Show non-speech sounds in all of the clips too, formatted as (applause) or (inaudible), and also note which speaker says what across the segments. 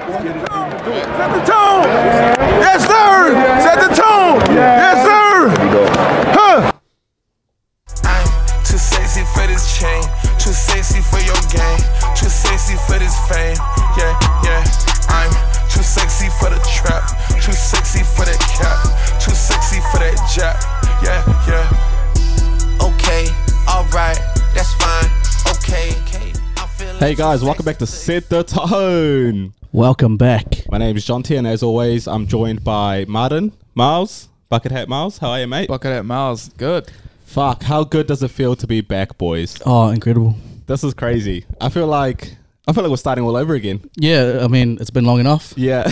Speaker 1: Set the tone! Yes, sir! Set the tone! Yes, sir! Huh!
Speaker 2: I'm too sexy for this chain, too sexy for your game, too sexy for this fame. Yeah, yeah. I'm too sexy for the trap, too sexy for that cap, too sexy for that jap. Yeah, yeah. Okay, alright, that's fine. Okay, okay. I'm feeling
Speaker 3: Hey guys,
Speaker 2: too
Speaker 3: welcome back to
Speaker 2: sexy
Speaker 3: Set the Tone.
Speaker 4: Welcome back.
Speaker 3: My name is John T, and as always, I'm joined by Martin, Miles, Bucket Hat Miles. How are you, mate?
Speaker 5: Bucket at Miles. Good.
Speaker 3: Fuck, how good does it feel to be back, boys?
Speaker 4: Oh, incredible.
Speaker 3: This is crazy. I feel like I feel like we're starting all over again.
Speaker 4: Yeah, I mean, it's been long enough.
Speaker 3: Yeah,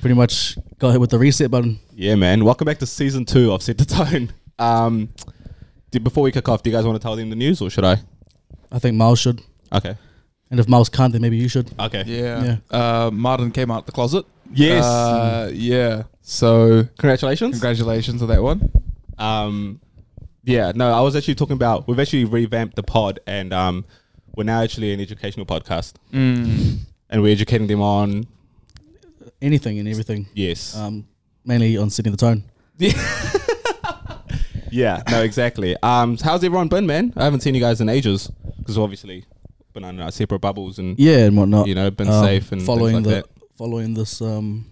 Speaker 4: Pretty much got hit with the reset button.
Speaker 3: (laughs) yeah, man. Welcome back to season two of Set the Tone. Um, do- before we kick off, do you guys want to tell them the news, or should I?
Speaker 4: I think Miles should.
Speaker 3: Okay,
Speaker 4: And if Miles can't, then maybe you should.
Speaker 3: okay.
Speaker 5: Yeah. Uh, Martin came out the closet.
Speaker 3: Yes.
Speaker 5: Uh, yeah. So
Speaker 3: Congratulations.
Speaker 5: congratulations on that one.
Speaker 3: um yeah no i was actually talking about we've actually revamped the pod and um we're now actually an educational podcast
Speaker 4: Mm.
Speaker 3: and we're educating them on
Speaker 4: Anything and everything.
Speaker 3: yes
Speaker 4: Um, mainly on setting the tone.
Speaker 3: yeah no exactly um so how's everyone been man i haven't seen you guys in ages because obviously been under our separate bubbles and
Speaker 4: Yeah, and whatnot.
Speaker 3: You know, been safe and things
Speaker 4: following
Speaker 3: like
Speaker 4: the
Speaker 3: that.
Speaker 4: following this um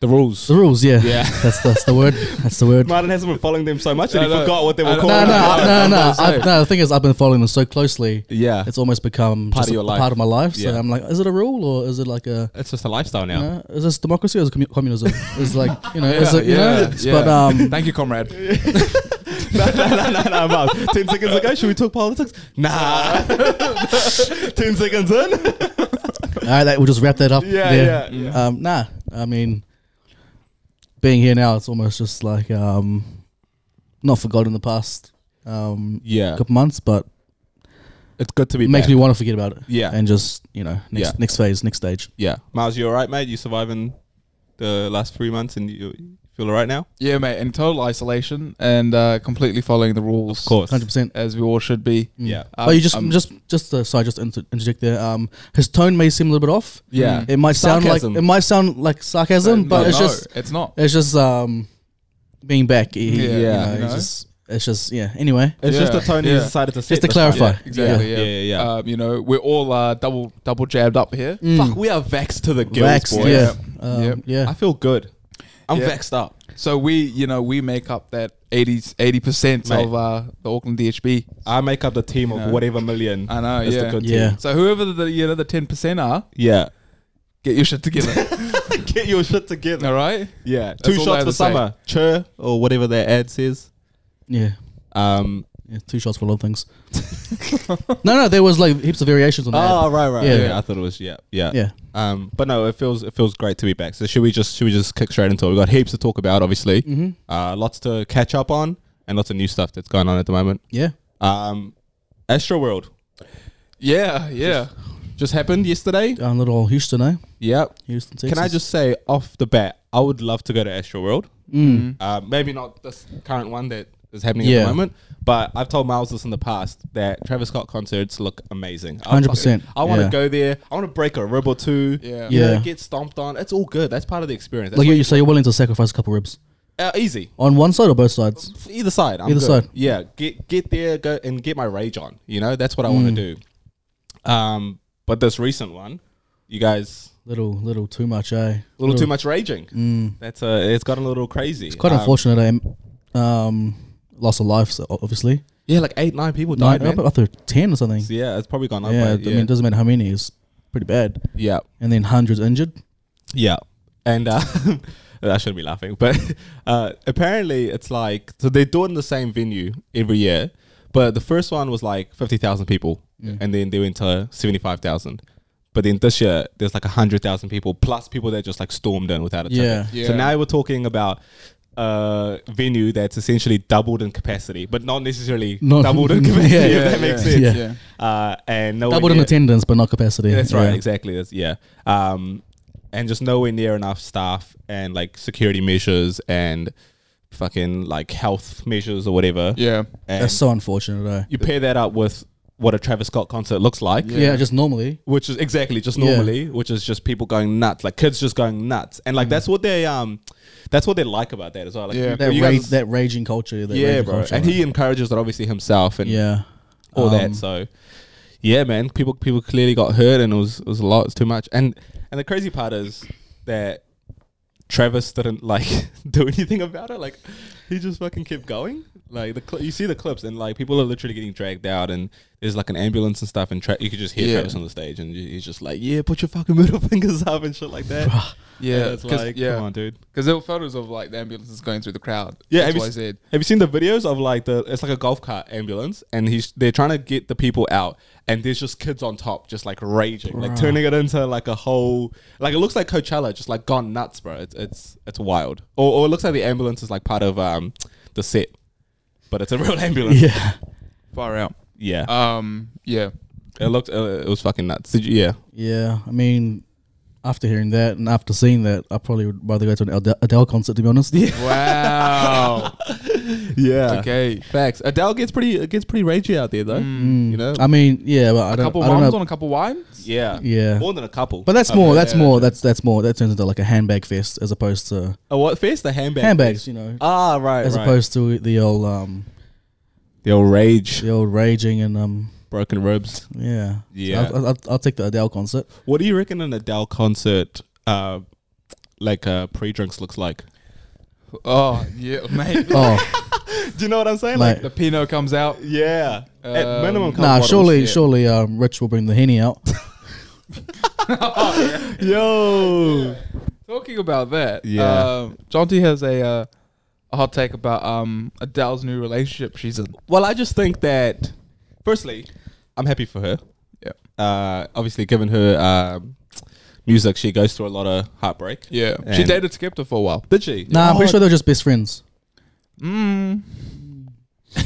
Speaker 3: the rules
Speaker 4: the rules. Yeah,
Speaker 3: Yeah.
Speaker 4: (laughs) That's that's the word. That's
Speaker 3: (laughs)
Speaker 4: the word.
Speaker 3: martin hasn't been following them so much that
Speaker 5: I
Speaker 3: he
Speaker 5: know.
Speaker 3: forgot what they were
Speaker 5: I know.
Speaker 3: called
Speaker 4: no, no, I- no,
Speaker 3: (laughs)
Speaker 4: no.
Speaker 5: I was
Speaker 4: I've, no, the thing is, I've been following them so closely.
Speaker 3: yeah
Speaker 4: It's almost become
Speaker 3: Part
Speaker 4: just
Speaker 3: of
Speaker 4: a
Speaker 3: your life.
Speaker 4: part of my life. So
Speaker 3: Yeah.
Speaker 4: I'm like, is it a rule or is it like a
Speaker 3: it's just a lifestyle now
Speaker 4: Uh, is this democracy or is it commu- communism? It's like you know, is it, you know? it's-
Speaker 5: yeah.
Speaker 4: But um,
Speaker 5: (laughs) Thank you, comrade.
Speaker 3: no, no, no, (laughs) no, no, Miles. Ten seconds ago, should we talk politics? Nah. Ten seconds in.
Speaker 4: all right, that, we'll just wrap that up.
Speaker 3: Yeah,
Speaker 4: there.
Speaker 3: yeah,
Speaker 4: Um, nah, I mean, being here now, it's almost just like um, not forgotten the past um
Speaker 3: Yeah,
Speaker 4: couple months, but
Speaker 3: it's good to be.
Speaker 4: it makes
Speaker 3: back.
Speaker 4: me want to forget about it.
Speaker 3: Yeah.
Speaker 4: and just you know, next
Speaker 3: Yeah.
Speaker 4: next phase, next stage.
Speaker 3: Yeah, Miles, you all right, mate? You surviving the last three months, and you you feel all right now?
Speaker 5: yeah, mate. In total isolation and uh, completely following the rules.
Speaker 4: Hundred percent.
Speaker 3: Uh,
Speaker 5: As we all should be.
Speaker 3: Yeah.
Speaker 5: Um,
Speaker 4: oh, you just
Speaker 5: um,
Speaker 4: just just uh, sorry, just to inter- interject there. Um, his tone may seem a little bit off.
Speaker 3: Yeah.
Speaker 4: it might sound
Speaker 3: Sarcasm.
Speaker 4: like it might sound like sarcasm,
Speaker 5: No,
Speaker 4: but it's
Speaker 5: no,
Speaker 4: just
Speaker 5: it's not.
Speaker 4: It's just um being back. He,
Speaker 5: Yeah,
Speaker 4: you
Speaker 3: yeah,
Speaker 4: know,
Speaker 5: you
Speaker 4: he's
Speaker 5: know?
Speaker 4: just it's just yeah. Anyway,
Speaker 3: It's just the tone
Speaker 5: Yeah.
Speaker 3: he's decided to set.
Speaker 4: to
Speaker 3: this
Speaker 4: clarify.
Speaker 3: time.
Speaker 4: Yeah,
Speaker 5: Exactly.
Speaker 3: Yeah,
Speaker 5: Yeah.
Speaker 3: yeah, yeah.
Speaker 5: Um, you know, we're all uh, double double jabbed up here.
Speaker 4: Mm.
Speaker 3: Fuck, we are vexed to the gills,
Speaker 4: Vaxxed,
Speaker 3: boy.
Speaker 4: yeah,
Speaker 5: Yeah.
Speaker 4: um,
Speaker 5: Yep.
Speaker 4: yeah.
Speaker 3: I feel good. I'm
Speaker 5: Yeah.
Speaker 3: vexed up.
Speaker 5: So we, you know, we make up that 80 percent
Speaker 3: Mate.
Speaker 5: of uh, the Auckland DHB.
Speaker 3: I make up the team of
Speaker 5: know.
Speaker 3: whatever million.
Speaker 5: I know,
Speaker 3: is the
Speaker 5: yeah.
Speaker 3: good
Speaker 4: Yeah.
Speaker 3: team.
Speaker 5: So whoever the you know the ten percent are,
Speaker 3: Yeah.
Speaker 5: get your shit
Speaker 3: (laughs)
Speaker 5: together.
Speaker 3: Get your shit together.
Speaker 5: all right.
Speaker 3: Yeah.
Speaker 5: That's
Speaker 3: Two
Speaker 5: all I
Speaker 3: shots
Speaker 5: have
Speaker 3: for
Speaker 5: to say.
Speaker 3: summer. Chur or whatever their ad says.
Speaker 4: yeah.
Speaker 3: Um.
Speaker 4: Yeah, two shots for a lot of things. (laughs) no, no, there was like heaps of variations on that.
Speaker 3: Oh right, right.
Speaker 4: Yeah.
Speaker 3: Yeah. I thought it was yeah, yeah,
Speaker 4: Yeah.
Speaker 3: Um, but no, it feels it feels great to be back. So should we just should we just kick straight into it? We've got heaps to talk about, obviously. Uh, lots to catch up on, and lots of new stuff that's going on at the moment.
Speaker 4: yeah,
Speaker 3: Um, Astro World
Speaker 5: Yeah, yeah.
Speaker 3: just happened yesterday.
Speaker 4: down little Houston, eh?
Speaker 3: Yep.
Speaker 4: Houston, Texas.
Speaker 3: Can I just say off the bat, I would love to go to Astro World. Mm. Uh, maybe not this current one that is happening at
Speaker 4: Yeah.
Speaker 3: the moment, but I've told Miles this in the past that Travis Scott concerts look amazing. I
Speaker 4: 100%,
Speaker 3: fucking- I want to
Speaker 4: yeah.
Speaker 3: go there. I want to break a rib or two.
Speaker 5: Yeah.
Speaker 3: You know,
Speaker 4: Yeah.
Speaker 3: get stomped on. It's all good. That's part of the experience. That's
Speaker 4: like you,
Speaker 3: what-
Speaker 4: you say, you're willing to sacrifice a couple ribs
Speaker 3: uh, easy.
Speaker 4: on one side or both sides.
Speaker 3: For either side. I'm
Speaker 4: Either
Speaker 3: good.
Speaker 4: side.
Speaker 3: Yeah, get get there, go and get my rage on. You know, that's what I
Speaker 4: Mm.
Speaker 3: want to do. Um, but this recent one, you guys,
Speaker 4: Little, little too much, eh? A
Speaker 3: a little too Um, much raging.
Speaker 4: Hmm.
Speaker 3: That's uh, it's gotten a little crazy. It's
Speaker 4: Quite unfortunate, eh? Um, loss of life, so obviously.
Speaker 3: Yeah, like eight, nine people
Speaker 4: Nine,
Speaker 3: died,
Speaker 4: up,
Speaker 3: man.
Speaker 4: up to ten or something.
Speaker 3: So yeah, it's probably gone up.
Speaker 4: yeah,
Speaker 3: by-
Speaker 4: I mean, it doesn't matter how many. It's pretty bad.
Speaker 3: yeah,
Speaker 4: And then hundreds injured.
Speaker 3: yeah, and uh, (laughs) I shouldn't be laughing, but (laughs) uh, apparently it's like so they do it in the same venue every year, but the first one was like fifty thousand people,
Speaker 4: Mm.
Speaker 3: and then they went to seventy five thousand. But then this year, there's like hundred thousand people plus people that just like stormed in without a
Speaker 4: Yeah.
Speaker 3: ticket.
Speaker 5: Yeah.
Speaker 3: So now we're talking about a venue that's essentially doubled in capacity, but not necessarily
Speaker 4: Not-
Speaker 3: doubled in capacity.
Speaker 4: (laughs) Yeah,
Speaker 3: if
Speaker 4: yeah,
Speaker 3: that makes
Speaker 5: yeah,
Speaker 3: sense.
Speaker 4: yeah.
Speaker 5: Yeah.
Speaker 3: Uh, and no
Speaker 4: Doubled in attendance, but not capacity.
Speaker 3: That's right,
Speaker 4: Yeah.
Speaker 3: exactly. That's yeah. Um, and just nowhere near enough staff and like security measures and fucking like health measures or whatever.
Speaker 5: Yeah.
Speaker 3: And
Speaker 4: That's so unfortunate, though.
Speaker 3: you pair that up with what a Travis Scott concert looks like.
Speaker 4: Yeah, just normally.
Speaker 3: Which is exactly just
Speaker 4: Yeah.
Speaker 3: normally, which is just people going nuts, like kids just going nuts, and
Speaker 4: Mm.
Speaker 3: like that's what they um, that's what they like about that as well. Like,
Speaker 5: Yeah.
Speaker 3: you-
Speaker 4: That,
Speaker 3: you
Speaker 4: ra-
Speaker 3: guys-
Speaker 4: that raging culture. That
Speaker 3: yeah,
Speaker 4: raging
Speaker 3: bro,
Speaker 4: culture,
Speaker 3: and
Speaker 4: like-
Speaker 3: he encourages that obviously himself and
Speaker 4: yeah.
Speaker 3: all
Speaker 4: Um,
Speaker 3: that. So, yeah, man, people people clearly got hurt, and it was it was a lot. It's too much. And and the crazy part is that Travis didn't like (laughs) do anything about it. Like he just fucking kept going. Like the cl- you see the clips, and like people are literally getting dragged out, and there's like an ambulance and stuff, and tra- you could just hear
Speaker 5: Yeah.
Speaker 3: Travis on the stage, and you- he's just like, "Yeah, put your fucking middle (laughs) fingers up and shit like that."
Speaker 5: Yeah,
Speaker 3: and it's like,
Speaker 5: yeah,
Speaker 3: come on, dude.
Speaker 5: because there were photos of like the ambulances going through the crowd.
Speaker 3: Yeah,
Speaker 5: that's
Speaker 3: have you,
Speaker 5: why I
Speaker 3: s-
Speaker 5: said.
Speaker 3: have you seen the videos of like the it's like a golf cart ambulance and he's they're trying to get the people out and there's just kids on top just like raging like turning it into like a whole like it looks like Coachella just like gone nuts bro it's it's it's wild or, or it looks like the ambulance is like part of um the set but it's a (laughs) real ambulance yeah,
Speaker 4: Yeah.
Speaker 5: Far out.
Speaker 3: yeah.
Speaker 5: Um, yeah,
Speaker 3: it looked uh, it was fucking nuts did you yeah
Speaker 4: Yeah. I mean, after hearing that and after seeing that, I probably would rather go to an Adele, Adele concert, to be honest. Yeah.
Speaker 5: Wow.
Speaker 3: yeah
Speaker 5: okay.
Speaker 3: facts Adele gets pretty it gets pretty ragey out there though you know
Speaker 4: I mean, yeah, but I
Speaker 5: A
Speaker 4: don't,
Speaker 5: couple
Speaker 4: I don't
Speaker 5: mums
Speaker 4: know.
Speaker 5: on a couple wines.
Speaker 3: yeah
Speaker 4: Yeah.
Speaker 3: more than a couple Uh,
Speaker 4: But that's more. That's
Speaker 5: yeah,
Speaker 4: more. That's that's more. That turns into like a handbag fest as opposed to
Speaker 3: oh, what first the handbag
Speaker 4: handbags. You know,
Speaker 3: ah right
Speaker 4: as
Speaker 3: right.
Speaker 4: opposed to the old um
Speaker 3: the old rage
Speaker 4: the old raging and um
Speaker 3: broken ribs.
Speaker 4: yeah So
Speaker 3: Yeah.
Speaker 4: I'll, I'll, I'll take the Adele concert.
Speaker 3: What do you reckon an Adele concert, uh, like uh, pre-drinks looks like?
Speaker 5: Oh yeah, (laughs) mate.
Speaker 3: (laughs)
Speaker 4: Oh,
Speaker 3: Do you know what I'm saying?
Speaker 4: like
Speaker 5: the Pinot comes out.
Speaker 3: yeah, at
Speaker 5: Um,
Speaker 3: minimum.
Speaker 4: nah,
Speaker 3: couple
Speaker 4: surely
Speaker 3: bottles.
Speaker 4: surely um Rich will bring the
Speaker 3: (laughs)
Speaker 4: henny out.
Speaker 3: Yo,
Speaker 5: Talking about that,
Speaker 3: Yeah.
Speaker 5: um, John T has a uh, a hot take about um Adele's new relationship. She's in.
Speaker 3: well, I just think that, firstly, I'm happy for her.
Speaker 5: Yeah.
Speaker 3: Uh, obviously, given her um, music, she goes through a lot of heartbreak.
Speaker 5: Yeah, she
Speaker 3: And-
Speaker 5: dated Skepta for a while.
Speaker 3: Did she?
Speaker 4: Nah, I'm pretty sure they're just best friends.
Speaker 5: Mm.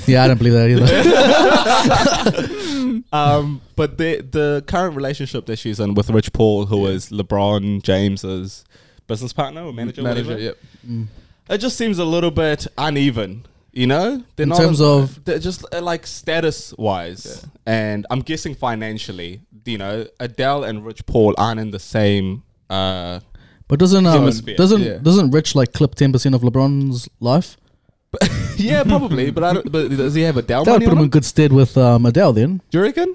Speaker 4: Yeah, I don't believe that either.
Speaker 3: (laughs) Um, but the the current relationship that she's in with Rich Paul, who is LeBron James's business partner or manager,
Speaker 5: Manager,
Speaker 3: whatever,
Speaker 5: yep.
Speaker 3: it just seems a little bit uneven. You know, they're
Speaker 4: In terms of-
Speaker 3: they're just uh, like status wise, and I'm guessing financially. You know, Adele and Rich Paul aren't in the same. Uh, (laughs)
Speaker 4: But doesn't um,
Speaker 3: Hemisphere,
Speaker 4: doesn't
Speaker 5: yeah.
Speaker 4: doesn't Rich like clip ten percent of LeBron's life?
Speaker 3: yeah, probably, but I don't, but does he have Adele
Speaker 4: That would
Speaker 3: money
Speaker 4: put
Speaker 3: on
Speaker 4: him in
Speaker 3: him?
Speaker 4: good stead with um, Adele. Then
Speaker 3: Do you reckon?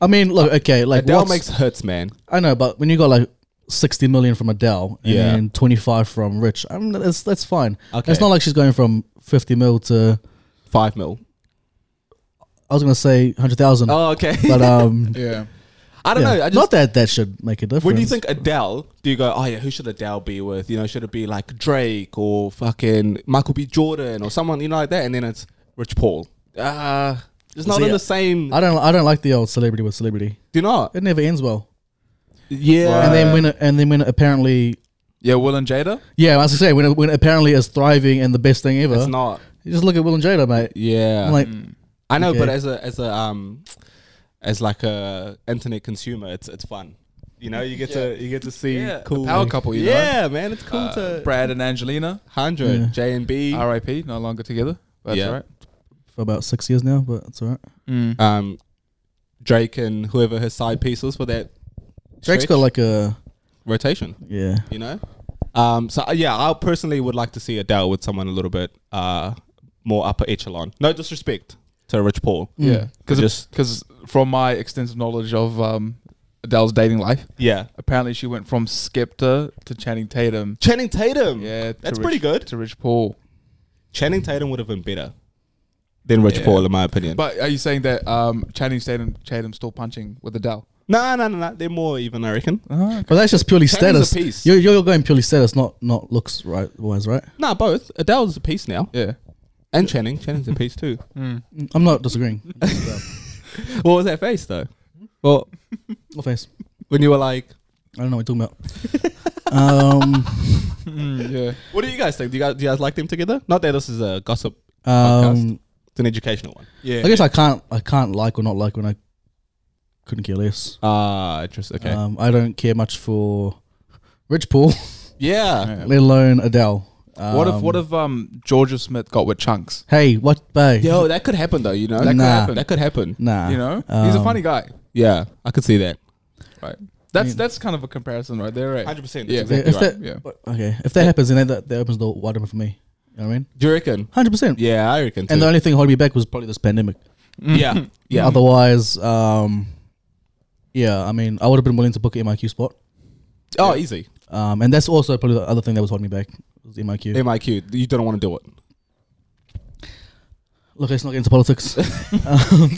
Speaker 4: I mean, look, okay, like
Speaker 3: Uh, Adele
Speaker 4: what's-
Speaker 3: makes hurts, man.
Speaker 4: I know, but when you got like sixty million from Adele and
Speaker 3: Yeah.
Speaker 4: then twenty five from Rich, I mean, that's that's fine.
Speaker 3: Okay.
Speaker 4: It's not like she's going from fifty mil to
Speaker 3: Five mil.
Speaker 4: Mm. I was gonna say hundred thousand,
Speaker 3: Oh, okay.
Speaker 4: but um,
Speaker 5: Yeah.
Speaker 3: (laughs) I don't
Speaker 4: yeah.
Speaker 3: know. I just
Speaker 4: not that that should make a difference.
Speaker 3: When you think Adele, do you go, oh yeah, who should Adele be with? You know, should it be like Drake or fucking Michael B. Jordan or someone, you know, like that? And then it's Rich Paul. Uh, it's not
Speaker 4: See,
Speaker 3: in
Speaker 4: I-
Speaker 3: the same.
Speaker 4: I don't I don't like the old celebrity with celebrity.
Speaker 3: do not.
Speaker 4: It never ends well.
Speaker 3: Yeah.
Speaker 4: and then when it, and then when it apparently
Speaker 5: Yeah, Will and Jada.
Speaker 4: yeah, I was gonna say when it, when it apparently is thriving and the best thing ever.
Speaker 3: it's not.
Speaker 4: You just look at Will and Jada, mate.
Speaker 3: Yeah. Mm.
Speaker 4: I'm like
Speaker 3: I know, but
Speaker 4: okay.
Speaker 3: as a as a um, as like a internet consumer, it's it's fun. You know, you get to you get to see
Speaker 5: Yeah, the
Speaker 3: cool
Speaker 5: power couple, you know. Uh,
Speaker 3: yeah, man, it's cool to
Speaker 5: Brad and Angelina,
Speaker 3: hundred
Speaker 4: Yeah.
Speaker 3: J and B.
Speaker 5: R.I.P. No longer together. That's
Speaker 3: Yeah.
Speaker 5: right.
Speaker 4: for about six years now, but it's alright.
Speaker 3: Um, Drake and whoever his side piece was for that
Speaker 4: Drake's got
Speaker 3: stretch.
Speaker 4: like a
Speaker 3: rotation.
Speaker 4: yeah.
Speaker 3: you know. Um, so uh, yeah, I personally would like to see Adele with someone a little bit uh, more upper echelon. No disrespect to Rich Paul.
Speaker 4: Mm.
Speaker 5: Yeah,
Speaker 3: It
Speaker 5: because
Speaker 3: just-
Speaker 5: because from my extensive knowledge of um, Adele's dating life,
Speaker 3: Yeah,
Speaker 5: apparently she went from Skepta to Channing Tatum.
Speaker 3: Channing Tatum.
Speaker 5: Yeah, to
Speaker 3: that's
Speaker 5: Rich-
Speaker 3: pretty good.
Speaker 5: To Rich Paul.
Speaker 3: Channing Tatum would have been better than Rich
Speaker 5: Yeah.
Speaker 3: Paul, in my opinion. But
Speaker 5: But are you saying that um, Channing Tatum Tatum's still punching with Adele?
Speaker 3: no, no, no, no, they're more even. I reckon.
Speaker 5: Uh-huh.
Speaker 4: But that's just purely
Speaker 3: Ten is a
Speaker 4: status.
Speaker 3: piece.
Speaker 4: You're, you're going purely status, not not looks right wise, right?
Speaker 3: Nah, both Adele's a piece now,
Speaker 5: Yeah.
Speaker 3: and Channing. Channing's a piece
Speaker 5: (laughs)
Speaker 3: too.
Speaker 4: I'm
Speaker 3: (laughs)
Speaker 4: not disagreeing.
Speaker 5: Mm.
Speaker 3: What was that face though? Well,
Speaker 4: What face?
Speaker 3: when you were like,
Speaker 4: I don't know what you're talking
Speaker 3: (laughs)
Speaker 4: about. um,
Speaker 5: Mm, yeah.
Speaker 3: what do you guys think? Do you guys, do you guys like them together? Not that this is a gossip.
Speaker 4: um,
Speaker 3: It's an educational one.
Speaker 5: Yeah.
Speaker 4: I guess I can't I can't like or not like when I couldn't care less.
Speaker 3: Ah, interesting. Okay.
Speaker 4: Um, I don't care much for Rich Paul, (laughs)
Speaker 3: yeah.
Speaker 4: let alone Adele.
Speaker 5: what if what if um Georgia Smith got with chunks?
Speaker 4: Hey, what, babe?
Speaker 3: Yo, that could happen though. You know, that
Speaker 4: Nah.
Speaker 3: could happen. That could happen.
Speaker 4: nah.
Speaker 5: You know, he's a
Speaker 4: Um,
Speaker 5: funny guy,
Speaker 3: Yeah, I could see that.
Speaker 5: right? That's
Speaker 4: mean-
Speaker 5: that's kind of a comparison right there, right?
Speaker 3: Hundred percent.
Speaker 5: Yeah.
Speaker 3: Yeah.
Speaker 4: Yeah,
Speaker 3: Exactly right.
Speaker 4: if that,
Speaker 5: yeah.
Speaker 4: Okay, if that happens, then that, that opens the door wide open for me. You know what I mean?
Speaker 3: Do you reckon?
Speaker 4: Hundred percent.
Speaker 3: Yeah, I reckon. Too.
Speaker 4: And the only thing holding me back was probably this pandemic.
Speaker 5: (laughs)
Speaker 3: yeah, yeah.
Speaker 4: Otherwise, um, yeah, I mean, I would have been willing to book an MIQ spot.
Speaker 3: Oh, easy.
Speaker 4: Um, and that's also probably the other thing that was holding me back was the MIQ.
Speaker 3: MIQ. You don't want to do it.
Speaker 4: Look, let's not get into
Speaker 5: (laughs)
Speaker 4: politics. (laughs) um,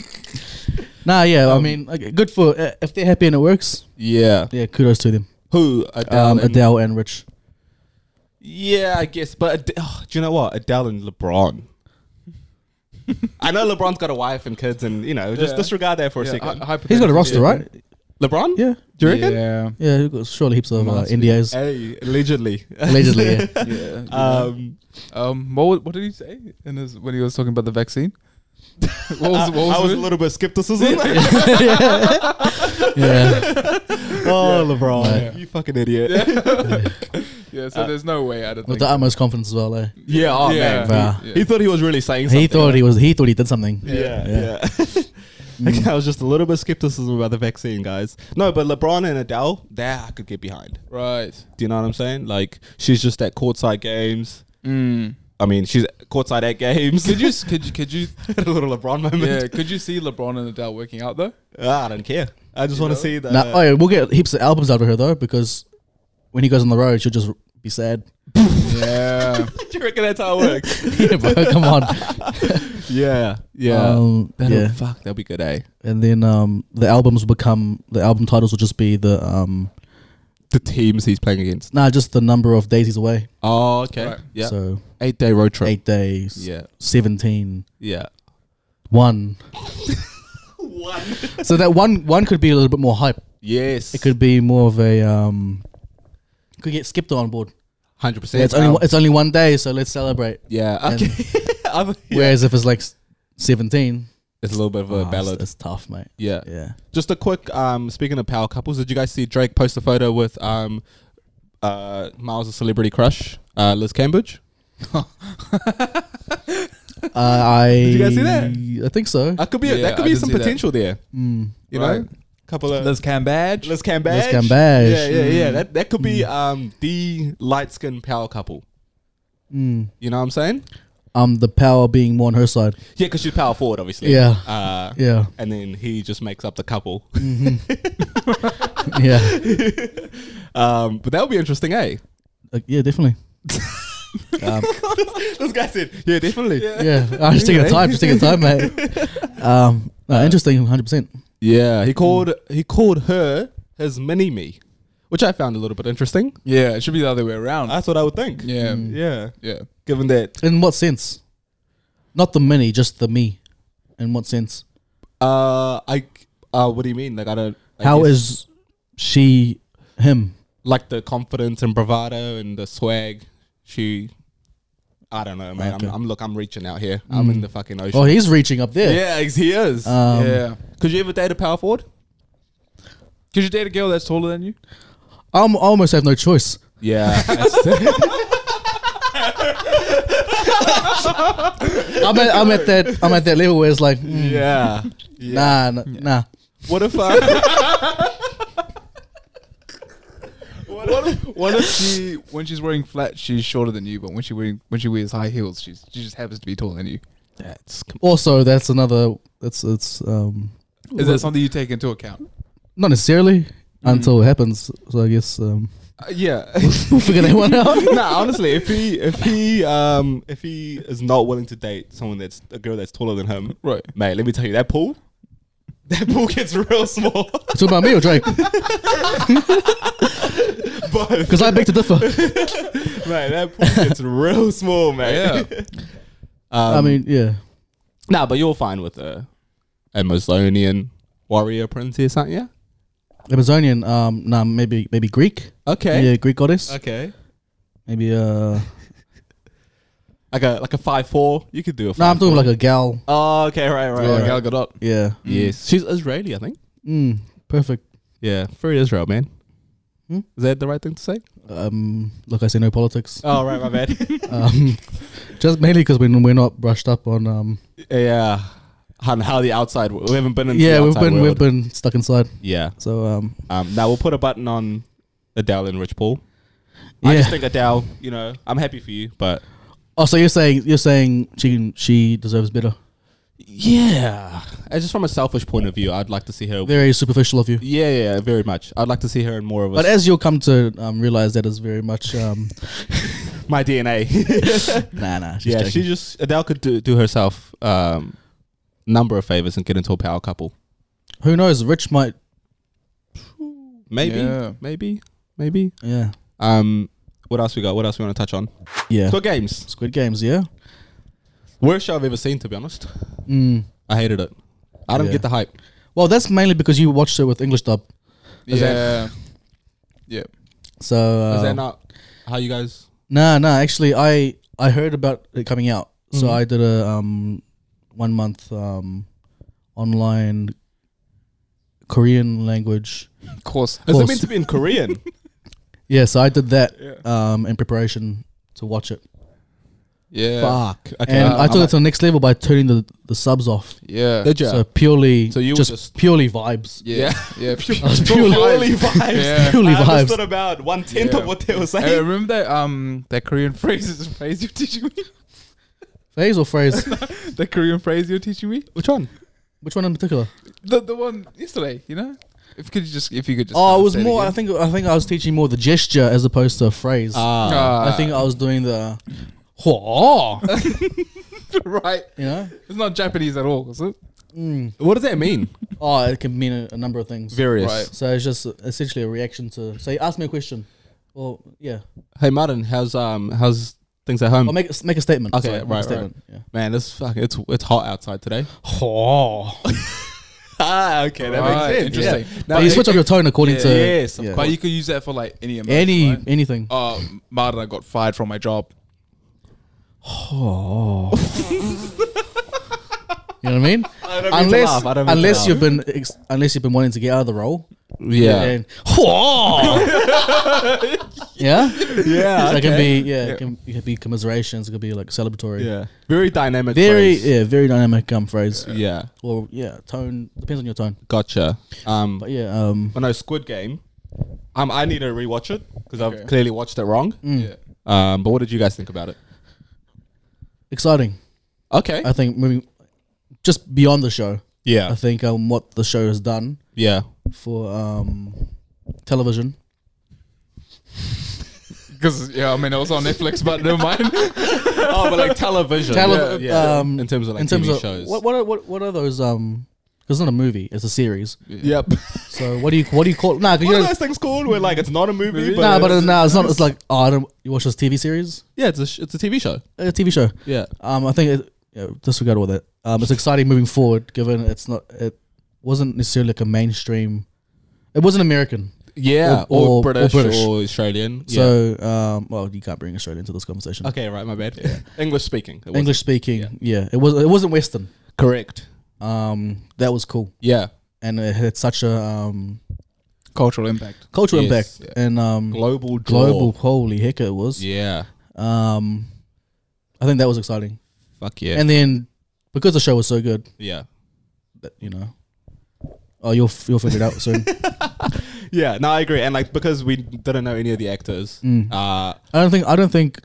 Speaker 4: nah, yeah, I mean, okay, good for uh, if they're happy and it works.
Speaker 3: Yeah.
Speaker 4: Yeah, kudos to them.
Speaker 3: Who Adele?
Speaker 4: Um,
Speaker 3: and-
Speaker 4: Adele and Rich.
Speaker 3: Yeah, I guess. But Ad- oh, do you know what? Adele and
Speaker 5: (laughs)
Speaker 3: LeBron. I know LeBron's got a wife and kids, and you know, just
Speaker 5: Yeah.
Speaker 3: disregard that for a
Speaker 5: Yeah, Uh,
Speaker 3: second.
Speaker 5: hy-
Speaker 4: He's got a roster,
Speaker 5: hypothetically.
Speaker 4: right?
Speaker 3: LeBron?
Speaker 4: Yeah,
Speaker 3: Do you reckon?
Speaker 5: Yeah,
Speaker 4: yeah. He's got surely heaps of uh,
Speaker 5: Must
Speaker 3: (laughs)
Speaker 5: be.
Speaker 4: NDAs
Speaker 3: Hey,
Speaker 5: (laughs)
Speaker 3: allegedly.
Speaker 4: allegedly. Yeah.
Speaker 5: yeah.
Speaker 3: um,
Speaker 5: Um, what, wa- what did he say in his when he was talking about the vaccine? (laughs) what was, what was
Speaker 3: Uh, I was
Speaker 5: it?
Speaker 3: a little bit
Speaker 5: (laughs)
Speaker 3: skepticism. (laughs)
Speaker 4: yeah.
Speaker 3: oh, LeBron,
Speaker 5: Yeah.
Speaker 3: you fucking idiot.
Speaker 5: yeah, so there's no way out of
Speaker 4: With the utmost confidence as well. Eh?
Speaker 3: (laughs) Yeah, oh
Speaker 5: Yeah.
Speaker 3: man.
Speaker 4: Bruh.
Speaker 5: Yeah.
Speaker 3: He thought he was really saying something.
Speaker 4: He thought he was. He thought he did something.
Speaker 3: Yeah, yeah. (laughs) Okay, I was just a little bit skepticism about the vaccine, guys. No, but LeBron and Adele, that I could get behind.
Speaker 5: Right.
Speaker 3: Do you know what I'm saying? Like she's just at courtside games.
Speaker 5: Mm.
Speaker 3: I mean, she's at courtside at games. (laughs)
Speaker 5: Could you s- could you could (laughs) you
Speaker 3: a little LeBron
Speaker 5: yeah
Speaker 3: moment?
Speaker 5: could you see LeBron and Adele working out though?
Speaker 3: (laughs) Ah, I don't care. I just want to
Speaker 5: know?
Speaker 3: see the.
Speaker 4: Nah, oh yeah, we'll get heaps of albums out of her though, because when he goes on the road, she'll just be sad. (laughs)
Speaker 5: (laughs) Yeah.
Speaker 3: (laughs) Do you reckon that's how it works?
Speaker 4: yeah, bro, come on.
Speaker 3: yeah, yeah.
Speaker 4: Um,
Speaker 3: that'll,
Speaker 4: yeah.
Speaker 3: Fuck, that'll be good, eh?
Speaker 4: And then um, the albums will become the album titles will just be the um,
Speaker 3: The teams he's playing against.
Speaker 4: nah, just the number of days he's away.
Speaker 3: Oh, okay.
Speaker 5: Right.
Speaker 3: Yeah.
Speaker 4: So
Speaker 3: eight day road trip.
Speaker 4: eight days.
Speaker 3: Yeah,
Speaker 4: 17,
Speaker 3: yeah.
Speaker 4: one. (laughs) So that one one could be a little bit more hype.
Speaker 3: Yes,
Speaker 4: It could be more of a um, could get skipped on board.
Speaker 3: hundred
Speaker 4: Yeah,
Speaker 3: percent.
Speaker 4: it's only one- it's only one day, so let's celebrate.
Speaker 3: Yeah.
Speaker 4: And-
Speaker 3: Okay. (laughs) I'm- yeah.
Speaker 4: Whereas if it's like s- 17,
Speaker 3: It's a little bit of a
Speaker 4: oh,
Speaker 3: ballad.
Speaker 4: It's, it's tough, mate.
Speaker 3: yeah.
Speaker 4: Yeah.
Speaker 3: Just a quick um speaking of power couples, did you guys see Drake post a photo with um uh Miles' celebrity crush, uh Liz Cambridge?
Speaker 4: Uh, I
Speaker 3: you guys see
Speaker 4: I think so.
Speaker 3: That could be a
Speaker 5: Yeah,
Speaker 3: that could
Speaker 5: I
Speaker 3: be
Speaker 5: did
Speaker 3: some
Speaker 5: see that.
Speaker 3: potential there.
Speaker 4: Mm.
Speaker 3: You
Speaker 5: Right.
Speaker 3: know? Couple of
Speaker 5: Liz Cambadge.
Speaker 3: Liz Cambage.
Speaker 4: Liz Cambage. Mm.
Speaker 3: Yeah, yeah, yeah. That that could be um the light skinned power couple.
Speaker 4: Mm.
Speaker 3: You know what I'm saying?
Speaker 4: Um, the power being more on her side.
Speaker 3: Yeah, because she's power forward, obviously.
Speaker 4: Yeah.
Speaker 3: Uh,
Speaker 4: Yeah, (laughs)
Speaker 3: And then he just makes up the couple.
Speaker 4: yeah,
Speaker 3: um, but that would be interesting,
Speaker 4: (laughs)
Speaker 3: eh? (laughs)
Speaker 4: Uh, yeah, definitely.
Speaker 3: this guy said, "Yeah, definitely."
Speaker 4: Yeah, I'm just taking the time, just taking the
Speaker 3: (laughs)
Speaker 4: time, mate. Um, no, interesting, hundred percent.
Speaker 3: Yeah, he called he called her his mini me, which I found a little bit interesting.
Speaker 5: Yeah, it should be the other way around.
Speaker 3: That's what I would think. Mm.
Speaker 5: yeah.
Speaker 4: Mm.
Speaker 3: yeah.
Speaker 5: Yeah.
Speaker 3: Given that,
Speaker 4: In what sense? Not the mini, just the me. In what sense?
Speaker 3: uh, I, uh, what do you mean? Like, I don't. I
Speaker 4: How
Speaker 3: guess,
Speaker 4: is she him?
Speaker 3: like the confidence and bravado and the swag? She, I don't know, man.
Speaker 4: Okay.
Speaker 3: I'm, I'm look, I'm reaching out here. I'm in the fucking ocean.
Speaker 4: Oh, he's reaching up there.
Speaker 3: yeah, ex- he is.
Speaker 4: Um,
Speaker 5: yeah.
Speaker 3: Could you ever date a power forward?
Speaker 5: Could you date a girl that's taller than you?
Speaker 4: I'm, I almost have no choice.
Speaker 3: Yeah, (laughs)
Speaker 5: (laughs)
Speaker 4: I'm at, I'm at that I'm at that level where it's like, mm, (laughs)
Speaker 3: yeah.
Speaker 4: nah, nah, nah.
Speaker 3: What if? Uh, what if?
Speaker 5: (laughs) What if she when she's wearing flats she's shorter than you, but when she wearing when she wears high heels she's she just happens to be taller than you.
Speaker 3: That's
Speaker 4: Also, that's another. That's it's um,
Speaker 5: Is that something you take into account?
Speaker 4: not necessarily
Speaker 3: Mm.
Speaker 4: until it happens. So I guess um, (laughs)
Speaker 3: uh, yeah.
Speaker 4: we'll figure that one out. (laughs)
Speaker 3: no, honestly, if he if he um if he is not willing to date someone that's a girl that's taller than him,
Speaker 5: Right.
Speaker 3: mate, let me tell you that pool, that pool gets real small. (laughs)
Speaker 4: Talking about me or Drake?
Speaker 3: Both,
Speaker 4: (laughs) Because I beg to differ.
Speaker 3: mate, that pool gets real small, mate.
Speaker 5: Yeah.
Speaker 3: Um,
Speaker 4: I mean, yeah,
Speaker 3: (laughs) nah, but you're fine with a Amazonian warrior princess, aren't you?
Speaker 4: Amazonian. Um, nah, maybe maybe Greek.
Speaker 3: Okay.
Speaker 4: Yeah, Greek goddess.
Speaker 3: Okay.
Speaker 4: Maybe uh,
Speaker 3: Like a like a five four, you could do a.
Speaker 4: nah,
Speaker 3: five,
Speaker 4: I'm talking
Speaker 3: four.
Speaker 4: like a gal.
Speaker 3: Oh, okay, right, right,
Speaker 5: Yeah,
Speaker 3: right.
Speaker 5: Gal Gadot.
Speaker 4: Yeah.
Speaker 3: Yes, she's Israeli, I think.
Speaker 4: Mm, perfect.
Speaker 3: Yeah, free Israel, man.
Speaker 4: Hmm?
Speaker 3: Is that the right thing to say?
Speaker 4: Um, look, I say no politics. (laughs)
Speaker 3: Oh right, my (laughs) bad.
Speaker 4: um, just mainly because we're, we're not brushed up on. Um,
Speaker 3: yeah, on how the outside we haven't been in.
Speaker 4: yeah,
Speaker 3: the
Speaker 4: we've
Speaker 3: outside
Speaker 4: been
Speaker 3: world.
Speaker 4: we've been stuck inside.
Speaker 3: Yeah.
Speaker 4: So um,
Speaker 3: Um, now we'll put a button on Adele and Rich Paul. I
Speaker 4: Yeah.
Speaker 3: just think Adele, you know, I'm happy for you, but
Speaker 4: oh, so you're saying you're saying she can, she deserves better?
Speaker 3: yeah, uh, just from a selfish point of view, I'd like to see her.
Speaker 4: Very superficial of you.
Speaker 3: yeah, yeah, very much. I'd like to see her in more of a
Speaker 4: But as you'll come to um, realize, that is very
Speaker 3: (laughs)
Speaker 4: much um,
Speaker 3: my (laughs) DNA.
Speaker 4: nah nah. She's
Speaker 3: yeah,
Speaker 4: joking.
Speaker 3: she just Adele could do, do herself um, number of favors and get into a power couple.
Speaker 4: who knows? Rich might
Speaker 3: Maybe,
Speaker 5: Yeah.
Speaker 3: maybe, maybe.
Speaker 4: yeah
Speaker 3: Um, what else we got? What else we want to touch on?
Speaker 4: yeah.
Speaker 3: Squid Games,
Speaker 4: Squid Games, yeah.
Speaker 3: worst show I've ever seen, to be honest.
Speaker 4: Mm.
Speaker 3: I hated it. I don't
Speaker 4: Yeah.
Speaker 3: get the hype.
Speaker 4: Well, that's mainly because you watched it with English dub.
Speaker 5: Yeah.
Speaker 3: Is that-
Speaker 5: yeah.
Speaker 4: So uh,
Speaker 3: Is that not how you guys?
Speaker 4: Nah, nah. Actually, I I heard about it coming out,
Speaker 3: Mm-hmm.
Speaker 4: so I did a um one month um online Korean language.
Speaker 5: Of course.
Speaker 3: Is it
Speaker 4: course.
Speaker 3: meant to be in Korean?
Speaker 4: Yeah, so I did that
Speaker 5: Yeah.
Speaker 4: um in preparation to watch it,
Speaker 5: Yeah.
Speaker 3: Fuck. Okay.
Speaker 4: and
Speaker 5: uh,
Speaker 4: I took
Speaker 5: I'm
Speaker 4: it to the next level by turning the the subs off.
Speaker 5: Yeah.
Speaker 3: Did you?
Speaker 4: So purely,
Speaker 3: So
Speaker 4: so
Speaker 3: you
Speaker 4: you
Speaker 3: were
Speaker 4: just,
Speaker 3: just-
Speaker 4: purely (laughs) vibes.
Speaker 5: Yeah. (laughs) Yeah.
Speaker 4: purely-
Speaker 5: (laughs)
Speaker 3: vibes.
Speaker 4: (laughs)
Speaker 5: Yeah.
Speaker 4: Purely
Speaker 3: I understood
Speaker 4: vibes.
Speaker 3: about one tenth
Speaker 5: Yeah.
Speaker 3: of what they were
Speaker 5: Hey,
Speaker 3: saying.
Speaker 5: remember that um that Korean (laughs) phrase is phrase you're teaching me? (laughs)
Speaker 4: Phase
Speaker 3: (laughs)
Speaker 4: or phrase?
Speaker 5: the Korean phrase you're teaching me?
Speaker 3: Which one?
Speaker 4: Which one in particular?
Speaker 5: The the one yesterday, you know? If you could just if you could just
Speaker 4: Oh, it
Speaker 5: kinda
Speaker 4: was
Speaker 5: say
Speaker 4: more. I
Speaker 5: again.
Speaker 4: think. I think I was teaching more the gesture as opposed to a phrase.
Speaker 3: Ah,
Speaker 5: Ah,
Speaker 4: I think I was doing the. Whoa,
Speaker 5: (laughs) right.
Speaker 4: you know.
Speaker 5: It's not Japanese at all, is it?
Speaker 4: Mm.
Speaker 3: what does that mean?
Speaker 4: Oh, it can mean a, a number of things.
Speaker 3: Various.
Speaker 5: Right.
Speaker 4: So it's just essentially a reaction to. So you ask me a question. Well, yeah.
Speaker 3: Hey, Martin, how's um how's things at home?
Speaker 4: Or make make a statement.
Speaker 3: Okay,
Speaker 4: Sorry, make
Speaker 3: right, right.
Speaker 4: a statement. Yeah.
Speaker 3: Man, it's fuck, it's it's hot outside today.
Speaker 4: Oh.
Speaker 3: Ah, okay, that
Speaker 5: Right, interesting.
Speaker 3: Now,
Speaker 4: you switch up your tone according
Speaker 5: yeah,
Speaker 4: to
Speaker 3: yes, of
Speaker 5: But you could use that for like any amount,
Speaker 4: any
Speaker 5: right?
Speaker 4: anything.
Speaker 5: uh Martin, I got fired from my job.
Speaker 4: You know what I mean?
Speaker 3: don't mean to
Speaker 4: unless
Speaker 3: laugh, I don't mean to
Speaker 4: unless
Speaker 3: laugh.
Speaker 4: you've been ex- unless you've been wanting to get out of the role.
Speaker 3: yeah,
Speaker 4: And,
Speaker 3: (laughs) yeah,
Speaker 4: yeah. So it can
Speaker 3: okay.
Speaker 4: be yeah, It, can, it can be commiserations. It could be like celebratory.
Speaker 3: yeah, very dynamic.
Speaker 4: Very
Speaker 3: phrase.
Speaker 4: yeah, very dynamic um phrase.
Speaker 3: yeah.
Speaker 4: Or yeah, tone depends on your tone.
Speaker 3: Gotcha. Um,
Speaker 4: But yeah, um,
Speaker 3: but no, Squid Game. Um, I need to rewatch it because
Speaker 5: Okay.
Speaker 3: I've clearly watched it wrong.
Speaker 5: Yeah.
Speaker 3: Um, but what did you guys think about it?
Speaker 4: exciting.
Speaker 3: Okay.
Speaker 4: I think moving just beyond the show. I
Speaker 3: yeah.
Speaker 4: think um, what the show has done
Speaker 3: Yeah.
Speaker 4: for um, television.
Speaker 5: Because yeah, I mean it was on Netflix, but never mind. (laughs)
Speaker 3: Oh, but like television.
Speaker 4: Tele-
Speaker 3: yeah, yeah.
Speaker 4: um,
Speaker 3: in terms of like
Speaker 4: in terms
Speaker 3: TV
Speaker 4: of
Speaker 3: shows.
Speaker 4: what what are, what what are those? Um, 'cause it's not a movie; it's a series.
Speaker 3: (laughs) Yep.
Speaker 4: So what do you what do you call? Nah, 'cause
Speaker 3: what
Speaker 4: you
Speaker 3: are
Speaker 4: don't,
Speaker 3: those things called? Where like it's not a movie, but,
Speaker 4: nah, but
Speaker 3: it's-
Speaker 4: uh, nah, it's not. It's like oh, I don't. You watch this TV series?
Speaker 3: yeah, it's a sh- it's a TV show.
Speaker 4: A TV show.
Speaker 3: Yeah.
Speaker 4: Um, I think it, yeah, disregard all that. Um, it's exciting moving forward, given it's not. It wasn't necessarily like a mainstream. It wasn't American.
Speaker 3: Yeah.
Speaker 4: Or-
Speaker 3: Or,
Speaker 4: or- or
Speaker 3: British, or
Speaker 4: British.
Speaker 3: Australian. yeah.
Speaker 4: So, um, well, you can't bring Australia into this conversation.
Speaker 3: Okay, right, my bad. English speaking. it was.
Speaker 4: English speaking, yeah. it was it wasn't Western.
Speaker 3: Correct.
Speaker 4: Um, that was cool,
Speaker 3: Yeah.
Speaker 4: and it had such a um,
Speaker 5: Cultural impact.
Speaker 4: cultural
Speaker 3: Yes,
Speaker 4: impact and um,
Speaker 3: Global draw.
Speaker 4: global. Holy heck, it was.
Speaker 3: Yeah.
Speaker 4: Um, I think that was exciting,
Speaker 3: Fuck yeah.
Speaker 4: and then because the show was so good,
Speaker 3: yeah.
Speaker 4: that, you know, oh, you'll f- you'll figure it out
Speaker 3: (laughs)
Speaker 4: soon.
Speaker 3: Yeah, no, I agree. And like because we didn't know any of the actors, uh,
Speaker 4: I don't think I don't think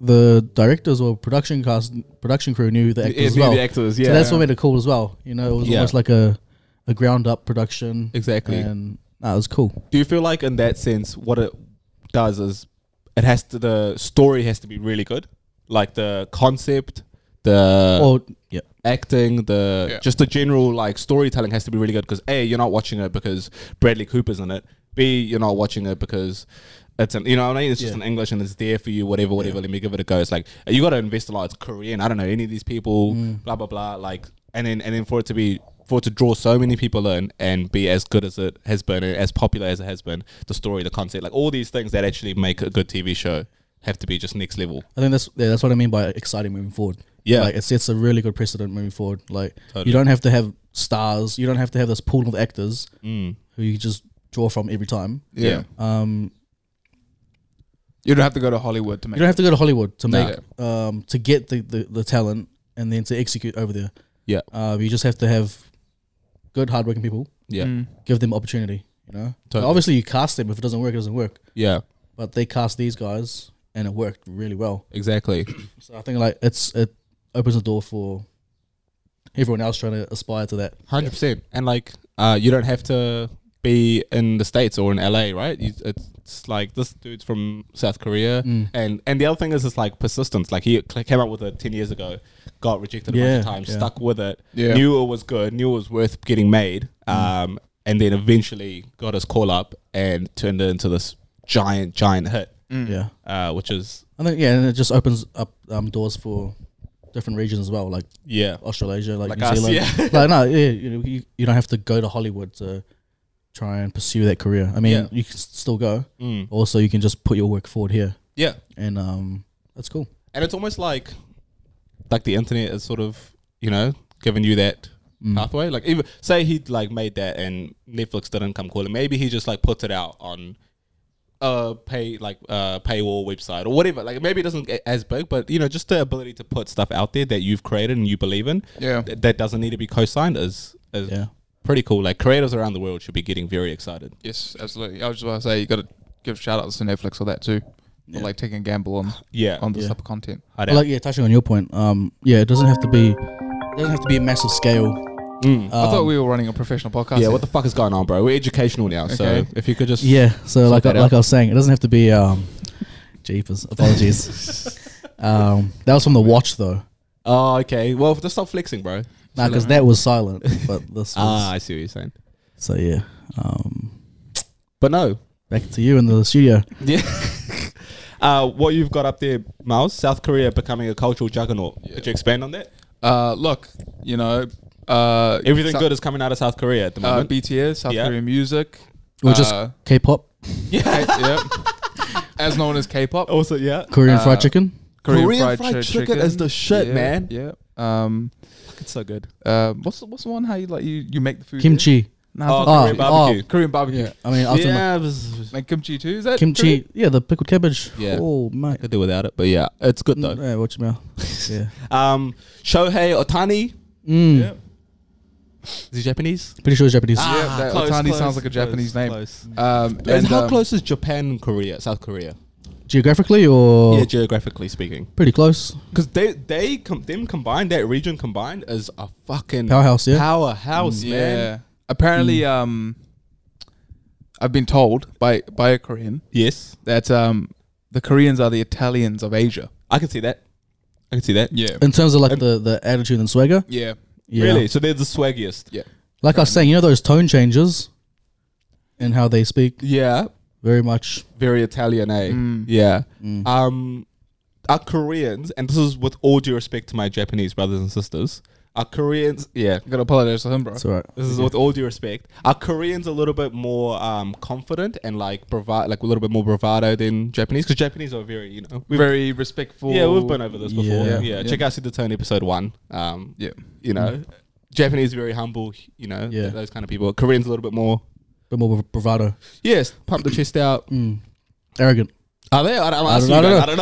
Speaker 4: the directors or production cast production crew knew the actors
Speaker 3: it
Speaker 4: as
Speaker 3: knew
Speaker 4: well.
Speaker 3: the actors. Yeah,
Speaker 4: So that's what made it cool as well. You know, it was
Speaker 3: Yeah.
Speaker 4: almost like a a ground up production.
Speaker 3: exactly.
Speaker 4: And that was cool.
Speaker 3: Do you feel like in that sense, what it does is it has to the story has to be really good, like the concept, the
Speaker 4: or yeah.
Speaker 3: acting, the
Speaker 5: Yeah.
Speaker 3: just the general like storytelling has to be really good because a you're not watching it because Bradley Cooper's in it. B you're not watching it because it's an you know what I mean. It's just
Speaker 4: Yeah.
Speaker 3: in English and it's there for you. Whatever, whatever. Let me give it a go. It's like you got to invest a lot. It's Korean. I don't know any of these people.
Speaker 5: Mm.
Speaker 3: Blah blah blah. Like and then and then for it to be for it to draw so many people in and be as good as it has been and as popular as it has been, the story, the concept, like all these things that actually make a good TV show have to be just next level.
Speaker 4: I think that's yeah, that's what I mean by exciting moving forward.
Speaker 3: Yeah.
Speaker 4: like it sets a really good precedent moving forward. Like
Speaker 3: Totally.
Speaker 4: you don't have to have stars, you don't have to have this pool of actors who you just draw from every time.
Speaker 5: Yeah.
Speaker 3: Mm. Yeah.
Speaker 4: Um,
Speaker 5: You don't have to go to Hollywood to
Speaker 4: you
Speaker 5: make.
Speaker 4: don't have to go to Hollywood to
Speaker 5: No.
Speaker 4: make um, to get the, the, the talent and then to execute over there.
Speaker 3: Yeah.
Speaker 4: Uh, you just have to have good, hardworking people.
Speaker 3: Yeah.
Speaker 5: Mm.
Speaker 4: Give them opportunity. You know.
Speaker 3: Totally.
Speaker 4: Obviously, you cast them. If it doesn't work, it doesn't work.
Speaker 3: Yeah.
Speaker 4: But they cast these guys, and it worked really well.
Speaker 3: Exactly.
Speaker 4: So I think like it's it opens the door for everyone else trying to aspire to that.
Speaker 3: Hundred percent. And like, uh, you don't have to be in the states or in LA, right? You, it's, it's like this dude's from South Korea,
Speaker 4: Mm.
Speaker 3: and and the other thing is it's like persistence. Like he cl- came up with it ten years ago, got rejected a bunch
Speaker 4: Yeah,
Speaker 3: of times,
Speaker 4: yeah.
Speaker 3: stuck with it,
Speaker 5: Yeah.
Speaker 3: knew it was good, knew it was worth getting made,
Speaker 4: Mm.
Speaker 3: um, and then eventually got his call up and turned it into this giant, giant hit,
Speaker 4: Yeah.
Speaker 3: uh, which is
Speaker 4: I think yeah, and it just opens up um, doors for different regions as well, like
Speaker 3: yeah,
Speaker 4: Australasia, like,
Speaker 3: Like
Speaker 4: New
Speaker 3: us,
Speaker 4: Zealand.
Speaker 3: yeah.
Speaker 4: (laughs) like no, yeah, you, know, you you don't have to go to Hollywood to try and pursue that career. I mean,
Speaker 3: Yeah.
Speaker 4: you can s- still go.
Speaker 3: Mm.
Speaker 4: Also, you can just put your work forward here,
Speaker 3: yeah.
Speaker 4: and um, that's cool.
Speaker 3: and it's almost like like the internet is sort of you know giving you that pathway like even say he like made that and netflix didn't come calling maybe he just like puts it out on a pay like uh paywall website or whatever like maybe it doesn't get as big but you know just the ability to put stuff out there that you've created and you believe in
Speaker 5: Yeah.
Speaker 3: th- that doesn't need to be co-signed is is
Speaker 4: Yeah.
Speaker 3: pretty cool like creators around the world should be getting very excited
Speaker 5: Yes, absolutely. I was just about to say you got to give shout outs to Netflix or that too, for like taking a gamble on
Speaker 3: (sighs) yeah
Speaker 5: on this
Speaker 4: Yeah.
Speaker 5: type of content.
Speaker 3: Hard
Speaker 4: But,
Speaker 3: out.
Speaker 4: like yeah, touching on your point, um, yeah, it doesn't have to be, it doesn't have to be a massive scale.
Speaker 3: Mm.
Speaker 5: I thought
Speaker 4: Um,
Speaker 5: we were running a professional podcast.
Speaker 3: yeah what the fuck is going on bro we're educational now so
Speaker 5: Okay.
Speaker 3: if you could just
Speaker 4: Yeah. So like
Speaker 3: that
Speaker 4: like
Speaker 3: out.
Speaker 4: I was saying, it doesn't have to be um jeepers.
Speaker 3: (laughs)
Speaker 4: Apologies. um that was from the watch though.
Speaker 3: oh okay well just stop flexing bro
Speaker 4: Nah, because that was silent, but this was
Speaker 3: Ah, I see what you're saying.
Speaker 4: so yeah. Um
Speaker 3: But no,
Speaker 4: back to you in the studio.
Speaker 3: yeah. uh, what you've got up there, Miles? South Korea becoming a cultural juggernaut. Could you expand on that?
Speaker 5: (laughs) Uh, look, you know, uh,
Speaker 3: Everything
Speaker 5: so-
Speaker 3: good is coming out of South Korea at the
Speaker 5: Uh,
Speaker 3: moment.
Speaker 5: BTS, South
Speaker 3: Yeah.
Speaker 5: Korean
Speaker 3: (laughs)
Speaker 5: music.
Speaker 4: Or just
Speaker 5: uh,
Speaker 4: K pop,
Speaker 5: K- yep. as known as K-pop.
Speaker 3: also, yeah,
Speaker 4: Korean fried
Speaker 5: uh,
Speaker 4: chicken.
Speaker 3: Oh, Korean fried chicken is the shit,
Speaker 5: Yeah,
Speaker 3: man.
Speaker 5: Yeah. Um.
Speaker 3: it's so good.
Speaker 5: Uh, what's the, what's the one how you like you, you make the food? here?
Speaker 4: Kimchi.
Speaker 5: No,
Speaker 4: Oh,
Speaker 5: Korean,
Speaker 3: Korean barbecue.
Speaker 5: Korean barbecue.
Speaker 4: Yeah. I mean after
Speaker 3: yeah, it was-
Speaker 5: Like kimchi too. Is that
Speaker 4: kimchi. Yeah, the pickled cabbage.
Speaker 3: Yeah.
Speaker 4: Oh mate.
Speaker 3: could do without it, but yeah, it's good though.
Speaker 4: Yeah, watch
Speaker 3: (laughs)
Speaker 4: your mouth. yeah.
Speaker 3: Um, Shohei Otani,
Speaker 4: Mm.
Speaker 5: Korean?
Speaker 3: is he Japanese?
Speaker 4: Pretty sure it's Japanese.
Speaker 5: Ah, that Ohtani sounds like a Japanese name. Yeah. Um.
Speaker 3: And
Speaker 5: and,
Speaker 3: how
Speaker 5: um,
Speaker 3: close is Japan and Korea, South Korea?
Speaker 4: Geographically or
Speaker 3: Yeah, geographically speaking,
Speaker 4: pretty close.
Speaker 3: because they they com- them combined, that region combined is a fucking
Speaker 4: Powerhouse, yeah. Mm.
Speaker 3: powerhouse,
Speaker 5: Yeah.
Speaker 3: man. Hmm.
Speaker 5: Apparently, um, I've been told by by a Korean
Speaker 3: Yes,
Speaker 5: that um, the Koreans are the Italians of Asia.
Speaker 3: I can see that. I can see that.
Speaker 5: Yeah.
Speaker 4: In terms of like the, the attitude and swagger.
Speaker 5: Yeah.
Speaker 4: Yeah.
Speaker 3: Really? So they're the swaggiest.
Speaker 5: Yeah.
Speaker 4: Like I was saying, you know those tone changes and how they speak
Speaker 3: Yeah.
Speaker 4: very much.
Speaker 3: Very Italian, eh?
Speaker 5: Mm.
Speaker 3: Yeah.
Speaker 4: Mm.
Speaker 3: Um, are Koreans, and this is with all due respect to my Japanese brothers and sisters, are Koreans, yeah.
Speaker 5: Gotta apologize to him, bro.
Speaker 4: It's all right.
Speaker 3: This is with all due respect. Are Koreans a little bit more um, confident and like brava- like a little bit more bravado than Japanese? Because Japanese are very, you know, we've,
Speaker 5: very respectful.
Speaker 3: yeah, we've been over this before.
Speaker 4: Yeah.
Speaker 3: Yeah,
Speaker 5: Yeah.
Speaker 3: check out the Tone episode one. Um,
Speaker 5: Yeah.
Speaker 3: you know, Japanese very humble. You know, th-
Speaker 4: Yeah.
Speaker 3: those kind of people. Koreans a little bit more
Speaker 4: bit more of bravado,
Speaker 3: Yes, pump the chest out.
Speaker 4: arrogant. (laughs)
Speaker 3: Are they? I don't,
Speaker 4: I
Speaker 3: I
Speaker 4: don't,
Speaker 3: don't,
Speaker 4: know.
Speaker 3: I don't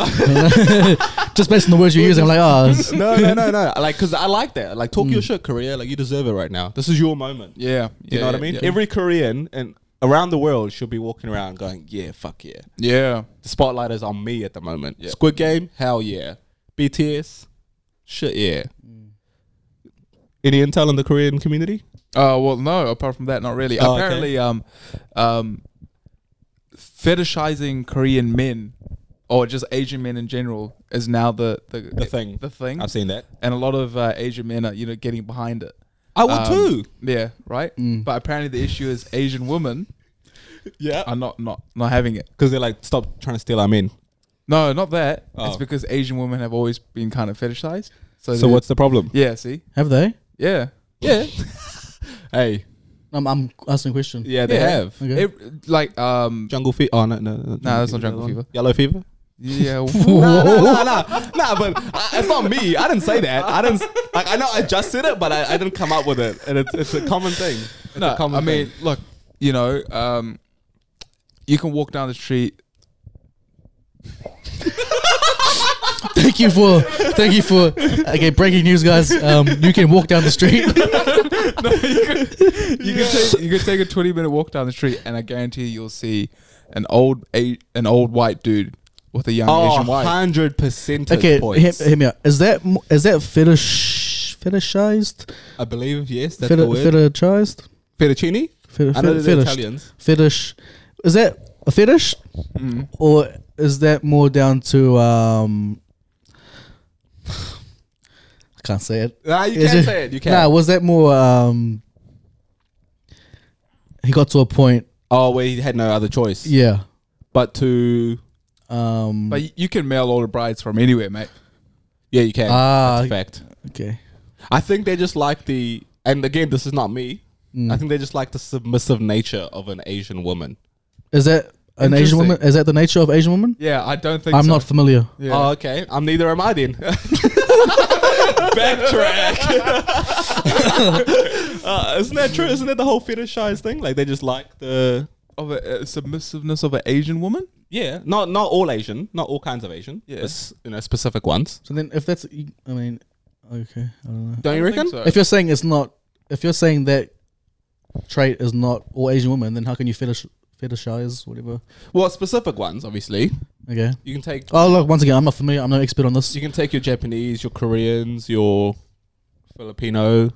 Speaker 3: know.
Speaker 4: (laughs) Just based on the words you're using, I'm like, oh, it's-
Speaker 3: no, no, no, no. Like, because I like that. Like, talk your shit, Korea. Like, you deserve it right now. This is your moment.
Speaker 5: Yeah.
Speaker 3: You know what I mean? Every Korean and around the world should be walking around going, yeah, fuck yeah.
Speaker 5: yeah.
Speaker 3: The spotlight is on me at the moment. Squid Game, hell yeah. BTS, shit yeah. Mm. Any intel on the Korean community?
Speaker 5: Uh, well, no. Apart from that, not really.
Speaker 3: Oh, okay.
Speaker 5: Apparently, um, um, fetishizing Korean men or just Asian men in general is now the the,
Speaker 3: The thing.
Speaker 5: The thing.
Speaker 3: I've seen that.
Speaker 5: and a lot of uh, Asian men are you know getting behind it.
Speaker 3: I would
Speaker 5: Um,
Speaker 3: too.
Speaker 5: Yeah. Right.
Speaker 3: Mm.
Speaker 5: But apparently, the issue is Asian women
Speaker 3: Yeah.
Speaker 5: are not not not having it.
Speaker 3: Because they're like, stop trying to steal our men.
Speaker 5: No, not that. It's
Speaker 3: Oh.
Speaker 5: because Asian women have always been kind of fetishized. So,
Speaker 3: So
Speaker 5: they're-
Speaker 3: what's the problem?
Speaker 5: Yeah. See.
Speaker 4: have they?
Speaker 5: Yeah.
Speaker 3: Yeah. (laughs) hey.
Speaker 4: I'm, I'm asking a question.
Speaker 3: Yeah, they
Speaker 5: Yeah.
Speaker 3: have.
Speaker 4: Okay.
Speaker 5: Ev- like
Speaker 3: (laughs)
Speaker 5: um.
Speaker 3: Jungle Fever. Oh no, no, no, no
Speaker 5: that's not Jungle Fever.
Speaker 3: Yellow Fever. (laughs)
Speaker 5: Yeah.
Speaker 3: No, no, no, no, no. But I, it's not me. I didn't say that. I didn't. Like I know I just said it, but I, I didn't come up with it. And it's it's a common thing. It's
Speaker 5: No,
Speaker 3: a common
Speaker 5: I mean,
Speaker 3: thing.
Speaker 5: look, you know, um, you can walk down the street.
Speaker 4: (laughs) Thank you for thank you for okay breaking news, guys. Um, you can walk down the street.
Speaker 3: (laughs)
Speaker 5: You can take you can take a twenty minute walk down the street, and I guarantee you'll see an old a, an old white dude with a young
Speaker 3: Oh,
Speaker 5: Asian wife.
Speaker 3: 100 percentage
Speaker 4: okay, hear,
Speaker 3: points.
Speaker 4: hear me out. Is that mo- is that fetish fetishized?
Speaker 3: I believe, yes, that's
Speaker 4: Feti-
Speaker 3: the word.
Speaker 4: fetishized?
Speaker 3: Fettuccine?
Speaker 4: Fet-
Speaker 3: I know they're
Speaker 4: fet- fetish.
Speaker 3: Italians. Mm.
Speaker 4: Fetish. Is that a fetish, or is that more down to um? I can't say it.
Speaker 3: Nah, you
Speaker 4: Is
Speaker 3: can say it. You can.
Speaker 4: Nah, was that more um? He got to a point.
Speaker 3: oh, well, he had no other choice.
Speaker 4: Yeah.
Speaker 3: But to.
Speaker 4: Um.
Speaker 5: But y- you can mail order brides from anywhere, mate.
Speaker 3: Yeah, you can.
Speaker 4: Ah,
Speaker 3: That's a fact.
Speaker 4: okay.
Speaker 3: I think they just like the. And again, this is not me.
Speaker 4: Mm.
Speaker 3: I think they just like the submissive nature of an Asian woman.
Speaker 4: Is that an Asian woman? Is that the nature of Asian woman?
Speaker 5: Yeah, I don't think
Speaker 4: I'm
Speaker 5: so.
Speaker 4: not familiar.
Speaker 5: Yeah.
Speaker 3: Oh, okay. I'm neither am I
Speaker 4: (laughs)
Speaker 3: then. Backtrack. (laughs) uh, isn't that true? Isn't that the whole fetishized thing? Like they just like the
Speaker 5: of a, a submissiveness of an Asian woman.
Speaker 3: yeah. Not not all Asian, not all kinds of Asian. Yeah. you know specific ones.
Speaker 4: So then, if that's, you- I mean, okay, I don't know.
Speaker 3: Don't you
Speaker 5: I think
Speaker 3: reckon?
Speaker 5: so.
Speaker 4: If you're saying it's not, if you're saying that trait is not all Asian women, then how can you fetish fetishize whatever?
Speaker 3: Well, specific ones, obviously.
Speaker 4: Okay.
Speaker 3: You can take
Speaker 4: Oh look, once again, I'm not familiar. I'm no expert on this.
Speaker 3: you can take your Japanese, your Koreans, your Filipino.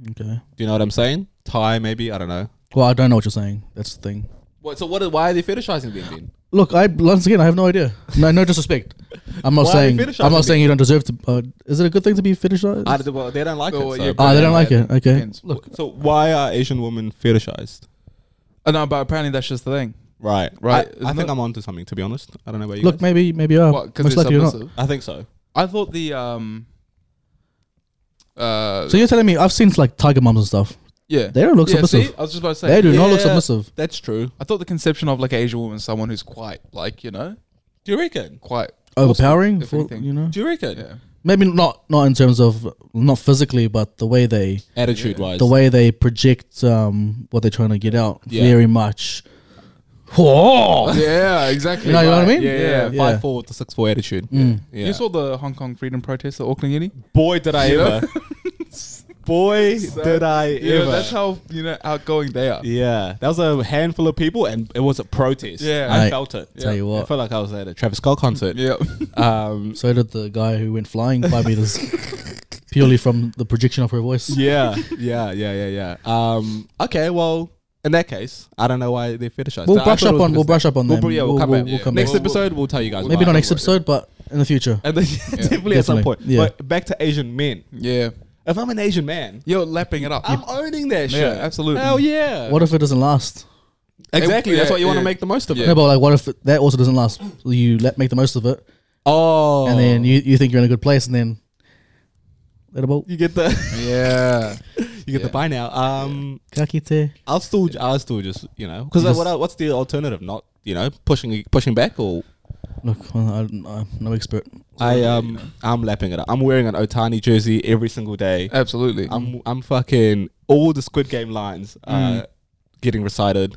Speaker 3: Do
Speaker 4: Okay.
Speaker 3: you know what I'm saying? Thai, maybe I don't know.
Speaker 4: Well, I don't know what you're saying. That's the thing.
Speaker 3: What, so what? are- Why are they fetishizing them then?
Speaker 4: Look, I once again, I have no idea. No, no disrespect. I'm not
Speaker 3: Why are
Speaker 4: saying.
Speaker 3: they
Speaker 4: I'm
Speaker 3: fetishizing
Speaker 4: not saying you don't deserve to. Uh, is it a good thing to be fetishized?
Speaker 3: I, don't- well, they don't like
Speaker 5: So,
Speaker 3: it.
Speaker 5: yeah,
Speaker 3: So. Uh,
Speaker 4: Ah, they don't like
Speaker 5: Depends.
Speaker 4: it. Okay.
Speaker 5: Depends.
Speaker 4: Look,
Speaker 3: so why are Asian women fetishized?
Speaker 5: Uh, no, but apparently that's just the thing.
Speaker 3: Right,
Speaker 5: Right,
Speaker 3: I, I
Speaker 5: isn't
Speaker 3: think
Speaker 5: it?
Speaker 3: I'm onto something. To be honest, I don't know about you.
Speaker 4: look,
Speaker 3: guys.
Speaker 4: maybe, maybe you are.
Speaker 5: What? Because
Speaker 4: Most
Speaker 5: it's
Speaker 4: likely you're not.
Speaker 5: submissive.
Speaker 3: I think so.
Speaker 5: I thought the um. Uh,
Speaker 4: So you're telling me I've seen like tiger moms and stuff.
Speaker 5: yeah,
Speaker 4: They don't look
Speaker 5: yeah,
Speaker 4: submissive.
Speaker 5: see? I was just about to say
Speaker 4: They do not look
Speaker 3: Yeah,
Speaker 4: submissive.
Speaker 3: That's true.
Speaker 5: I thought the conception of like an Asian woman, is someone who's quite like you know,
Speaker 3: Do you reckon?
Speaker 5: quite (laughs)
Speaker 4: Overpowering,
Speaker 5: if
Speaker 4: for,
Speaker 5: anything.
Speaker 4: you know.
Speaker 3: Do you reckon?
Speaker 5: yeah.
Speaker 4: Maybe not not in terms of not physically, but the way they
Speaker 3: Attitude wise,
Speaker 4: the way they project um, what they're trying to get out
Speaker 3: Yeah.
Speaker 4: very much. Whoa!
Speaker 5: Yeah, exactly.
Speaker 4: You know, you know what I mean?
Speaker 5: Yeah, yeah.
Speaker 4: Yeah. Mm.
Speaker 3: five four to six four attitude. Yeah.
Speaker 5: You saw the Hong Kong freedom protest at Auckland Uni?
Speaker 3: boy did I ever. (laughs) boy did I
Speaker 5: Yeah,
Speaker 3: ever.
Speaker 5: that's how you know outgoing they are.
Speaker 3: yeah, that was a handful of people, and it was a protest.
Speaker 5: Yeah.
Speaker 3: I
Speaker 4: Mate,
Speaker 3: felt it.
Speaker 4: tell you
Speaker 3: I
Speaker 4: what.
Speaker 3: felt like I was at a Travis Scott concert.
Speaker 5: Yeah, (laughs)
Speaker 3: Um,
Speaker 4: So did the guy who went flying five
Speaker 3: (laughs)
Speaker 4: meters purely from the projection of her voice.
Speaker 3: yeah, yeah, yeah, yeah, yeah. Um, okay, well, in that case, I don't know why they fetishized.
Speaker 4: We'll
Speaker 3: I
Speaker 4: brush
Speaker 3: thought it
Speaker 4: up
Speaker 3: was
Speaker 4: on- we'll
Speaker 3: because-
Speaker 4: brush up on
Speaker 3: We'll,
Speaker 4: them.
Speaker 3: yeah, we'll,
Speaker 4: We'll-
Speaker 3: come
Speaker 4: we'll-
Speaker 3: back.
Speaker 4: we'll come
Speaker 3: Next
Speaker 4: back.
Speaker 3: episode, we'll tell you guys.
Speaker 4: Maybe
Speaker 3: why.
Speaker 4: not next episode, but in the future.
Speaker 3: And then, (laughs) definitely at some
Speaker 4: Definitely,
Speaker 3: point.
Speaker 4: yeah.
Speaker 3: But back to Asian men.
Speaker 5: yeah.
Speaker 3: If I'm an Asian man,
Speaker 5: You're lapping it up.
Speaker 3: I'm owning that
Speaker 5: Yeah,
Speaker 3: shit.
Speaker 5: absolutely.
Speaker 3: Hell yeah.
Speaker 4: What if it doesn't last?
Speaker 3: exactly.
Speaker 5: Yeah,
Speaker 3: that's what you want
Speaker 5: yeah.
Speaker 3: to make the most of it.
Speaker 4: No, but like, what if that also doesn't last? You let make the most of it,
Speaker 3: Oh.
Speaker 4: and then you, you think you're in a good place, and then let about
Speaker 3: you get (laughs) the
Speaker 5: yeah,
Speaker 3: you get the buy now. Um,
Speaker 4: kakite.
Speaker 3: I'll still I'll still just you know because
Speaker 4: Just-
Speaker 3: what el- what's the alternative? Not you know pushing pushing back or
Speaker 4: Look, well, I, I'm no expert.
Speaker 3: I um I'm lapping it up. I'm wearing an Otani jersey every single day.
Speaker 5: absolutely.
Speaker 3: I'm I'm fucking all the Squid Game lines uh, getting recited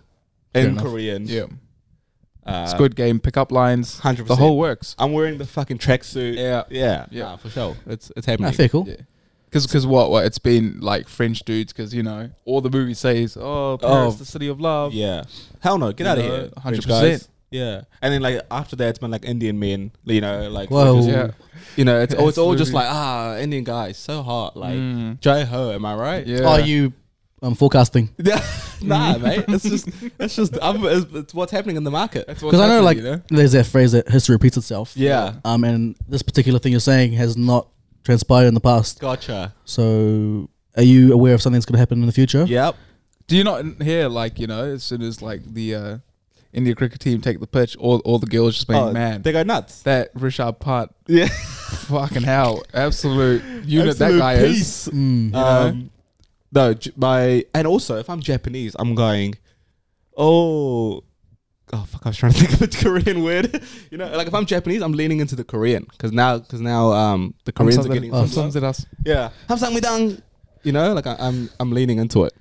Speaker 3: in
Speaker 4: enough.
Speaker 3: Korean.
Speaker 5: yeah,
Speaker 3: Uh,
Speaker 5: Squid Game pickup lines,
Speaker 3: 100%.
Speaker 5: the whole works.
Speaker 3: I'm wearing the fucking tracksuit.
Speaker 5: Yeah.
Speaker 3: yeah,
Speaker 5: Yeah.
Speaker 3: nah, for sure. It's it's happening.
Speaker 4: Ah, fair, cool.
Speaker 5: Yeah. Because what, what it's been like French dudes because you know all the movie says oh Paris
Speaker 3: Oh.
Speaker 5: the city of love
Speaker 3: Yeah, hell no, get
Speaker 5: You
Speaker 3: out of
Speaker 5: know,
Speaker 3: here,
Speaker 5: 100%.
Speaker 3: French guys. Yeah, and then like after that, it's been like Indian men, you know, like
Speaker 4: Whoa.
Speaker 3: fucking-
Speaker 5: yeah
Speaker 3: you know,
Speaker 5: (laughs)
Speaker 3: it's, oh, it's all just
Speaker 5: Absolutely.
Speaker 3: like ah, Indian guys, so hot, like
Speaker 5: Mm.
Speaker 3: Jai Ho, am I right?
Speaker 5: yeah
Speaker 4: Are Oh, you um, forecasting?
Speaker 3: (laughs) nah, mate, it's just it's just I'm, it's, it's what's happening in the market.
Speaker 5: That's what's
Speaker 4: Because I know,
Speaker 5: happening,
Speaker 4: like,
Speaker 5: you know?
Speaker 4: there's that phrase that history repeats itself.
Speaker 3: Yeah,
Speaker 4: Um, and this particular thing you're saying has not transpired in the past.
Speaker 3: gotcha.
Speaker 4: So, are you aware of something that's going to happen in the future?
Speaker 3: Yep.
Speaker 5: do you not n- hear like you know as soon as like the uh, India cricket team take the pitch all all the girls just being
Speaker 3: Oh,
Speaker 5: mad
Speaker 3: they go nuts. (laughs)
Speaker 5: that Richard Putt
Speaker 3: Yeah,
Speaker 5: fucking hell absolute unit that
Speaker 3: Absolute
Speaker 5: guy is
Speaker 3: peace.
Speaker 4: Mm.
Speaker 3: Um, no, J- my and also if I'm Japanese, I'm going. Oh, oh fuck! I was trying to think of a (laughs) Korean word. you know, like if I'm Japanese, I'm leaning into the Korean because now, because now, um, the Koreans are getting.
Speaker 5: Something-
Speaker 3: some-
Speaker 5: something else.
Speaker 3: yeah, hamsang midang. You know, like I, I'm, I'm leaning into it.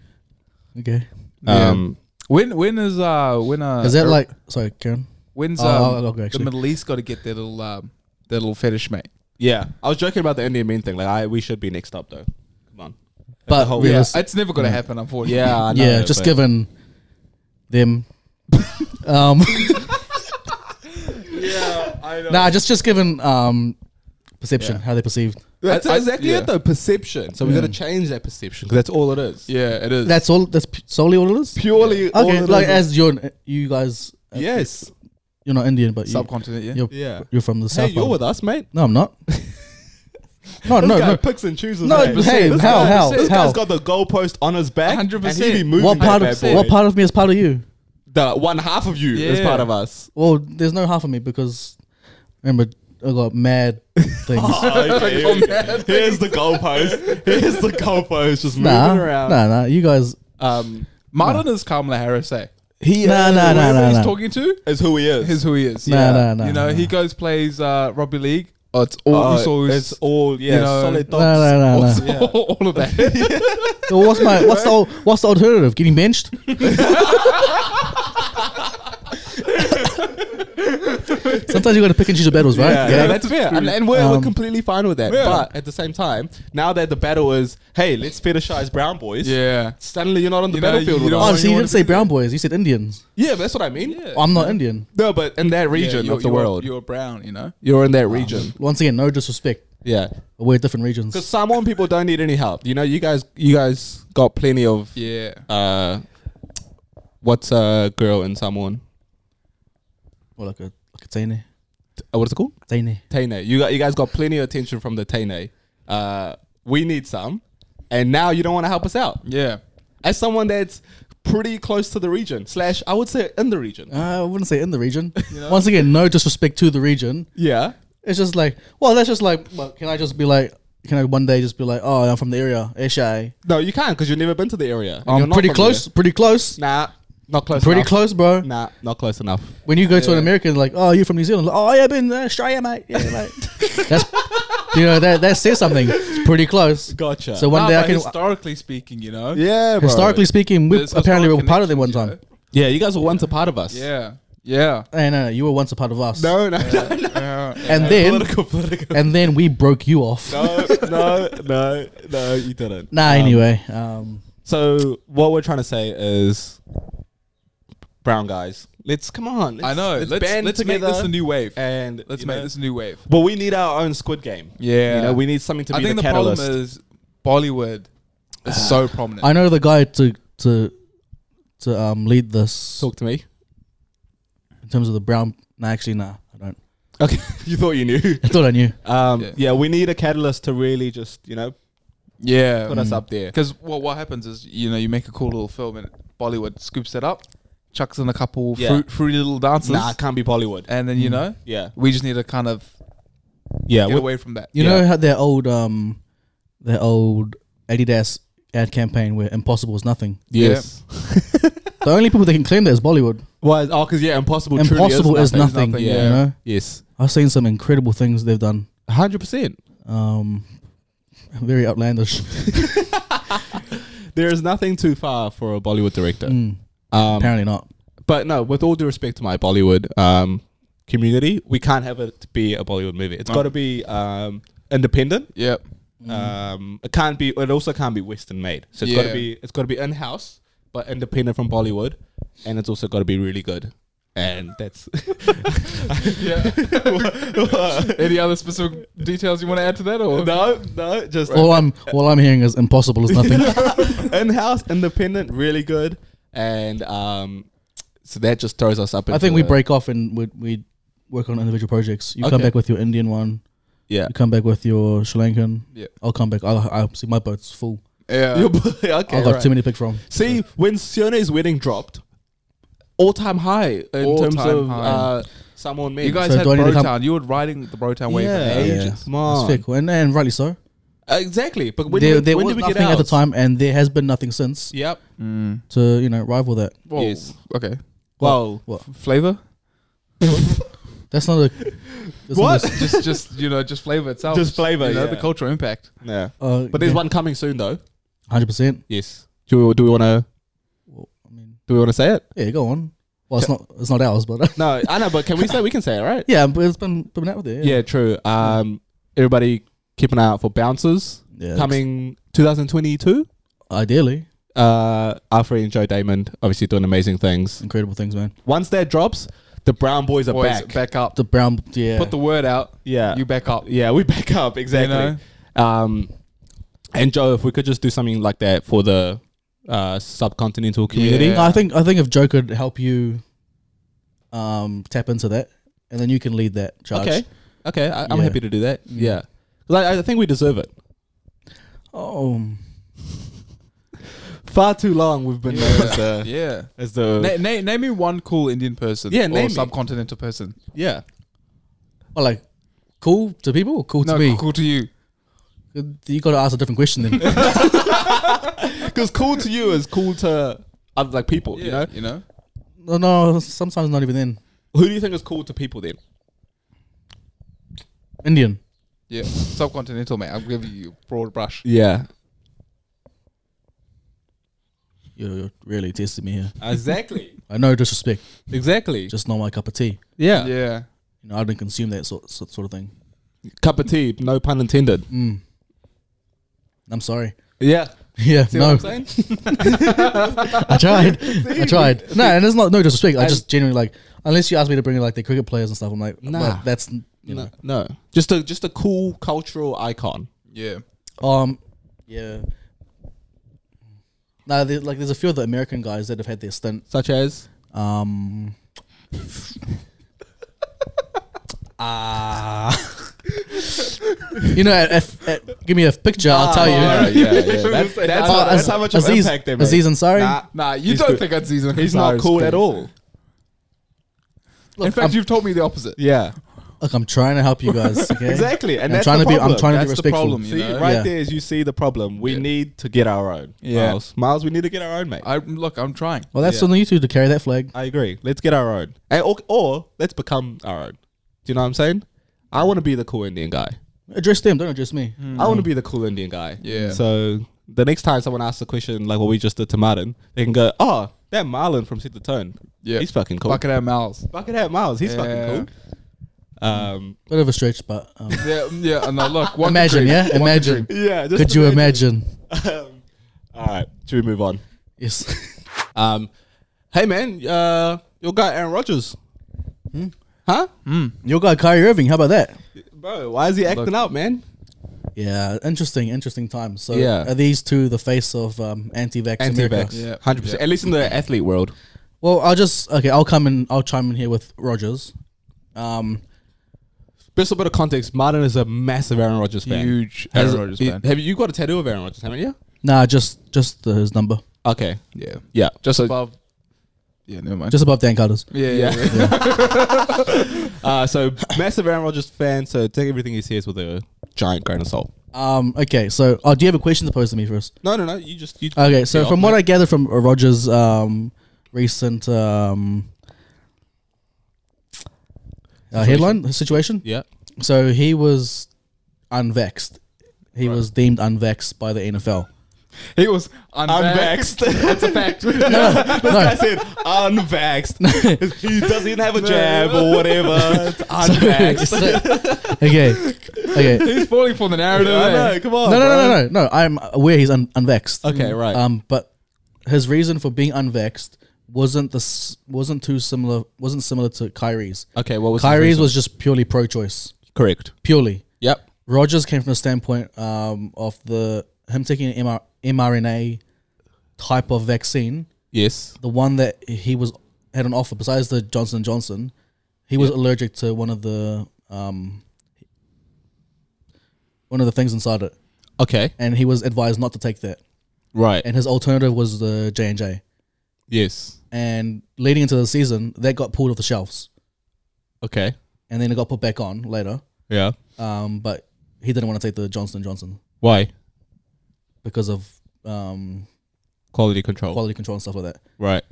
Speaker 4: Okay.
Speaker 5: Yeah.
Speaker 3: Um,
Speaker 5: When when is uh when uh
Speaker 4: Is that
Speaker 5: Er-
Speaker 4: like sorry, Karen?
Speaker 5: when's
Speaker 4: Oh,
Speaker 5: um,
Speaker 4: okay,
Speaker 5: the
Speaker 4: actually.
Speaker 5: Middle East got to get their little um their little fetish mate?
Speaker 3: Yeah, I was joking about the Indian mean thing. Like, I we should be next up though. Come on.
Speaker 4: But
Speaker 3: whole-
Speaker 5: Yeah,
Speaker 4: realis-
Speaker 5: it's never gonna happen, unfortunately.
Speaker 3: Yeah, I know,
Speaker 4: yeah, just
Speaker 3: but-
Speaker 4: given
Speaker 3: (laughs)
Speaker 4: them. um,
Speaker 3: I know.
Speaker 4: nah, just just given um, perception how they perceived.
Speaker 3: That's
Speaker 5: I- I-
Speaker 3: exactly
Speaker 5: yeah.
Speaker 3: it though. Perception. So we got to change that perception because that's all it is.
Speaker 5: yeah, it is.
Speaker 4: That's all. That's p- solely all it is.
Speaker 3: Purely. all
Speaker 4: okay,
Speaker 3: it
Speaker 4: like
Speaker 3: is.
Speaker 4: as you're you guys.
Speaker 3: yes.
Speaker 4: you're not Indian, but you,
Speaker 5: subcontinent. Yeah,
Speaker 4: you're
Speaker 3: Yeah.
Speaker 4: you're from the
Speaker 3: Hey,
Speaker 4: south.
Speaker 3: you're
Speaker 4: part.
Speaker 3: with us, mate.
Speaker 4: no,
Speaker 3: (laughs)
Speaker 4: I'm not. no,
Speaker 3: This
Speaker 4: no,
Speaker 3: guy
Speaker 4: no.
Speaker 3: picks and chooses.
Speaker 4: No,
Speaker 3: mate.
Speaker 4: hey,
Speaker 3: this
Speaker 4: how-
Speaker 3: guy,
Speaker 4: how-
Speaker 3: This
Speaker 4: how?
Speaker 3: guy's got the goalpost on his back.
Speaker 5: 100%.
Speaker 3: and he be moving
Speaker 4: What
Speaker 3: that
Speaker 4: part
Speaker 3: bad
Speaker 4: of
Speaker 3: boy.
Speaker 4: what part of me is part of you?
Speaker 3: The one half of you is
Speaker 5: Yeah.
Speaker 3: part of (laughs) us.
Speaker 4: Well, there's no half of me because remember I got mad
Speaker 3: (laughs)
Speaker 4: things.
Speaker 3: Oh, Okay, Here's the goalpost. Here's the goalpost. Just
Speaker 4: nah,
Speaker 3: moving around.
Speaker 4: nah, nah. You guys,
Speaker 3: Um,
Speaker 5: Martin is Kamala Harris. Eh?
Speaker 3: he uh,
Speaker 4: nah,
Speaker 3: is,
Speaker 4: nah, nah,
Speaker 5: Whoever
Speaker 4: nah,
Speaker 5: he's
Speaker 4: nah.
Speaker 5: talking to
Speaker 3: is who he is.
Speaker 5: is who he is.
Speaker 4: Nah,
Speaker 5: yeah.
Speaker 4: nah, nah,
Speaker 5: You know, he
Speaker 4: nah.
Speaker 5: goes plays uh, rugby league. Oh, it's all
Speaker 3: Uh,
Speaker 5: Usos,
Speaker 3: it's all yeah.
Speaker 5: you know,
Speaker 3: solid
Speaker 4: Nah,
Speaker 3: dogs.
Speaker 4: nah, nah, (laughs) nah.
Speaker 3: Awesome. (laughs) yeah.
Speaker 5: all of that.
Speaker 4: So what's my what's the al- what's the alternative? Getting benched? Sometimes you got to pick and choose your battles, (laughs) right?
Speaker 3: (laughs) Yeah, no, that's fair, and, and we're, we're
Speaker 4: Um,
Speaker 3: completely fine with that.
Speaker 5: Yeah.
Speaker 3: But at the same time, now that the battle is, hey, let's fetishize brown boys.
Speaker 5: yeah,
Speaker 3: Suddenly, you're not on the
Speaker 5: You know,
Speaker 3: battlefield
Speaker 5: you
Speaker 3: with
Speaker 5: don't-
Speaker 4: Oh,
Speaker 3: us.
Speaker 5: Honestly-
Speaker 4: so you
Speaker 5: you
Speaker 4: didn't say brown boys. You said Indians.
Speaker 3: Yeah, but that's what I mean. Um,
Speaker 5: Yeah.
Speaker 4: I'm not Indian.
Speaker 3: No, but in that region
Speaker 5: you're-
Speaker 3: of the
Speaker 5: you're-
Speaker 3: world, you're,
Speaker 5: You're brown. You know.
Speaker 3: in that region.
Speaker 4: Once again, no disrespect.
Speaker 3: Yeah,
Speaker 4: We're different regions.
Speaker 3: because Samoan people don't need any help. You know, you guys, you guys got plenty of.
Speaker 5: Yeah.
Speaker 3: Uh, what's a girl in Samoan?
Speaker 4: Well, like a like a tene,
Speaker 3: Uh, what's it called?
Speaker 4: tene.
Speaker 3: Tene. You got you guys got plenty of attention from the Tene. Uh, we need some, and now you don't want to help us out
Speaker 5: Yeah.
Speaker 3: as someone that's pretty close to the region slash I would say in the region.
Speaker 4: Uh, I wouldn't say in the region. Once again, no disrespect to the region.
Speaker 3: yeah.
Speaker 4: It's just like, well, that's just like, well, can I just be like, can I one day just be like, oh, I'm from the area, Eshai.
Speaker 3: No, you can't because you've never been to the area. and you're
Speaker 4: I'm
Speaker 3: not
Speaker 4: pretty
Speaker 3: from
Speaker 4: close,
Speaker 3: there.
Speaker 4: pretty close,
Speaker 3: Nah, not close.
Speaker 4: pretty
Speaker 3: enough.
Speaker 4: close, bro.
Speaker 3: Nah, not close enough.
Speaker 4: When you go to an American, like, oh, you're from New Zealand. Like, oh, yeah, I've been to Australia, mate.
Speaker 3: (laughs)
Speaker 4: Yeah, mate. that's, you know, that that says something. It's pretty close.
Speaker 3: Gotcha.
Speaker 4: So one
Speaker 5: Nah,
Speaker 4: day I
Speaker 5: but
Speaker 4: can,
Speaker 5: historically speaking, you know.
Speaker 3: Yeah, bro.
Speaker 4: historically speaking, we
Speaker 5: There's
Speaker 4: apparently were
Speaker 5: historic
Speaker 4: part of them one
Speaker 5: connections,
Speaker 4: time.
Speaker 3: yeah, you guys were once a part of us.
Speaker 5: Yeah.
Speaker 4: (laughs)
Speaker 5: Yeah.
Speaker 4: Hey, no, no, uh, you were once a part of us.
Speaker 3: No, no, no, no.
Speaker 5: Yeah.
Speaker 4: And then,
Speaker 3: Political, political.
Speaker 4: and then we broke you off.
Speaker 3: No, no, no, no, you didn't.
Speaker 4: Nah, anyway. Um,
Speaker 3: So what we're trying to say is, brown guys, let's come on. Let's,
Speaker 5: I know.
Speaker 3: Let's,
Speaker 5: Let's let's,
Speaker 3: band
Speaker 5: make
Speaker 3: together
Speaker 5: this a new wave.
Speaker 3: and
Speaker 5: Let's
Speaker 3: you
Speaker 5: make
Speaker 3: know,
Speaker 5: this a new wave.
Speaker 3: But we need our own Squid Game.
Speaker 5: Yeah.
Speaker 3: you know, we need something to
Speaker 5: I
Speaker 3: be
Speaker 5: think
Speaker 3: the,
Speaker 5: the,
Speaker 3: catalyst.
Speaker 5: problem is Bollywood is
Speaker 4: Ah.
Speaker 5: so prominent.
Speaker 4: I know the guy to to to um lead this
Speaker 3: Talk to me.
Speaker 4: in terms of the brown. Nah, actually, nah, I don't.
Speaker 3: (laughs) Okay, (laughs) you thought you
Speaker 5: (laughs)
Speaker 3: knew.
Speaker 4: I thought I knew.
Speaker 3: Um, yeah.
Speaker 5: Yeah.
Speaker 3: we need a catalyst to really just you know
Speaker 5: yeah. Mm.
Speaker 3: put us up there.
Speaker 5: Because what what happens is you know you make a cool little film and Bollywood scoops it up, chucks in a couple
Speaker 3: Yeah.
Speaker 5: fruit, fruity little dances,
Speaker 3: Nah, it can't be Bollywood.
Speaker 5: and
Speaker 4: Hmm.
Speaker 5: then you know
Speaker 3: Yeah,
Speaker 5: we just need to kind of
Speaker 3: yeah.
Speaker 5: get
Speaker 3: we-
Speaker 5: away from that.
Speaker 4: You
Speaker 3: Yeah.
Speaker 4: know how their old um their old Adidas ad campaign where impossible is nothing.
Speaker 3: yes.
Speaker 4: the only people that can claim that is Bollywood.
Speaker 3: Why? Well, oh, because yeah, impossible. truly
Speaker 4: impossible is
Speaker 3: nothing.
Speaker 4: nothing.
Speaker 5: nothing,
Speaker 4: yeah.
Speaker 5: yeah.
Speaker 4: You know?
Speaker 3: Yes,
Speaker 4: I've seen some incredible things they've done.
Speaker 3: hundred percent.
Speaker 4: Um, very outlandish.
Speaker 3: There is nothing too far for a Bollywood director.
Speaker 4: Mm,
Speaker 3: Um,
Speaker 4: apparently not.
Speaker 3: but no, with all due respect to my Bollywood um, community, we can't have it be a Bollywood movie. It's got to be um, independent.
Speaker 5: Yep.
Speaker 4: Hmm.
Speaker 3: Um, it can't be. It also can't be Western made. So it's got to
Speaker 5: Yeah.
Speaker 3: be. It's got to be in house, but independent from Bollywood, and it's also got to be really good. And that's (laughs)
Speaker 5: Yeah. (laughs) Any other specific details you want to add to that or
Speaker 3: no, no, just
Speaker 4: All I'm all I'm hearing is impossible is
Speaker 3: (laughs)
Speaker 4: nothing.
Speaker 3: in house, independent, really good, and um, so that just throws us up.
Speaker 4: I
Speaker 3: into
Speaker 4: think we
Speaker 3: the-
Speaker 4: break off and we we work on individual projects. You come
Speaker 3: Okay.
Speaker 4: back with your Indian one.
Speaker 3: Yeah,
Speaker 4: (laughs) You come back with your Sri Lankan.
Speaker 5: Yeah.
Speaker 4: I'll come back. I'll, I'll see my boat's full.
Speaker 5: Yeah.
Speaker 3: Your boy- okay.
Speaker 4: I've got
Speaker 3: right.
Speaker 4: too many to pick from.
Speaker 3: See, when Sione's wedding dropped, all time high in terms
Speaker 5: All-time
Speaker 3: of
Speaker 5: high.
Speaker 3: uh, someone men.
Speaker 5: You guys
Speaker 4: So
Speaker 5: had
Speaker 4: do I need to come-
Speaker 5: Brotown. You were riding the Brotown wave
Speaker 3: Yeah.
Speaker 5: for ages.
Speaker 3: Yeah.
Speaker 4: That's
Speaker 3: come on.
Speaker 4: fair. Cool. And, and rightly so.
Speaker 3: exactly. But when,
Speaker 4: there
Speaker 3: did-
Speaker 4: there
Speaker 3: when did
Speaker 4: was
Speaker 3: we
Speaker 4: nothing
Speaker 3: get out?
Speaker 4: at the time, and there has been nothing since
Speaker 3: Yep.
Speaker 5: Oh.
Speaker 4: to you know rival that.
Speaker 5: Well,
Speaker 3: Yes.
Speaker 5: Okay.
Speaker 3: Well,
Speaker 4: What?
Speaker 5: Flavor?
Speaker 4: That's not a. That's
Speaker 3: What?
Speaker 4: Not a,
Speaker 5: just just you know, just flavor itself.
Speaker 3: Just flavor,
Speaker 5: You know,
Speaker 3: yeah.
Speaker 5: the cultural impact.
Speaker 3: yeah.
Speaker 4: uh,
Speaker 3: But there's one coming soon, though.
Speaker 4: Hundred percent.
Speaker 3: Yes. Do we, do we want to?
Speaker 4: I mean,
Speaker 5: Do we want to say it?
Speaker 4: Yeah, go on. Well, it's not it's not ours, but
Speaker 3: (laughs) No, I know, but can we say we can say it, right?
Speaker 4: (laughs) yeah, but it's been been out with it.
Speaker 3: Yeah, true. Um, everybody keep an eye out for Bouncers
Speaker 4: Yeah,
Speaker 3: coming 2022.
Speaker 4: Ideally,
Speaker 3: Uh, Alfred and Joe Damon obviously doing amazing things.
Speaker 4: incredible things, man.
Speaker 3: Once that drops, the Brown Boys are
Speaker 5: Boys,
Speaker 3: back.
Speaker 5: up.
Speaker 4: The brown, yeah,
Speaker 5: Put the word out.
Speaker 3: Yeah,
Speaker 5: You back up.
Speaker 3: yeah, we back up exactly.
Speaker 5: You
Speaker 3: Um, and Joe, if we could just do something like that for the uh, subcontinental community,
Speaker 5: Yeah.
Speaker 4: I think I think if Joe could help you, um, tap into that, and then you can lead that charge.
Speaker 3: okay, okay, I, I'm
Speaker 4: Yeah.
Speaker 3: happy to do that. Yeah, 'Cause I, I think we deserve it.
Speaker 4: Oh,
Speaker 3: Far too long we've been known as the
Speaker 5: (laughs) Yeah.
Speaker 3: as the
Speaker 5: Na- na- name me one cool Indian person.
Speaker 3: Yeah,
Speaker 5: or
Speaker 3: name me.
Speaker 5: subcontinental person.
Speaker 3: yeah.
Speaker 4: well, like cool to people, or cool
Speaker 5: No,
Speaker 4: to me.
Speaker 5: cool to you.
Speaker 4: You got to ask a different question then.
Speaker 3: (laughs) Because cool to you is cool to other like people, you know.
Speaker 5: you know.
Speaker 4: no, no, sometimes not even then.
Speaker 3: Who do you think is cool to people then?
Speaker 4: Indian.
Speaker 5: Yeah, subcontinental, mate. I'm giving you a broad brush.
Speaker 3: Yeah,
Speaker 4: You're you're really testing me here.
Speaker 3: exactly,
Speaker 4: I know disrespect,
Speaker 3: exactly.
Speaker 4: just not my cup of tea.
Speaker 3: yeah.
Speaker 5: Yeah,
Speaker 4: You know, I didn't consume that sort sort, sort of thing.
Speaker 3: cup of tea, no pun intended.
Speaker 4: Mm. I'm sorry. (laughs)
Speaker 3: Yeah,
Speaker 4: Yeah,
Speaker 3: see
Speaker 4: no,
Speaker 3: what I'm
Speaker 4: (laughs)
Speaker 3: saying?
Speaker 4: I
Speaker 3: (laughs)
Speaker 4: tried. I tried. No, and it's not no disrespect. I just genuinely like unless you ask me to bring in like the cricket players and stuff, I'm like,
Speaker 3: Nah.
Speaker 4: well, that's you
Speaker 3: no,
Speaker 4: know.
Speaker 3: no, just a just a cool cultural icon.
Speaker 5: yeah.
Speaker 4: Um, yeah. No, there, like there's a few of the American guys that have had their stint.
Speaker 3: such as (laughs)
Speaker 4: Um. Ah. you know, if, if- give me a picture, I'll tell you.
Speaker 3: Ah,
Speaker 5: yeah,
Speaker 3: (laughs)
Speaker 5: yeah. That- that's,
Speaker 4: Oh,
Speaker 5: how, that's
Speaker 4: Az-
Speaker 5: how much of
Speaker 4: Aziz,
Speaker 5: impact they made.
Speaker 4: Aziz Ansari.
Speaker 5: Nah, nah, you
Speaker 3: He's
Speaker 5: don't
Speaker 3: good.
Speaker 5: think I'd Aziz Ansari
Speaker 3: he's not
Speaker 5: is
Speaker 3: cool at all.
Speaker 4: Look,
Speaker 5: In fact,
Speaker 4: I'm,
Speaker 5: you've told me the opposite.
Speaker 3: Yeah,
Speaker 4: look, I'm trying to help
Speaker 3: (laughs)
Speaker 4: you guys. Okay?
Speaker 3: exactly. And
Speaker 4: I'm
Speaker 3: that's
Speaker 4: trying
Speaker 3: the
Speaker 4: to be. I'm
Speaker 3: problem.
Speaker 4: trying to be
Speaker 5: That's the
Speaker 4: respectful.
Speaker 5: problem, you
Speaker 3: See,
Speaker 5: know?
Speaker 3: right
Speaker 4: Yeah.
Speaker 3: there is you see the problem. We need to get our own.
Speaker 5: Yeah.
Speaker 3: Miles, Miles, we need to get our own, mate. I,
Speaker 5: I look, I'm trying.
Speaker 4: Well, that's on you two to carry that flag.
Speaker 3: agree. Let's get our own, and, or, or let's become our own. Do you know what I'm saying? I want to be the cool Indian guy.
Speaker 4: Address them, don't address me.
Speaker 3: I want to be the cool Indian guy.
Speaker 5: Yeah.
Speaker 3: So the next time someone asks a question like what we just did to Martin, they can go, "Oh, that Marlon from Set the Tone.
Speaker 5: Yeah.
Speaker 3: he's fucking cool.
Speaker 5: Bucket out mouths.
Speaker 3: Buckethead Miles, he's
Speaker 5: Yeah.
Speaker 3: fucking cool." Um,
Speaker 4: Bit of a stretch, but
Speaker 3: (laughs)
Speaker 4: um,
Speaker 5: Yeah, yeah. And now look, one could
Speaker 4: imagine,
Speaker 5: dream.
Speaker 4: yeah, imagine.
Speaker 3: yeah. Just
Speaker 4: Could you imagine?
Speaker 3: Um, all right, should we move on?
Speaker 4: Yes. (laughs)
Speaker 3: Um, hey man, uh, your guy Aaron Rodgers,
Speaker 4: Hmm?
Speaker 3: huh?
Speaker 4: Your guy Kyrie Irving, how about that?
Speaker 3: Bro, why is he acting up, man?
Speaker 4: Yeah, interesting, interesting time. So,
Speaker 3: Yeah.
Speaker 4: are these two the face of um, anti-vax? America?
Speaker 3: Anti-vax,
Speaker 5: Yeah.
Speaker 3: hundred percent. At least in the athlete world.
Speaker 4: Well, I'll just okay. I'll come in. I'll chime in here with Rogers. Um,
Speaker 3: Just a bit of context. Martin is a massive Aaron Rodgers fan.
Speaker 5: Huge
Speaker 3: Has-
Speaker 5: Aaron Rodgers
Speaker 3: you-
Speaker 5: fan.
Speaker 3: Have you, you got a tattoo of Aaron Rodgers? Haven't you?
Speaker 4: nah, just just the, his number,
Speaker 3: Okay.
Speaker 5: Yeah,
Speaker 3: Yeah.
Speaker 5: just
Speaker 3: So-
Speaker 5: above. Yeah, never mind.
Speaker 4: just above Dan Carter's.
Speaker 5: yeah, yeah. yeah.
Speaker 3: Uh, so massive Aaron Rodgers fan. So take everything he says with a giant grain of salt.
Speaker 4: Um, okay. So, oh, do you have a question to pose to me first?
Speaker 3: No, no, no. You just you.
Speaker 4: Okay, so
Speaker 3: Yeah,
Speaker 4: from what
Speaker 3: mate.
Speaker 4: I gather from Rogers' um, recent um, uh, headline situation,
Speaker 3: yeah.
Speaker 4: so he was unvaxxed. He was deemed unvaxxed by the NFL.
Speaker 5: He was unvaxxed. That's a
Speaker 3: (laughs)
Speaker 5: fact.
Speaker 3: this guy
Speaker 4: (laughs)
Speaker 3: said unvaxxed. he doesn't even have a jab or whatever.
Speaker 4: (laughs)
Speaker 3: It's unvaxxed.
Speaker 4: okay, okay.
Speaker 5: He's falling for the
Speaker 3: I
Speaker 5: narrative. eh?
Speaker 3: know, come on.
Speaker 4: No, no,
Speaker 3: bro.
Speaker 4: no, no, no, no. I'm aware he's un- unvaxxed.
Speaker 3: Okay, right.
Speaker 4: Um, but his reason for being unvaxxed wasn't the s- wasn't too similar wasn't similar to Kyrie's.
Speaker 3: Okay, what was his
Speaker 4: Kyrie's
Speaker 3: reason?
Speaker 4: was just purely pro-choice,
Speaker 3: correct.
Speaker 4: purely.
Speaker 3: Yep.
Speaker 4: Rogers came from the standpoint um, of the him taking an MR, mRNA type of vaccine,
Speaker 3: Yes.
Speaker 4: the one that he was had on offer besides the Johnson Johnson. He was allergic to one of the um, one of the things inside it,
Speaker 3: Okay.
Speaker 4: and he was advised not to take that.
Speaker 3: Right.
Speaker 4: and his alternative was the J and J.
Speaker 3: yes.
Speaker 4: And leading into the season, that got pulled off the shelves,
Speaker 3: Okay.
Speaker 4: and then it got put back on later.
Speaker 3: Yeah.
Speaker 4: Um, but he didn't want to take the Johnson Johnson
Speaker 3: Why?
Speaker 4: because of um,
Speaker 3: Quality control.
Speaker 4: quality control and stuff like that. (clears throat)
Speaker 3: Right.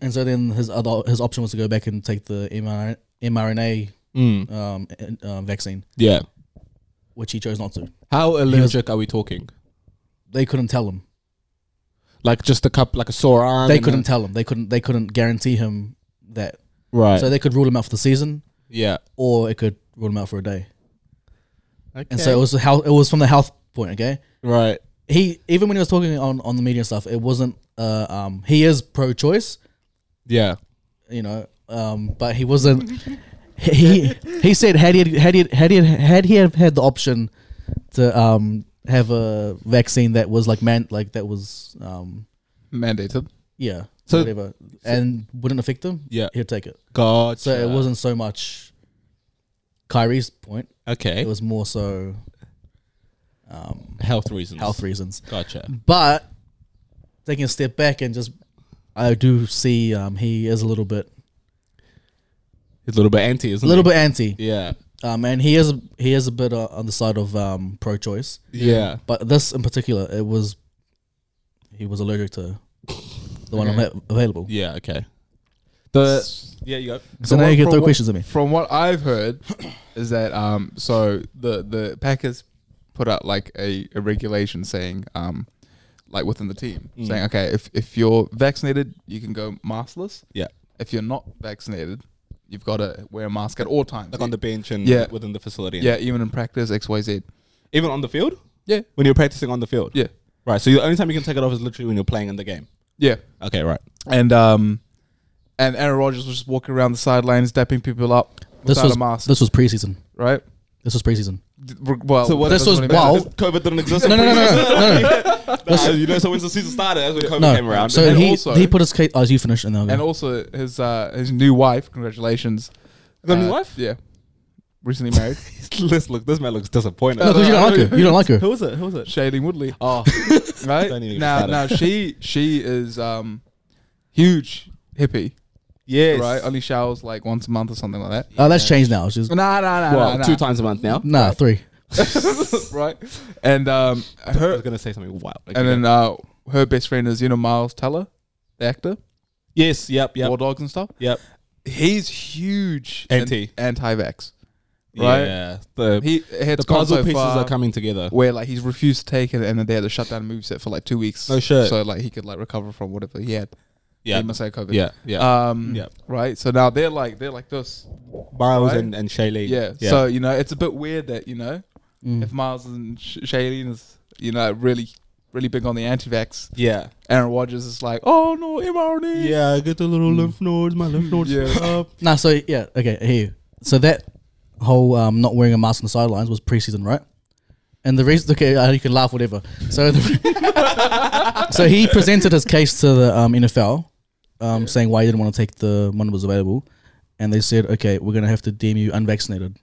Speaker 4: And so then his other his option was to go back and take the mRNA, mRNA um, uh, uh, vaccine,
Speaker 3: Yeah.
Speaker 4: which he chose not to.
Speaker 3: How allergic are we talking?
Speaker 4: They couldn't tell him.
Speaker 6: Like just a cup, like a sore arm.
Speaker 4: They
Speaker 6: and
Speaker 4: couldn't
Speaker 6: then-
Speaker 4: tell him. They couldn't. They couldn't guarantee him that.
Speaker 6: right.
Speaker 4: So they could rule him out for the season,
Speaker 6: yeah.
Speaker 4: or it could rule him out for a day.
Speaker 6: Okay.
Speaker 4: And so it was the health, It was from the health point. Okay.
Speaker 6: right.
Speaker 4: He even when he was talking on on the media and stuff, it wasn't. Uh, um, he is pro-choice,
Speaker 6: Yeah.
Speaker 4: you know, um, but he wasn't. he he said had he had he had he had he have had the option to um have a vaccine that was like man like that was um
Speaker 5: Mandated.
Speaker 4: yeah
Speaker 6: So-
Speaker 4: whatever and wouldn't affect him
Speaker 6: Yeah.
Speaker 4: he'd take it.
Speaker 6: God.
Speaker 4: So it wasn't so much Kyrie's point.
Speaker 6: okay.
Speaker 4: It was more so
Speaker 6: health reasons.
Speaker 4: health Mm. reasons.
Speaker 6: Gotcha.
Speaker 4: But taking a step back and just, I do see um, he is a little bit,
Speaker 6: It's a little bit anti, isn't
Speaker 4: a little bit anti,
Speaker 6: bit. Yeah.
Speaker 4: um, and he is he is a bit uh, on the side of um, pro-choice.
Speaker 6: Yeah.
Speaker 4: But this in particular, it was he was allergic to the one ava- available.
Speaker 6: Yeah. Okay. The yeah you go.
Speaker 4: So now you
Speaker 5: get
Speaker 4: can throw questions at me.
Speaker 5: From what I've heard, (coughs) is that um, so the the Packers put out like a, a regulation saying um, like within the team saying okay if if you're vaccinated you can go maskless.
Speaker 6: Yeah.
Speaker 5: If you're not vaccinated, you've got to wear a mask at all times.
Speaker 3: like on the bench and
Speaker 5: Yeah.
Speaker 3: within the facility. and-
Speaker 5: yeah, even in practice X Y Z.
Speaker 3: Even on the field?
Speaker 5: Yeah.
Speaker 3: When you're practicing on the field?
Speaker 5: Yeah.
Speaker 3: Right. So the only time you can take it off is literally when you're playing in the game.
Speaker 5: Yeah.
Speaker 3: Okay, right.
Speaker 5: And um, and Aaron Rodgers was just walking around the sidelines, dapping people up
Speaker 4: This
Speaker 5: without
Speaker 4: was
Speaker 5: a mask,
Speaker 4: this was preseason.
Speaker 5: right?
Speaker 4: This was preseason.
Speaker 5: D- Well,
Speaker 3: So what-
Speaker 5: that
Speaker 4: this
Speaker 5: doesn't
Speaker 4: was
Speaker 5: really matter.
Speaker 4: while- Oh.
Speaker 3: COVID didn't exist.
Speaker 4: No, no, no, no, no, no. no.
Speaker 3: Nah, you know, so when the season started, that's when COVID
Speaker 4: (laughs) no.
Speaker 3: came around.
Speaker 4: So
Speaker 5: And
Speaker 4: he
Speaker 5: also-
Speaker 4: he put his case as you finish and then I'll go. Oh,
Speaker 5: and also his uh, his new wife. Congratulations,
Speaker 3: got a new
Speaker 5: Uh,
Speaker 3: (laughs) wife?
Speaker 5: Yeah, recently married,
Speaker 3: Let's look. This man looks disappointed.
Speaker 4: No, because you don't like her. You don't
Speaker 5: (laughs)
Speaker 4: like
Speaker 3: (laughs)
Speaker 4: her.
Speaker 3: Who was it? Who was it?
Speaker 5: Shailene Woodley.
Speaker 3: Oh,
Speaker 5: (laughs) Right
Speaker 3: Don't even get
Speaker 5: now,
Speaker 3: started.
Speaker 5: now she she is um huge hippie,
Speaker 3: yes.
Speaker 5: right? Only showers like once a month or something like that.
Speaker 4: Oh, that's changed now. She's
Speaker 5: Nah, nah, nah,
Speaker 3: Well,
Speaker 5: nah,
Speaker 3: two
Speaker 5: nah.
Speaker 3: times a month now.
Speaker 4: nah three.
Speaker 5: right? And um
Speaker 3: I was
Speaker 5: her
Speaker 3: gonna say something wild. Okay.
Speaker 5: and then uh her best friend is you know Miles Teller, the actor,
Speaker 3: yes, yep,
Speaker 5: War
Speaker 3: yep,
Speaker 5: Dogs and stuff.
Speaker 3: yep.
Speaker 5: He's huge
Speaker 3: Anti.
Speaker 5: anti-vax. Right?
Speaker 3: Yeah, the,
Speaker 5: He it's
Speaker 3: the
Speaker 5: gone
Speaker 3: puzzle
Speaker 5: so
Speaker 3: pieces
Speaker 5: far-
Speaker 3: are coming together.
Speaker 5: where like he's refused to take it, and then they had to shut down a movie set for like two weeks.
Speaker 3: No shit.
Speaker 5: So like he could like recover from whatever he had.
Speaker 3: Yeah.
Speaker 5: he must have COVID.
Speaker 3: Yeah, yeah.
Speaker 5: Um,
Speaker 3: Yeah.
Speaker 5: Right. So now they're like they're like this.
Speaker 3: Miles
Speaker 5: right.
Speaker 3: and and Shaylee.
Speaker 5: Yeah. So you know it's a bit weird that you know if Miles and Sh- Shailene is you know really really big on the anti-vax,
Speaker 3: yeah,
Speaker 5: Aaron Rodgers is like, oh no mRNA.
Speaker 3: yeah. I get the little lymph nodes. My lymph nodes
Speaker 5: Yeah.
Speaker 3: up.
Speaker 4: Nah, so yeah, okay, I hear you. So that whole um, not wearing a mask on the sidelines was preseason, right? And the reason, okay, uh, you can laugh, whatever. So, the, (laughs) so he presented his case to the um, NFL, um, saying why he didn't want to take the one that was available, and they said, okay, we're gonna have to deem you unvaccinated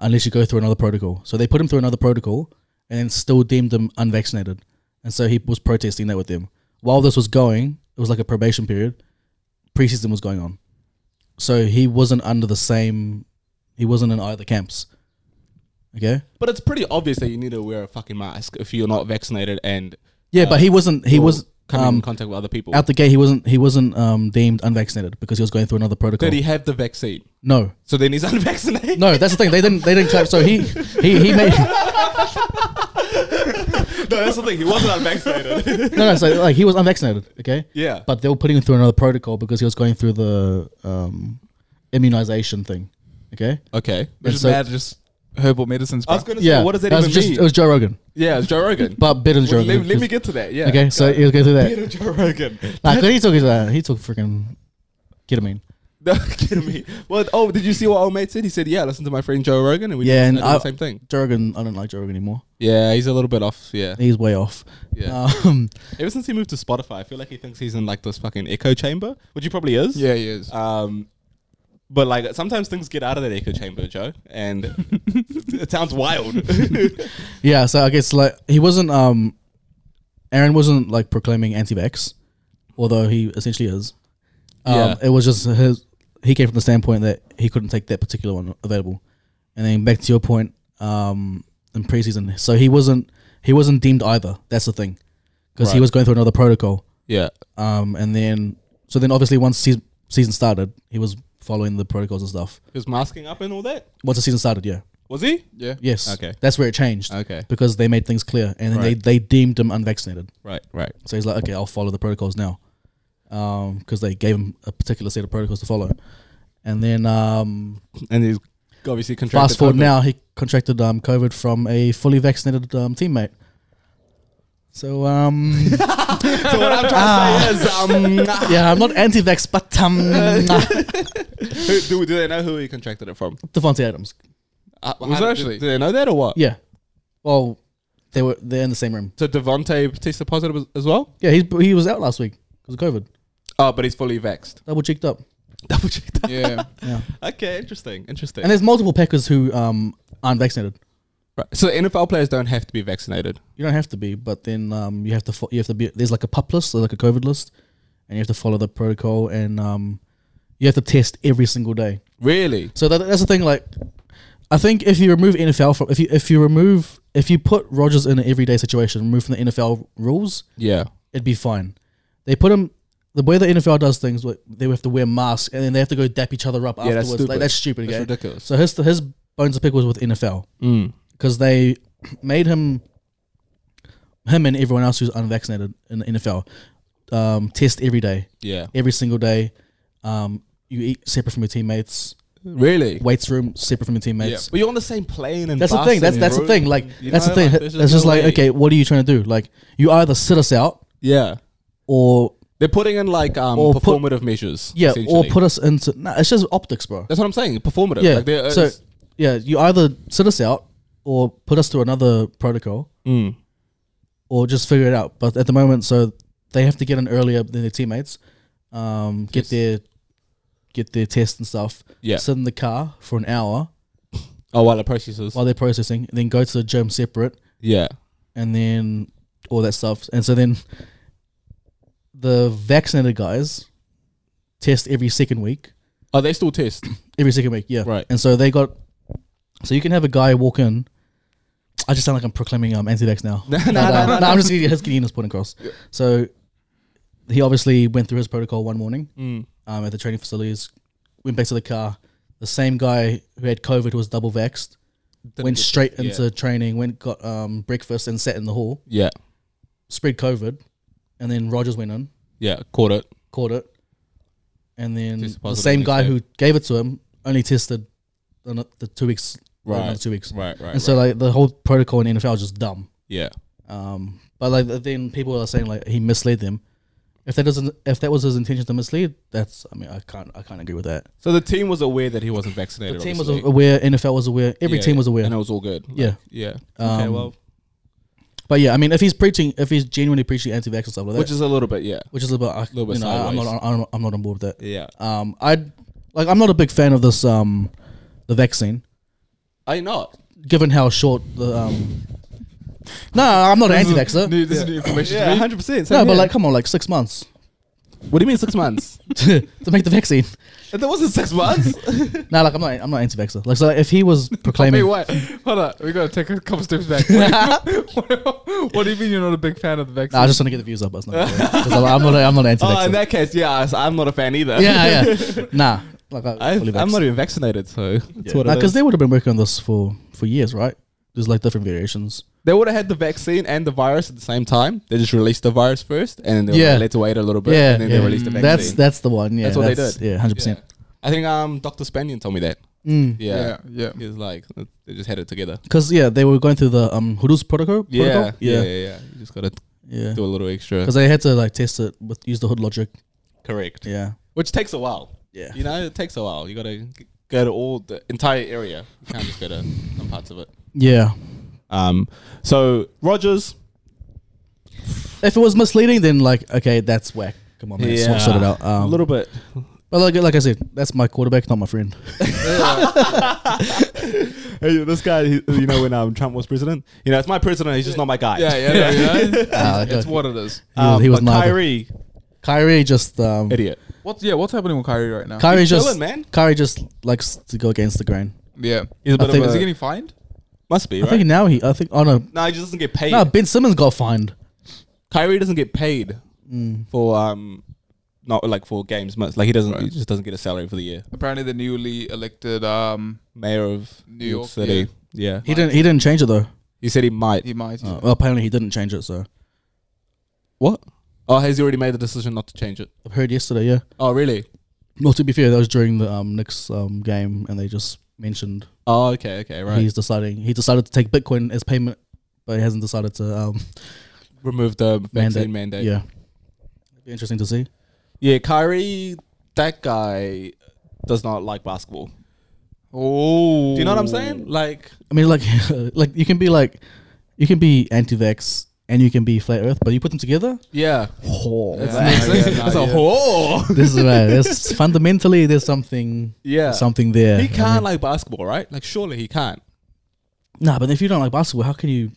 Speaker 4: unless you go through another protocol. So they put him through another protocol, and then still deemed him unvaccinated, and so he was protesting that with them. While this was going, it was like a probation period. Preseason was going on so he wasn't under the same he wasn't in either camps okay
Speaker 3: But it's pretty obvious that you need to wear a fucking mask if you're not vaccinated and
Speaker 4: yeah but he wasn't he
Speaker 3: you're
Speaker 4: was
Speaker 3: coming Uh, in
Speaker 4: um
Speaker 3: contact with other people.
Speaker 4: out the gate he wasn't he wasn't um deemed unvaccinated because he was going through another protocol
Speaker 3: Did he have the vaccine?
Speaker 4: no
Speaker 3: So then he's (laughs) unvaccinated.
Speaker 4: no that's the thing they didn't they didn't clap so he he he made
Speaker 3: No, that's the thing. He wasn't unvaccinated.
Speaker 4: no no so like he was unvaccinated okay
Speaker 3: yeah.
Speaker 4: but they were putting him through another protocol because he was going through the um immunization thing okay
Speaker 3: okay.
Speaker 5: Which is
Speaker 4: so-
Speaker 5: mad. Just herbal medicines.
Speaker 3: I
Speaker 5: Bro.
Speaker 3: was gonna say,
Speaker 4: yeah
Speaker 3: Uh, what does that
Speaker 4: was
Speaker 3: even
Speaker 4: just
Speaker 3: mean?
Speaker 4: it was joe rogan
Speaker 3: yeah, it's Joe Rogan.
Speaker 4: but better than joe
Speaker 3: let,
Speaker 4: rogan
Speaker 3: let me get to that. Yeah.
Speaker 4: okay so he was going through that
Speaker 3: (laughs) Get to Joe Rogan.
Speaker 4: Nah, 'cause he took his uh, he took freaking ketamine.
Speaker 3: No, kidding me. Well, oh, did you see what old mate said? He said, "Yeah, listen to my friend Joe Rogan, and we
Speaker 4: Yeah,
Speaker 3: did
Speaker 4: and I-
Speaker 3: the same thing."
Speaker 4: Joe Rogan, I don't like Joe Rogan anymore.
Speaker 3: Yeah, he's a little bit off. Yeah.
Speaker 4: He's way off.
Speaker 3: Yeah.
Speaker 4: Um, (laughs)
Speaker 3: Ever since he moved to Spotify, I feel like he thinks he's in like this fucking echo chamber, which he probably is.
Speaker 5: yeah, he is.
Speaker 3: Um, but like sometimes things get out of that echo chamber, Joe, and (laughs) it sounds wild.
Speaker 4: yeah, so I guess like he wasn't um Aaron wasn't like proclaiming anti vax, although he essentially is. Um
Speaker 3: Yeah.
Speaker 4: it was just his he came from the standpoint that he couldn't take that particular one available. And then back to your point, um in preseason. So he wasn't he wasn't deemed either. That's the thing. Because he
Speaker 3: Right.
Speaker 4: was going through another protocol.
Speaker 3: (laughs) yeah.
Speaker 4: Um and then so then obviously once season, season started, he was following the protocols and stuff.
Speaker 3: He was masking up and all that.
Speaker 4: Once the season started, yeah.
Speaker 3: Was he?
Speaker 5: Yeah.
Speaker 4: Yes.
Speaker 3: Okay.
Speaker 4: That's where it changed.
Speaker 3: Okay.
Speaker 4: Because they made things clear and then
Speaker 3: Right.
Speaker 4: they, they deemed him unvaccinated.
Speaker 3: Right. Right.
Speaker 4: So he's like, okay, I'll follow the protocols now. Because they gave him a particular set of protocols to follow. And then um,
Speaker 3: And he's obviously contracted.
Speaker 4: fast forward
Speaker 3: COVID.
Speaker 4: now, he contracted um, COVID from a fully vaccinated um, teammate. So,
Speaker 3: (laughs)
Speaker 4: um, (laughs)
Speaker 3: So what I'm trying to say
Speaker 4: Ah.
Speaker 3: is, um,
Speaker 4: yeah, I'm not anti vax, but
Speaker 3: (laughs)
Speaker 4: um,
Speaker 3: who, do, do they know who he contracted it from?
Speaker 4: Devontae Adams.
Speaker 3: Uh,
Speaker 5: Was
Speaker 3: how-
Speaker 5: it actually?
Speaker 3: Do, do they know that or what?
Speaker 4: Yeah. Well, they were they're in the same room.
Speaker 3: So Devontae tested positive as- as well.
Speaker 4: Yeah, he's, he was out last week because of COVID.
Speaker 3: Oh, but he's fully vexed.
Speaker 4: Double cheeked up.
Speaker 3: (laughs) Double checked.
Speaker 5: Yeah.
Speaker 3: Okay, interesting, interesting.
Speaker 4: And there's multiple Packers who um, aren't vaccinated.
Speaker 3: Right. So NFL players don't have to be vaccinated.
Speaker 4: You don't have to be, but then um, you have to fo- you have to be. There's like a pup list, so like a COVID list, and you have to follow the protocol, and um, you have to test every single day.
Speaker 3: Really?
Speaker 4: So that, that's the thing. Like, I think if you remove NFL from if you if you remove if you put Rogers in an everyday situation, remove from the NFL rules,
Speaker 3: Yeah.
Speaker 4: it'd be fine. They put him the way the NFL does things. like, They have to wear masks, and then they have to go dap each other up
Speaker 3: that's
Speaker 4: afterwards. like
Speaker 3: stupid.
Speaker 4: that's stupid.
Speaker 3: That's
Speaker 4: okay?
Speaker 3: ridiculous. Mm.
Speaker 4: So his his bones to pick was with NFL because they made him him and everyone else who's unvaccinated in the NFL um, test every day,
Speaker 3: Yeah.
Speaker 4: every single day. Um, you eat separate from your teammates.
Speaker 3: Really?
Speaker 4: Weights room separate from your
Speaker 3: Yeah.
Speaker 4: teammates.
Speaker 3: But you're on the same plane and
Speaker 4: That's the thing. That's that's the thing. Like that's the thing. It's just like okay, what are you trying to do? Like you either sit us out
Speaker 3: Yeah.
Speaker 4: or
Speaker 3: They're putting in like um
Speaker 4: Or put-
Speaker 3: performative measures.
Speaker 4: yeah, or
Speaker 3: essentially.
Speaker 4: put us into. Nah, it's just optics, bro.
Speaker 3: That's what I'm saying. Performative.
Speaker 4: Yeah.
Speaker 3: Like they're-
Speaker 4: so
Speaker 3: it's-
Speaker 4: yeah, you either sit us out or put us to another protocol,
Speaker 3: Mm.
Speaker 4: or just figure it out. But at the moment, so they have to get in earlier than their teammates, um, get their get their test and stuff.
Speaker 3: Yeah.
Speaker 4: Sit in the car for an hour
Speaker 3: oh, while the process is.
Speaker 4: while they're processing, then go to the gym separate,
Speaker 3: yeah.
Speaker 4: and then all that stuff. And so then the vaccinated guys test every second week.
Speaker 3: Oh, they still test.
Speaker 4: Every second week, yeah.
Speaker 3: Right.
Speaker 4: And so they got. So you can have a guy walk in. I just sound like I'm proclaiming um, anti-vax now. (laughs) no, no, no, no, I'm just getting, just getting his point across. So he obviously went through his protocol one morning um, at the training facilities. Went back to the car. The same guy who had COVID who was double vaxxed. went straight into training. Went got um, breakfast and sat in the hall.
Speaker 3: Yeah.
Speaker 4: Spread COVID, and then Rogers went in,
Speaker 3: Yeah. Caught it.
Speaker 4: caught it, and then
Speaker 3: Tested
Speaker 4: the
Speaker 3: positive
Speaker 4: same
Speaker 3: next
Speaker 4: guy
Speaker 3: day.
Speaker 4: who gave it to him only tested the, the two weeks,
Speaker 3: Right.
Speaker 4: another two weeks.
Speaker 3: Right. Right.
Speaker 4: And so like the whole protocol in NFL is just dumb.
Speaker 3: yeah.
Speaker 4: Um, but like then people are saying like he misled them. If that doesn't, if that was his intention to mislead, that's I mean I can't I can't agree with that.
Speaker 3: So the team was aware that he wasn't vaccinated.
Speaker 4: The team was
Speaker 3: obviously.
Speaker 4: aware, NFL was aware, every
Speaker 3: Yeah,
Speaker 4: team was
Speaker 3: yeah.
Speaker 4: aware.
Speaker 3: and it was all good. Like,
Speaker 4: Yeah.
Speaker 3: yeah. okay,
Speaker 4: Um,
Speaker 3: well,
Speaker 4: But yeah, I mean if he's preaching, if he's genuinely preaching anti-vax and stuff like that,
Speaker 3: which is a little bit, yeah,
Speaker 4: which is about I,
Speaker 3: little bit
Speaker 4: you know, I- I'm not
Speaker 3: sideways.
Speaker 4: I'm, not- I'm not on board with that.
Speaker 3: yeah.
Speaker 4: Um, I like I'm not a big fan of this um, the vaccine.
Speaker 3: Are you not?
Speaker 4: given how short the um no i'm not
Speaker 3: (laughs)
Speaker 4: an anti-vaxxer
Speaker 5: New, this is new information
Speaker 3: Yeah,
Speaker 5: to me.
Speaker 3: hundred percent.
Speaker 4: no but like come on like six months (laughs)
Speaker 3: what do you mean six (laughs) months?
Speaker 4: to make the vaccine
Speaker 3: If That wasn't six
Speaker 4: (laughs)
Speaker 3: months.
Speaker 4: no like i'm not i'm not anti-vaxxer like so if
Speaker 3: (laughs)
Speaker 4: he was (laughs)
Speaker 5: Wait,
Speaker 4: proclaiming
Speaker 5: what? Hold on. We gotta take a couple steps
Speaker 4: (laughs)
Speaker 5: back. What, what do you mean you're not a big fan of the vaccine?
Speaker 4: Nah, i just want to get the views up but
Speaker 3: (laughs)
Speaker 4: it's not good. 'Cause I'm, I'm not i'm
Speaker 3: oh, in
Speaker 4: not anti-vaxxer
Speaker 3: that case, yeah, I- I'm not a fan either.
Speaker 4: yeah yeah nah like I,
Speaker 3: (laughs) i am
Speaker 4: fully vaxxed.
Speaker 3: not even vaccinated, so that's what
Speaker 4: Nah,
Speaker 3: it
Speaker 4: because
Speaker 3: is.
Speaker 4: they would have been working on this for for years right there's like different variations
Speaker 3: They would have had the vaccine and the virus at the same time. They just released the virus first, and then they
Speaker 4: Yeah.
Speaker 3: were let to wait a little bit,
Speaker 4: yeah,
Speaker 3: and then
Speaker 4: yeah.
Speaker 3: they released the vaccine.
Speaker 4: that's that's the one yeah
Speaker 3: That's what they did.
Speaker 4: yeah 100 percent.
Speaker 3: I think um Dr. Spanian told me that.
Speaker 4: percent
Speaker 3: Yeah,
Speaker 5: yeah, yeah.
Speaker 3: he was like they just had it together.
Speaker 4: because yeah they were going through the um hurus protocol
Speaker 3: Yeah,
Speaker 4: protocol?
Speaker 3: yeah, yeah,
Speaker 4: yeah
Speaker 3: yeah. You just gotta
Speaker 4: yeah
Speaker 3: do a little extra.
Speaker 4: because they had to like test it with use the hood logic
Speaker 3: Correct.
Speaker 4: yeah
Speaker 3: Which takes a while.
Speaker 4: Yeah.
Speaker 3: You know, it takes a while. You gotta g- go to all the entire area. You can't just go to some parts of it.
Speaker 4: Yeah.
Speaker 3: Um. So Rogers.
Speaker 4: If it was misleading, then like, okay, that's whack. Come on, man, sort, sort it out. Um,
Speaker 3: a little bit.
Speaker 4: but like, like I said, that's my quarterback, not my friend. (laughs)
Speaker 3: Hey, this guy. he- You know, when um Trump was president, you know, it's my president. He's just not my guy.
Speaker 5: Yeah, yeah, no, you
Speaker 3: (laughs)
Speaker 5: know?
Speaker 3: Ah,
Speaker 4: Uh,
Speaker 5: It's what it is.
Speaker 4: he,
Speaker 3: Um,
Speaker 4: he was
Speaker 3: but
Speaker 4: neither.
Speaker 3: Kyrie,
Speaker 4: Kyrie just um,
Speaker 3: idiot.
Speaker 5: What's yeah? What's happening with Kyrie right now?
Speaker 4: Kyrie
Speaker 3: He's
Speaker 4: just
Speaker 3: chilling, man.
Speaker 4: Kyrie just likes to go against the grain.
Speaker 5: yeah.
Speaker 3: He's a
Speaker 4: I
Speaker 3: bit
Speaker 4: think-
Speaker 3: of
Speaker 5: Is
Speaker 3: a,
Speaker 5: he getting fined?
Speaker 3: must be
Speaker 4: I
Speaker 3: right.
Speaker 4: think now he, I think, oh no,
Speaker 3: no, he just doesn't get paid.
Speaker 4: no, Ben Simmons got fined. Mm.
Speaker 3: Kyrie doesn't get paid for um not like for games months. Like he doesn't, he just doesn't get a salary for the year.
Speaker 5: Apparently, the newly elected um,
Speaker 3: Mayor of
Speaker 5: New York
Speaker 3: City. Yeah.
Speaker 4: He didn't. He didn't change it though.
Speaker 3: he said he might.
Speaker 5: He might.
Speaker 4: Uh, well, apparently he didn't change it. So
Speaker 3: What? Oh, has he already made the decision not to change it?
Speaker 4: I've heard yesterday. Yeah.
Speaker 3: Oh, really?
Speaker 4: Well, to be fair, that was during the um, Knicks um, game, and they just mentioned
Speaker 3: Oh, okay, okay, right.
Speaker 4: he's deciding. He decided to take Bitcoin as payment, but he hasn't decided to um,
Speaker 3: removed the
Speaker 4: mandate.
Speaker 3: vaccine mandate.
Speaker 4: Yeah. Be interesting to see.
Speaker 3: yeah. Kyrie, that guy does not like basketball.
Speaker 5: Oh,
Speaker 3: Do
Speaker 5: (laughs)
Speaker 3: you know what I'm saying? Like,
Speaker 4: I mean, like, (laughs) like you can be like, you can be anti-vax and you can be flat Earth, but you put them together.
Speaker 3: yeah,
Speaker 4: Oh,
Speaker 5: (laughs)
Speaker 3: it's a
Speaker 4: (laughs)
Speaker 3: whore.
Speaker 4: this is right.
Speaker 3: (laughs)
Speaker 4: There's fundamentally there's something
Speaker 3: Yeah,
Speaker 4: something there.
Speaker 3: he can't like basketball, right? Like, surely he can't.
Speaker 4: Nah, but if you don't like basketball, how can you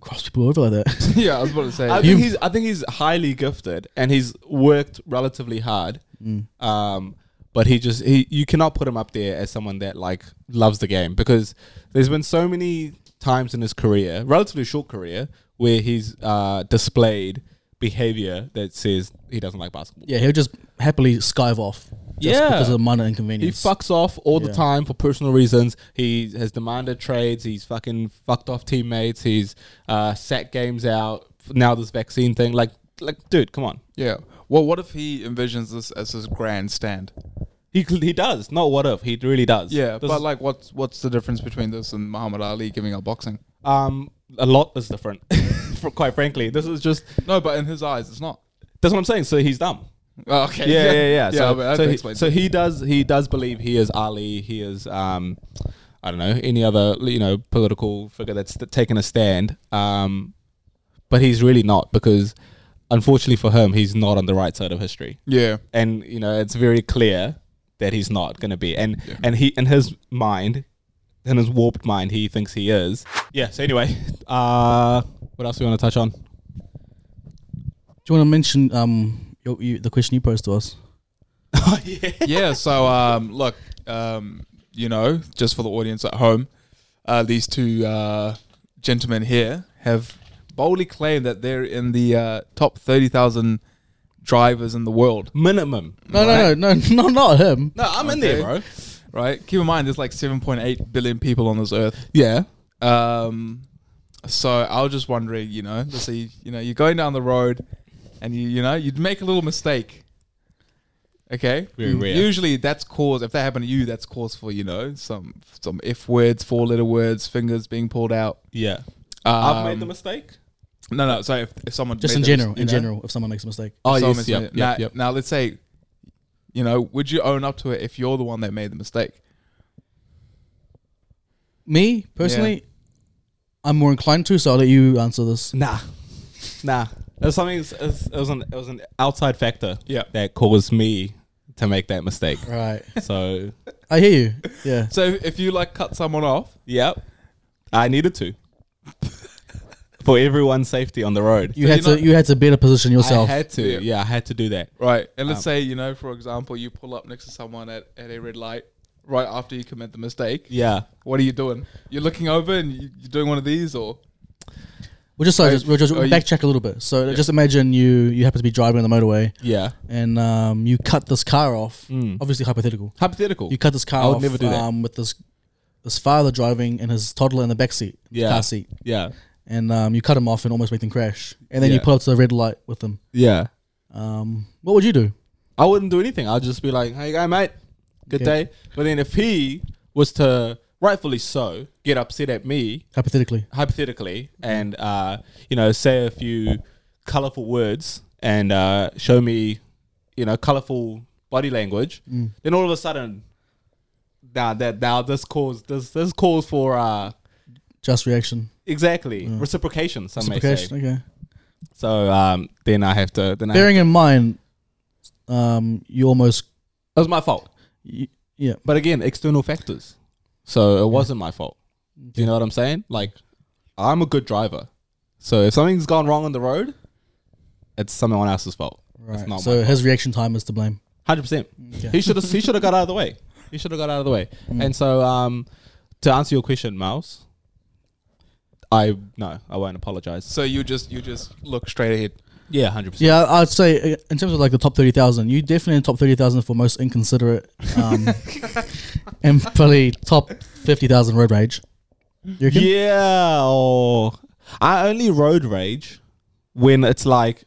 Speaker 4: cross people over like that? (laughs)
Speaker 5: yeah, I was about to say.
Speaker 3: I
Speaker 4: You-
Speaker 3: think he's I think he's highly gifted and he's worked relatively hard.
Speaker 4: Mm.
Speaker 3: Um, but he just he you cannot put him up there as someone that like loves the game because there's been so many times in his career, relatively short career, where he's uh, displayed behavior that says he doesn't like basketball.
Speaker 4: yeah, he'll just happily skive off. Just
Speaker 3: Yeah.
Speaker 4: because of minor
Speaker 3: He
Speaker 4: inconvenience.
Speaker 3: fucks off all the
Speaker 4: Yeah.
Speaker 3: time for personal reasons. He has demanded trades. He's fucking fucked off teammates. He's uh, sat games out. Now this vaccine thing, like, like, dude, come on.
Speaker 5: yeah. Well, what if he envisions this as his grandstand?
Speaker 3: He cl- he does. Not what if. He really does.
Speaker 5: Yeah,
Speaker 3: This
Speaker 5: but
Speaker 3: is-
Speaker 5: like, what's what's the difference between this and Muhammad Ali giving up boxing?
Speaker 3: um, a lot is different. (laughs) for, quite frankly, this is just
Speaker 5: No, but in his eyes, it's not.
Speaker 3: that's what I'm saying. So he's dumb.
Speaker 5: Oh, okay.
Speaker 3: Yeah, yeah, yeah.
Speaker 5: (laughs) yeah
Speaker 3: so,
Speaker 5: but that
Speaker 3: so, he,
Speaker 5: explains
Speaker 3: so
Speaker 5: it.
Speaker 3: he does he does believe he is Ali. He is um, I don't know any other you know political figure that's t- taken a stand. Um, but he's really not because unfortunately for him, he's not on the right side of history.
Speaker 5: yeah.
Speaker 3: and you know it's very clear that he's not going to be and and he in his mind in his warped mind he thinks he is yeah so anyway uh what else do we want to touch on
Speaker 4: Do you want to mention um your, you, the question you posed to us?
Speaker 3: oh yeah
Speaker 5: yeah. So um, look, um, you know, just for the audience at home, uh, these two uh, gentlemen here have boldly claimed that they're in the uh, top thirty thousand drivers in the world.
Speaker 3: minimum
Speaker 4: No, no, no, (laughs) no, no, not him.
Speaker 3: no i'm in there bro
Speaker 5: Right. Keep in mind, there's like seven point eight billion people on this earth.
Speaker 3: yeah
Speaker 5: Um, so I was just wondering, you know, let's see, you know, you're going down the road, and you, you know, you'd make a little mistake. Okay.
Speaker 3: Very rare.
Speaker 5: Usually, that's cause if that happened to you, that's cause for you know some some f words, four letter words, fingers being pulled out.
Speaker 3: yeah
Speaker 5: Um,
Speaker 3: i've made the mistake
Speaker 5: No, no. So if, if someone
Speaker 4: Just
Speaker 5: made
Speaker 4: in
Speaker 5: the mis-
Speaker 4: general,
Speaker 5: you
Speaker 4: in
Speaker 5: know,
Speaker 4: general, if someone makes a mistake. Uh,
Speaker 3: oh
Speaker 5: someone
Speaker 3: yes
Speaker 5: made-
Speaker 3: yep,
Speaker 5: now,
Speaker 3: yep, yep.
Speaker 5: now let's say, you know, would you own up to it if you're the one that made the mistake?
Speaker 4: Me personally, I'm more inclined to, so I'll let you
Speaker 3: (laughs)
Speaker 4: answer this.
Speaker 3: nah nah it was something it was, it was an it was an outside factor
Speaker 5: Yeah.
Speaker 3: that caused me to make that mistake
Speaker 4: Right,
Speaker 3: so
Speaker 4: I hear you.
Speaker 3: (laughs)
Speaker 4: Yeah,
Speaker 5: So if you like cut someone off,
Speaker 3: yep i needed to for everyone's safety on the road
Speaker 4: you had
Speaker 5: you're
Speaker 4: to
Speaker 5: not-
Speaker 4: you had to better position yourself.
Speaker 3: I had to.
Speaker 5: Yeah.
Speaker 3: Yeah. I had to do that.
Speaker 5: Right. And let's say, you know, for example, you pull up next to someone at, at a red light right after you commit the mistake.
Speaker 3: Yeah.
Speaker 5: What are you doing? You're looking over and you, you're doing one of these or?
Speaker 4: We'll just, sorry,
Speaker 5: Oh,
Speaker 4: just, we'll just
Speaker 5: oh, you-
Speaker 4: backtrack a little bit. So just imagine you you happen to be driving on the motorway
Speaker 3: Yeah.
Speaker 4: and um, you cut this car off. Obviously hypothetical.
Speaker 3: Hypothetical.
Speaker 4: You cut this car
Speaker 3: I would
Speaker 4: off
Speaker 3: never do that.
Speaker 4: Um, with this this father driving and his toddler in the back seat,
Speaker 3: Yeah.
Speaker 4: car seat,
Speaker 3: yeah.
Speaker 4: and um, you cut him off and almost make them crash. And then you
Speaker 3: Yeah.
Speaker 4: pull up to the red light with them.
Speaker 3: Yeah.
Speaker 4: Um, what would you do?
Speaker 3: I wouldn't do anything. I'd just be like, "Hey, guy, mate, good
Speaker 4: Okay.
Speaker 3: day." But then if he was to rightfully so get upset at me,
Speaker 4: Hypothetically,
Speaker 3: hypothetically,
Speaker 4: Mm-hmm.
Speaker 3: and uh, you know, say a few colorful words and uh, show me, you know, colorful body language,
Speaker 4: Mm.
Speaker 3: then all of a sudden, now that now this calls this this calls for uh,
Speaker 4: just reaction.
Speaker 3: exactly reciprocation. Some may say.
Speaker 4: Mm. Reciprocation. Okay.
Speaker 3: So um, then I have to. Then I have,
Speaker 4: Bearing in mind, um, you almost
Speaker 3: that was my fault.
Speaker 4: y- yeah.
Speaker 3: But again, external factors. So it wasn't my fault. Do you know what I'm saying? Like, I'm a good driver. So if something's gone wrong on the road, it's someone else's fault. It's
Speaker 4: Right.
Speaker 3: not
Speaker 4: So
Speaker 3: my
Speaker 4: his reaction time is to blame.
Speaker 3: Hundred percent. He should have. he should have got out of the way. He should have got out of the way. And so, um, to answer your question, Miles, I no, I won't apologize.
Speaker 5: So you just, you just look straight ahead.
Speaker 3: Yeah, hundred percent.
Speaker 4: Yeah, I'd say uh, in terms of like the top thirty thousand, you definitely in top thirty thousand for most inconsiderate, um, and probably top fifty thousand road rage. You reckon?
Speaker 3: Yeah. Oh, I only road rage when it's like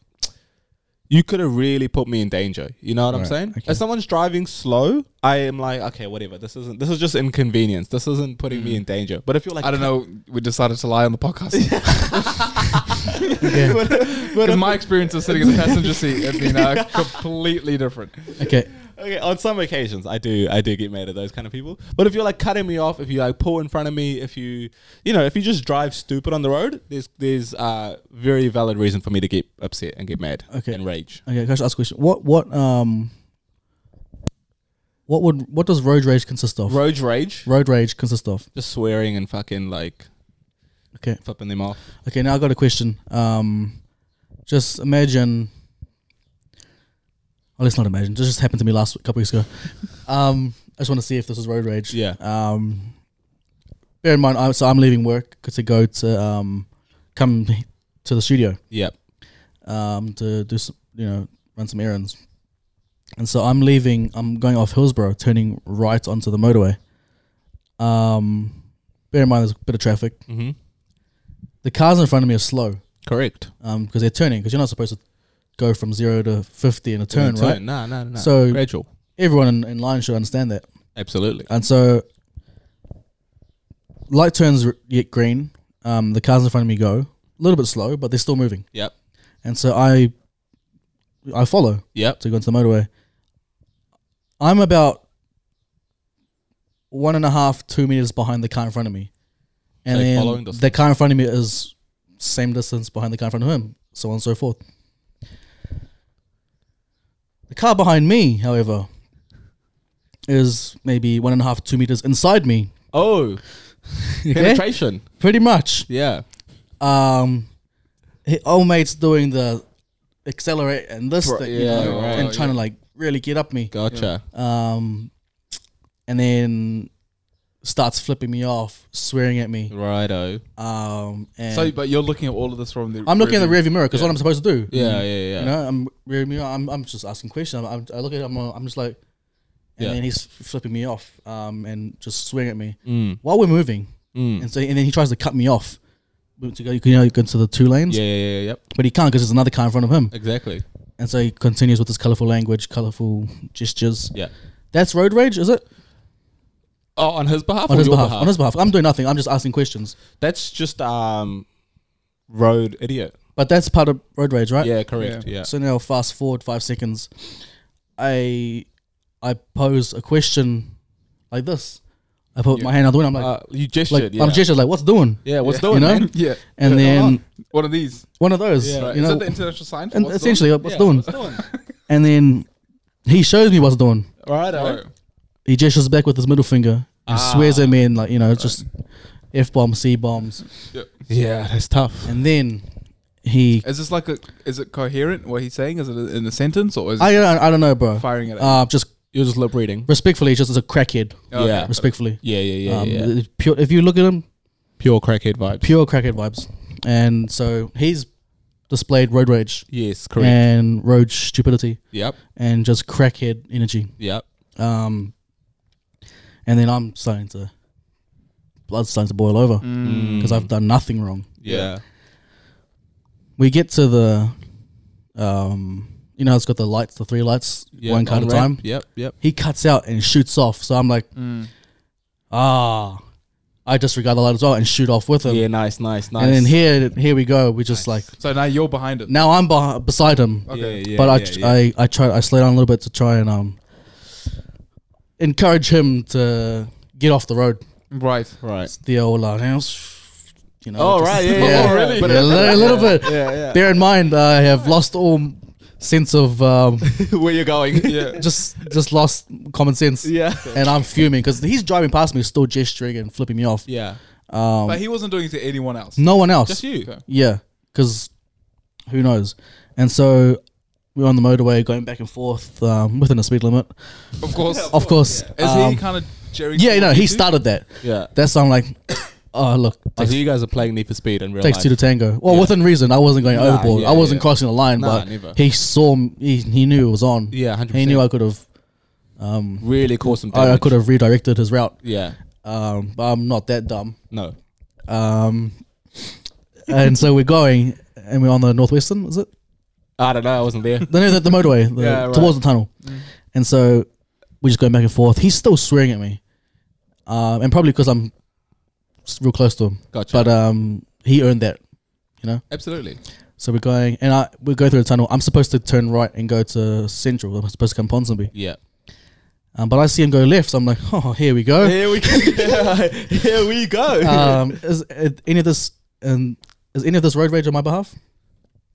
Speaker 3: you could have really put me in danger. You know what I'm
Speaker 4: Right,
Speaker 3: saying?
Speaker 4: okay.
Speaker 3: If someone's driving slow, I am like, okay, whatever. This isn't. This is just inconvenience. This isn't putting me in danger. But if you're like,
Speaker 5: I don't know. We decided to lie on the podcast. (laughs)
Speaker 4: Yeah.
Speaker 5: Because my experience of sitting in the passenger seat has been uh, (laughs) completely different.
Speaker 4: Okay.
Speaker 3: Okay, on some occasions I do I do get mad at those kind of people. But if you're like cutting me off, if you like pull in front of me, if you you know, if you just drive stupid on the road, there's there's uh very valid reason for me to get upset and get mad
Speaker 4: Okay.
Speaker 3: and rage.
Speaker 4: Okay. Can I just ask a question? What what um, what would what does road rage consist of?
Speaker 3: Road rage.
Speaker 4: road rage consist of.
Speaker 3: Just swearing and fucking like
Speaker 4: Okay.
Speaker 3: flipping them off.
Speaker 4: Okay, now I got a question. Um, just imagine. Oh, let's not imagine. This just happened to me last couple weeks ago. Um, I just want to see if this is road rage.
Speaker 3: Yeah.
Speaker 4: Um, bear in mind, I, so I'm leaving work to go to um, come to the studio
Speaker 3: Yep.
Speaker 4: um, to do some, you know, run some errands. And so I'm leaving. I'm going off Hillsborough, turning right onto the motorway. Um, bear in mind, there's a bit of traffic.
Speaker 3: Mm-hmm.
Speaker 4: The cars in front of me are slow.
Speaker 3: Correct.
Speaker 4: because Um, they're turning because you're not supposed to go from zero to 50 in a turn,
Speaker 3: And
Speaker 4: right?
Speaker 3: No, no, no.
Speaker 4: So-
Speaker 3: gradual.
Speaker 4: Everyone in, in line should understand that.
Speaker 3: Absolutely.
Speaker 4: And so light turns r- yet green. Um, the cars in front of me go a little bit slow, but they're still moving.
Speaker 3: Yep.
Speaker 4: And so I I follow
Speaker 3: Yep.
Speaker 4: to go into the motorway. I'm about one and a half, two meters behind the car in front of me. And
Speaker 3: So
Speaker 4: then
Speaker 3: following distance.
Speaker 4: the car in front of me is same distance behind the car in front of him, so on and so forth. The car behind me, however, is maybe one and a half, two meters inside me. (laughs)
Speaker 3: Oh.
Speaker 4: Okay?
Speaker 3: Penetration.
Speaker 4: Pretty much.
Speaker 3: Yeah.
Speaker 4: Um, he- old mate's doing the accelerate and this thing, you
Speaker 3: yeah,
Speaker 4: know,
Speaker 3: right.
Speaker 4: and trying to like really get up me.
Speaker 3: Gotcha.
Speaker 4: um, and then starts flipping me off, swearing at me.
Speaker 3: Uh, Righto.
Speaker 4: Um, and
Speaker 5: So, but you're looking at all of this from the.
Speaker 4: I'm looking at the rearview mirror because what I'm supposed to do.
Speaker 3: Yeah, yeah, yeah.
Speaker 4: You know, I'm rear mirror. I'm, I'm just asking questions. I'm, I'm, I look at him. I'm just like, and
Speaker 3: Yeah.
Speaker 4: then he's flipping me off, um, and just swearing at me
Speaker 3: Mm.
Speaker 4: while we're moving.
Speaker 3: Mm.
Speaker 4: And so, and then he tries to cut me off. We- To go, you know, you go into the two lanes,
Speaker 3: Yeah, yeah, yeah, yep.
Speaker 4: but he can't because there's another car in front of him.
Speaker 3: Exactly.
Speaker 4: And so he continues with his colorful language, colorful gestures.
Speaker 3: Yeah.
Speaker 4: That's road rage, is it?
Speaker 3: Oh, on his behalf
Speaker 4: on
Speaker 3: or
Speaker 4: his
Speaker 3: your
Speaker 4: behalf, On his behalf. I'm doing nothing. I'm just asking questions.
Speaker 3: That's just um, road idiot.
Speaker 4: But that's part of road rage, right?
Speaker 3: Yeah, correct. Yeah.
Speaker 4: So now, fast forward five seconds. I I pose a question like this. I put my hand out the window. I'm like,
Speaker 3: Uh, you gestured.
Speaker 4: like
Speaker 3: yeah.
Speaker 4: I'm gestured like, what's doing?
Speaker 3: yeah. What's
Speaker 4: You
Speaker 3: doing,
Speaker 4: know?
Speaker 3: man?
Speaker 5: Yeah.
Speaker 4: And
Speaker 5: Yeah,
Speaker 4: then
Speaker 5: hold on. one of these.
Speaker 4: one of those.
Speaker 3: Yeah.
Speaker 4: You
Speaker 5: Is
Speaker 4: know,
Speaker 5: that the international sign? for
Speaker 4: and
Speaker 5: what's the-
Speaker 4: essentially, what's doing?
Speaker 3: doing?
Speaker 4: And then he shows me what's doing.
Speaker 3: right.
Speaker 5: Oh,
Speaker 4: He gestures back with his middle finger and
Speaker 3: Ah.
Speaker 4: swears at me and like you know just f bombs, c bombs,
Speaker 3: Yeah, that's tough.
Speaker 4: and then he.
Speaker 5: Is this like a? Is it coherent? What he's saying? Is it in a sentence or is
Speaker 4: I
Speaker 5: it
Speaker 4: don't, I don't know, bro.
Speaker 5: firing it? At
Speaker 4: Uh, just
Speaker 3: You're just lip reading.
Speaker 4: respectfully, just as a crackhead.
Speaker 5: you? Okay.
Speaker 3: yeah.
Speaker 4: Respectfully.
Speaker 3: Yeah, yeah, yeah,
Speaker 4: um,
Speaker 3: yeah. yeah.
Speaker 4: it's Pure, if you look at him,
Speaker 3: Pure crackhead vibes.
Speaker 4: pure crackhead vibes. And so he's displayed road rage
Speaker 3: Yes, correct.
Speaker 4: and road stupidity
Speaker 3: Yep.
Speaker 4: and just crackhead energy.
Speaker 3: Yep.
Speaker 4: Um, and then I'm starting to, blood's starting to boil over
Speaker 5: Mm.
Speaker 4: because I've done nothing wrong.
Speaker 3: Yeah.
Speaker 4: We get to the, um, you know, how it's got the lights, the three lights,
Speaker 3: yeah.
Speaker 4: one car at a
Speaker 3: on-ramp.
Speaker 4: time.
Speaker 3: Yep. Yep.
Speaker 4: He cuts out and shoots off. So I'm like, ah, I disregard the light as well and shoot off with him.
Speaker 3: Yeah. Nice. Nice. Nice.
Speaker 4: And then here, here we go. We're just like,
Speaker 5: So now you're behind it.
Speaker 4: now I'm beh- beside him,
Speaker 5: Okay.
Speaker 3: Yeah, yeah,
Speaker 4: but I,
Speaker 3: yeah,
Speaker 4: tr
Speaker 3: yeah.
Speaker 4: I I tried I slid down a little bit to try and um encourage him to get off the road.
Speaker 5: Right.
Speaker 3: right.
Speaker 4: The old uh, you know.
Speaker 3: Oh
Speaker 4: just-
Speaker 3: right. Yeah.
Speaker 4: Yeah.
Speaker 3: yeah. really?
Speaker 4: But a li- a little bit.
Speaker 3: (laughs) Yeah.
Speaker 4: Bear in mind, I have lost all sense of um,
Speaker 3: (laughs) Yeah. (laughs) Where you're going?
Speaker 5: Yeah.
Speaker 4: just just lost common sense.
Speaker 3: yeah.
Speaker 4: And I'm fuming because he's driving past me, still gesturing and flipping me off.
Speaker 3: Yeah.
Speaker 5: But he wasn't doing it to anyone else.
Speaker 4: Um, No one else.
Speaker 3: Just you.
Speaker 4: Yeah, because who knows? And so we're on the motorway going back and forth um, within the speed limit.
Speaker 5: Of course.
Speaker 4: (laughs) Of course.
Speaker 3: Oh,
Speaker 5: Is
Speaker 4: um,
Speaker 5: he kind of Jerry?
Speaker 4: yeah, no, he
Speaker 5: Seinfeld?
Speaker 4: started that.
Speaker 3: Yeah.
Speaker 4: That's why I'm like, (coughs) oh look,
Speaker 3: Oh,
Speaker 4: takes,
Speaker 3: so you guys are playing Need for Speed in real
Speaker 4: takes
Speaker 3: life.
Speaker 4: two to tango. Well, within reason, I wasn't going overboard.
Speaker 3: yeah,
Speaker 4: I wasn't
Speaker 3: yeah.
Speaker 4: crossing the line,
Speaker 3: Nah,
Speaker 4: but
Speaker 3: never.
Speaker 4: he saw. m- He he knew it was on.
Speaker 3: yeah, hundred
Speaker 4: he
Speaker 3: percent.
Speaker 4: knew I could have. Um,
Speaker 3: really cause some damage.
Speaker 4: I, I could have redirected his route.
Speaker 3: Yeah,
Speaker 4: Um, but I'm not that dumb.
Speaker 3: no.
Speaker 4: Um, and so we're going, and we're on the northwestern. Is it?
Speaker 3: I don't know. I wasn't there.
Speaker 4: No, no, the, the motorway the,
Speaker 3: Yeah, right. Mm.
Speaker 4: towards the tunnel. And so we just go back and forth. He's still swearing at me, um, and probably because I'm s- real close to him.
Speaker 3: (laughs) Gotcha.
Speaker 4: But um, he earned that, you know.
Speaker 5: Absolutely.
Speaker 4: So we're going, and I we go through the tunnel. I'm supposed to turn right and go to Central. I'm supposed to come Ponsonby,
Speaker 3: yeah.
Speaker 4: um, but I see him go left. So I'm like, (laughs) oh, here we
Speaker 3: (laughs)
Speaker 4: go.
Speaker 3: Here we go. (laughs) Here we go.
Speaker 4: um, is uh, any of this um, is any of this road rage on my behalf?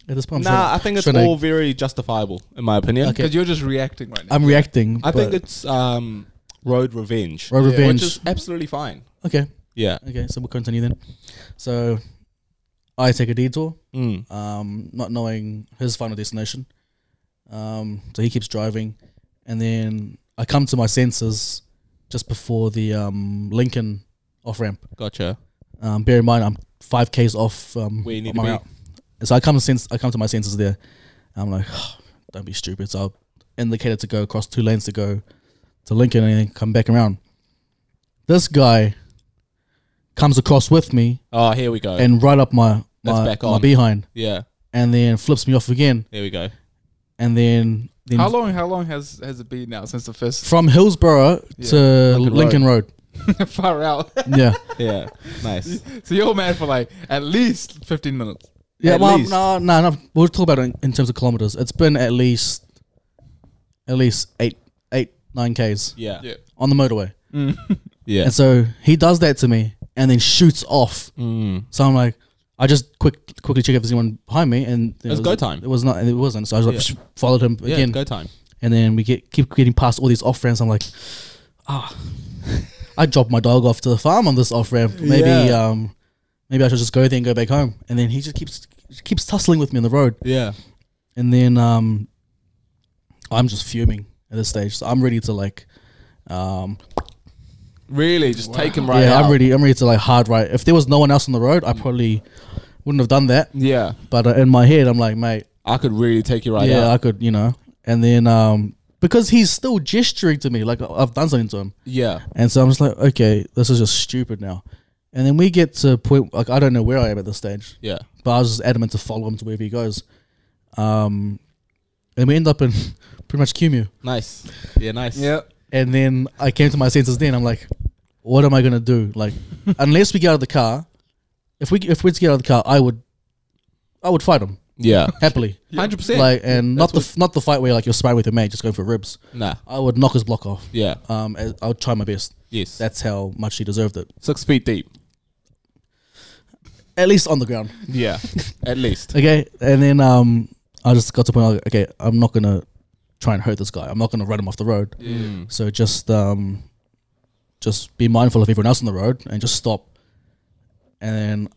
Speaker 4: At this point, I'm
Speaker 3: nah,
Speaker 4: trying
Speaker 3: I
Speaker 4: to-
Speaker 3: think it's
Speaker 4: trying to-
Speaker 3: all very justifiable in my opinion.
Speaker 4: Okay.
Speaker 5: Because you're just reacting right now.
Speaker 4: I'm reacting.
Speaker 3: I think
Speaker 4: but-
Speaker 3: it's um road revenge,
Speaker 4: road revenge.
Speaker 3: which is absolutely fine.
Speaker 4: okay,
Speaker 3: Yeah.
Speaker 4: okay. So we'll continue then. So I take a detour,
Speaker 3: Mm.
Speaker 4: um, not knowing his final destination. Um, so he keeps driving, and then I come to my senses just before the um, Lincoln off ramp.
Speaker 3: Gotcha.
Speaker 4: Um, bear in mind, I'm five k's off. Um,
Speaker 3: Where you need
Speaker 4: on
Speaker 3: to
Speaker 4: my
Speaker 3: be.
Speaker 4: route. So I come sense. I come to my senses there. I'm like, don't be stupid. So I'll indicate it to go across two lanes to go to Lincoln and then come back around. This guy comes across with me
Speaker 3: Oh, here we go.
Speaker 4: and right up my my,
Speaker 3: back
Speaker 4: my
Speaker 3: on.
Speaker 4: behind,
Speaker 3: yeah.
Speaker 4: and then flips me off again,
Speaker 3: Here we go.
Speaker 4: and then then
Speaker 5: How long? How long has has it been now since the first (laughs)
Speaker 4: from Hillsborough to Lincoln,
Speaker 3: Lincoln
Speaker 4: Road.
Speaker 5: far out? (laughs)
Speaker 3: (laughs)
Speaker 4: Yeah,
Speaker 3: Yeah. nice.
Speaker 5: so you're mad for like at least fifteen minutes.
Speaker 4: yeah.
Speaker 3: At
Speaker 4: well,
Speaker 3: least.
Speaker 4: no, no, no. We'll talk about it in, in terms of kilometers. It's been at least at least eight eight nine k's
Speaker 3: Yeah.
Speaker 5: Yeah.
Speaker 4: on the motorway.
Speaker 3: Yeah.
Speaker 4: And so he does that to me and then shoots off.
Speaker 3: Mm.
Speaker 4: So I'm like, I just quick quickly check if there's anyone behind me, and it
Speaker 3: was go time.
Speaker 4: It was not, and it wasn't. So I was like, followed him
Speaker 3: Yeah.
Speaker 4: again,
Speaker 3: Go time.
Speaker 4: and then we get keep getting past all these off ramps. I'm like, ah, (laughs) I dropped my dog off to the farm on this off ramp. Maybe
Speaker 3: Yeah.
Speaker 4: um, maybe I should just go there and go back home. And then he just keeps keeps tussling with me on the road,
Speaker 3: Yeah.
Speaker 4: and then um, I'm just fuming at this stage. So I'm ready to like, um,
Speaker 3: Really, just take him right
Speaker 4: yeah,
Speaker 3: out.
Speaker 4: I'm ready. I'm ready to like hard right. If there was no one else on the road, I probably wouldn't have done that.
Speaker 3: yeah.
Speaker 4: But uh, in my head, I'm like, mate,
Speaker 3: I could really take you right
Speaker 4: yeah,
Speaker 3: out.
Speaker 4: I could, you know. And then um, because he's still gesturing to me, like I- I've done something to him,
Speaker 3: Yeah.
Speaker 4: and so I'm just like, okay, this is just stupid now. And then we get to a point like I don't know where I am at this stage,
Speaker 3: Yeah.
Speaker 4: but I was just adamant to follow him to wherever he goes. Um, and we end up in (laughs) pretty much Cumu.
Speaker 3: Nice. Yeah, nice.
Speaker 4: And then I came to my senses. Then I'm like, what am I gonna do? Like, unless we get out of the car, if we if we to get out of the car, I would, I would fight him
Speaker 3: Yeah.
Speaker 4: happily.
Speaker 3: Hundred percent.
Speaker 4: Like, and not the f- not the fight where like you're sparring with your mate, just going for ribs.
Speaker 3: Nah.
Speaker 4: I would knock his block off.
Speaker 3: Yeah.
Speaker 4: Um, and I would try my best.
Speaker 3: Yes. That's
Speaker 4: That's how much he deserved it.
Speaker 3: six feet deep.
Speaker 4: At least on the ground. (laughs)
Speaker 3: Yeah. At least.
Speaker 4: Okay, and then um, I just got to a point. Like, okay, I'm not gonna try and hurt this guy. I'm not gonna run him off the road.
Speaker 3: Mm.
Speaker 4: So just um, just be mindful of everyone else on the road and just stop. And then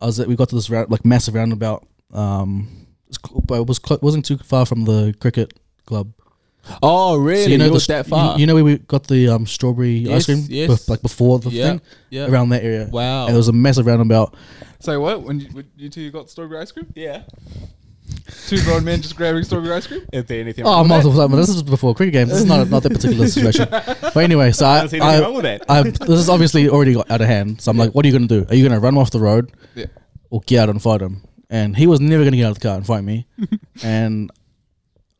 Speaker 4: I was at, we got to this round, like massive roundabout. Um, it's cl- but it was cl- wasn't too far from the cricket club.
Speaker 3: Oh, really?
Speaker 4: So you know
Speaker 3: It
Speaker 4: the
Speaker 3: was
Speaker 4: sh-
Speaker 3: that
Speaker 4: you-
Speaker 3: far?
Speaker 4: You, know where we got the um, strawberry
Speaker 3: Yes,
Speaker 4: ice cream,
Speaker 3: yes.
Speaker 4: Bef- like before the
Speaker 3: yeah.
Speaker 4: thing
Speaker 3: Yeah.
Speaker 4: around that area.
Speaker 3: Wow.
Speaker 4: And there was a massive roundabout.
Speaker 5: So what? When you, when you two got strawberry ice cream?
Speaker 3: yeah.
Speaker 5: Two grown men just grabbing strawberry ice cream?
Speaker 3: Is there anything?
Speaker 4: Oh, multiple times. This is before cricket games. This is not not that particular situation. But anyway, so I,
Speaker 3: don't see
Speaker 4: I-
Speaker 3: anything wrong with that.
Speaker 4: I- this is obviously already got out of hand. So I'm like, what are you gonna do? Are you gonna run off the road,
Speaker 5: Yeah.
Speaker 4: or get out and fight him? And he was never gonna get out of the car and fight me, and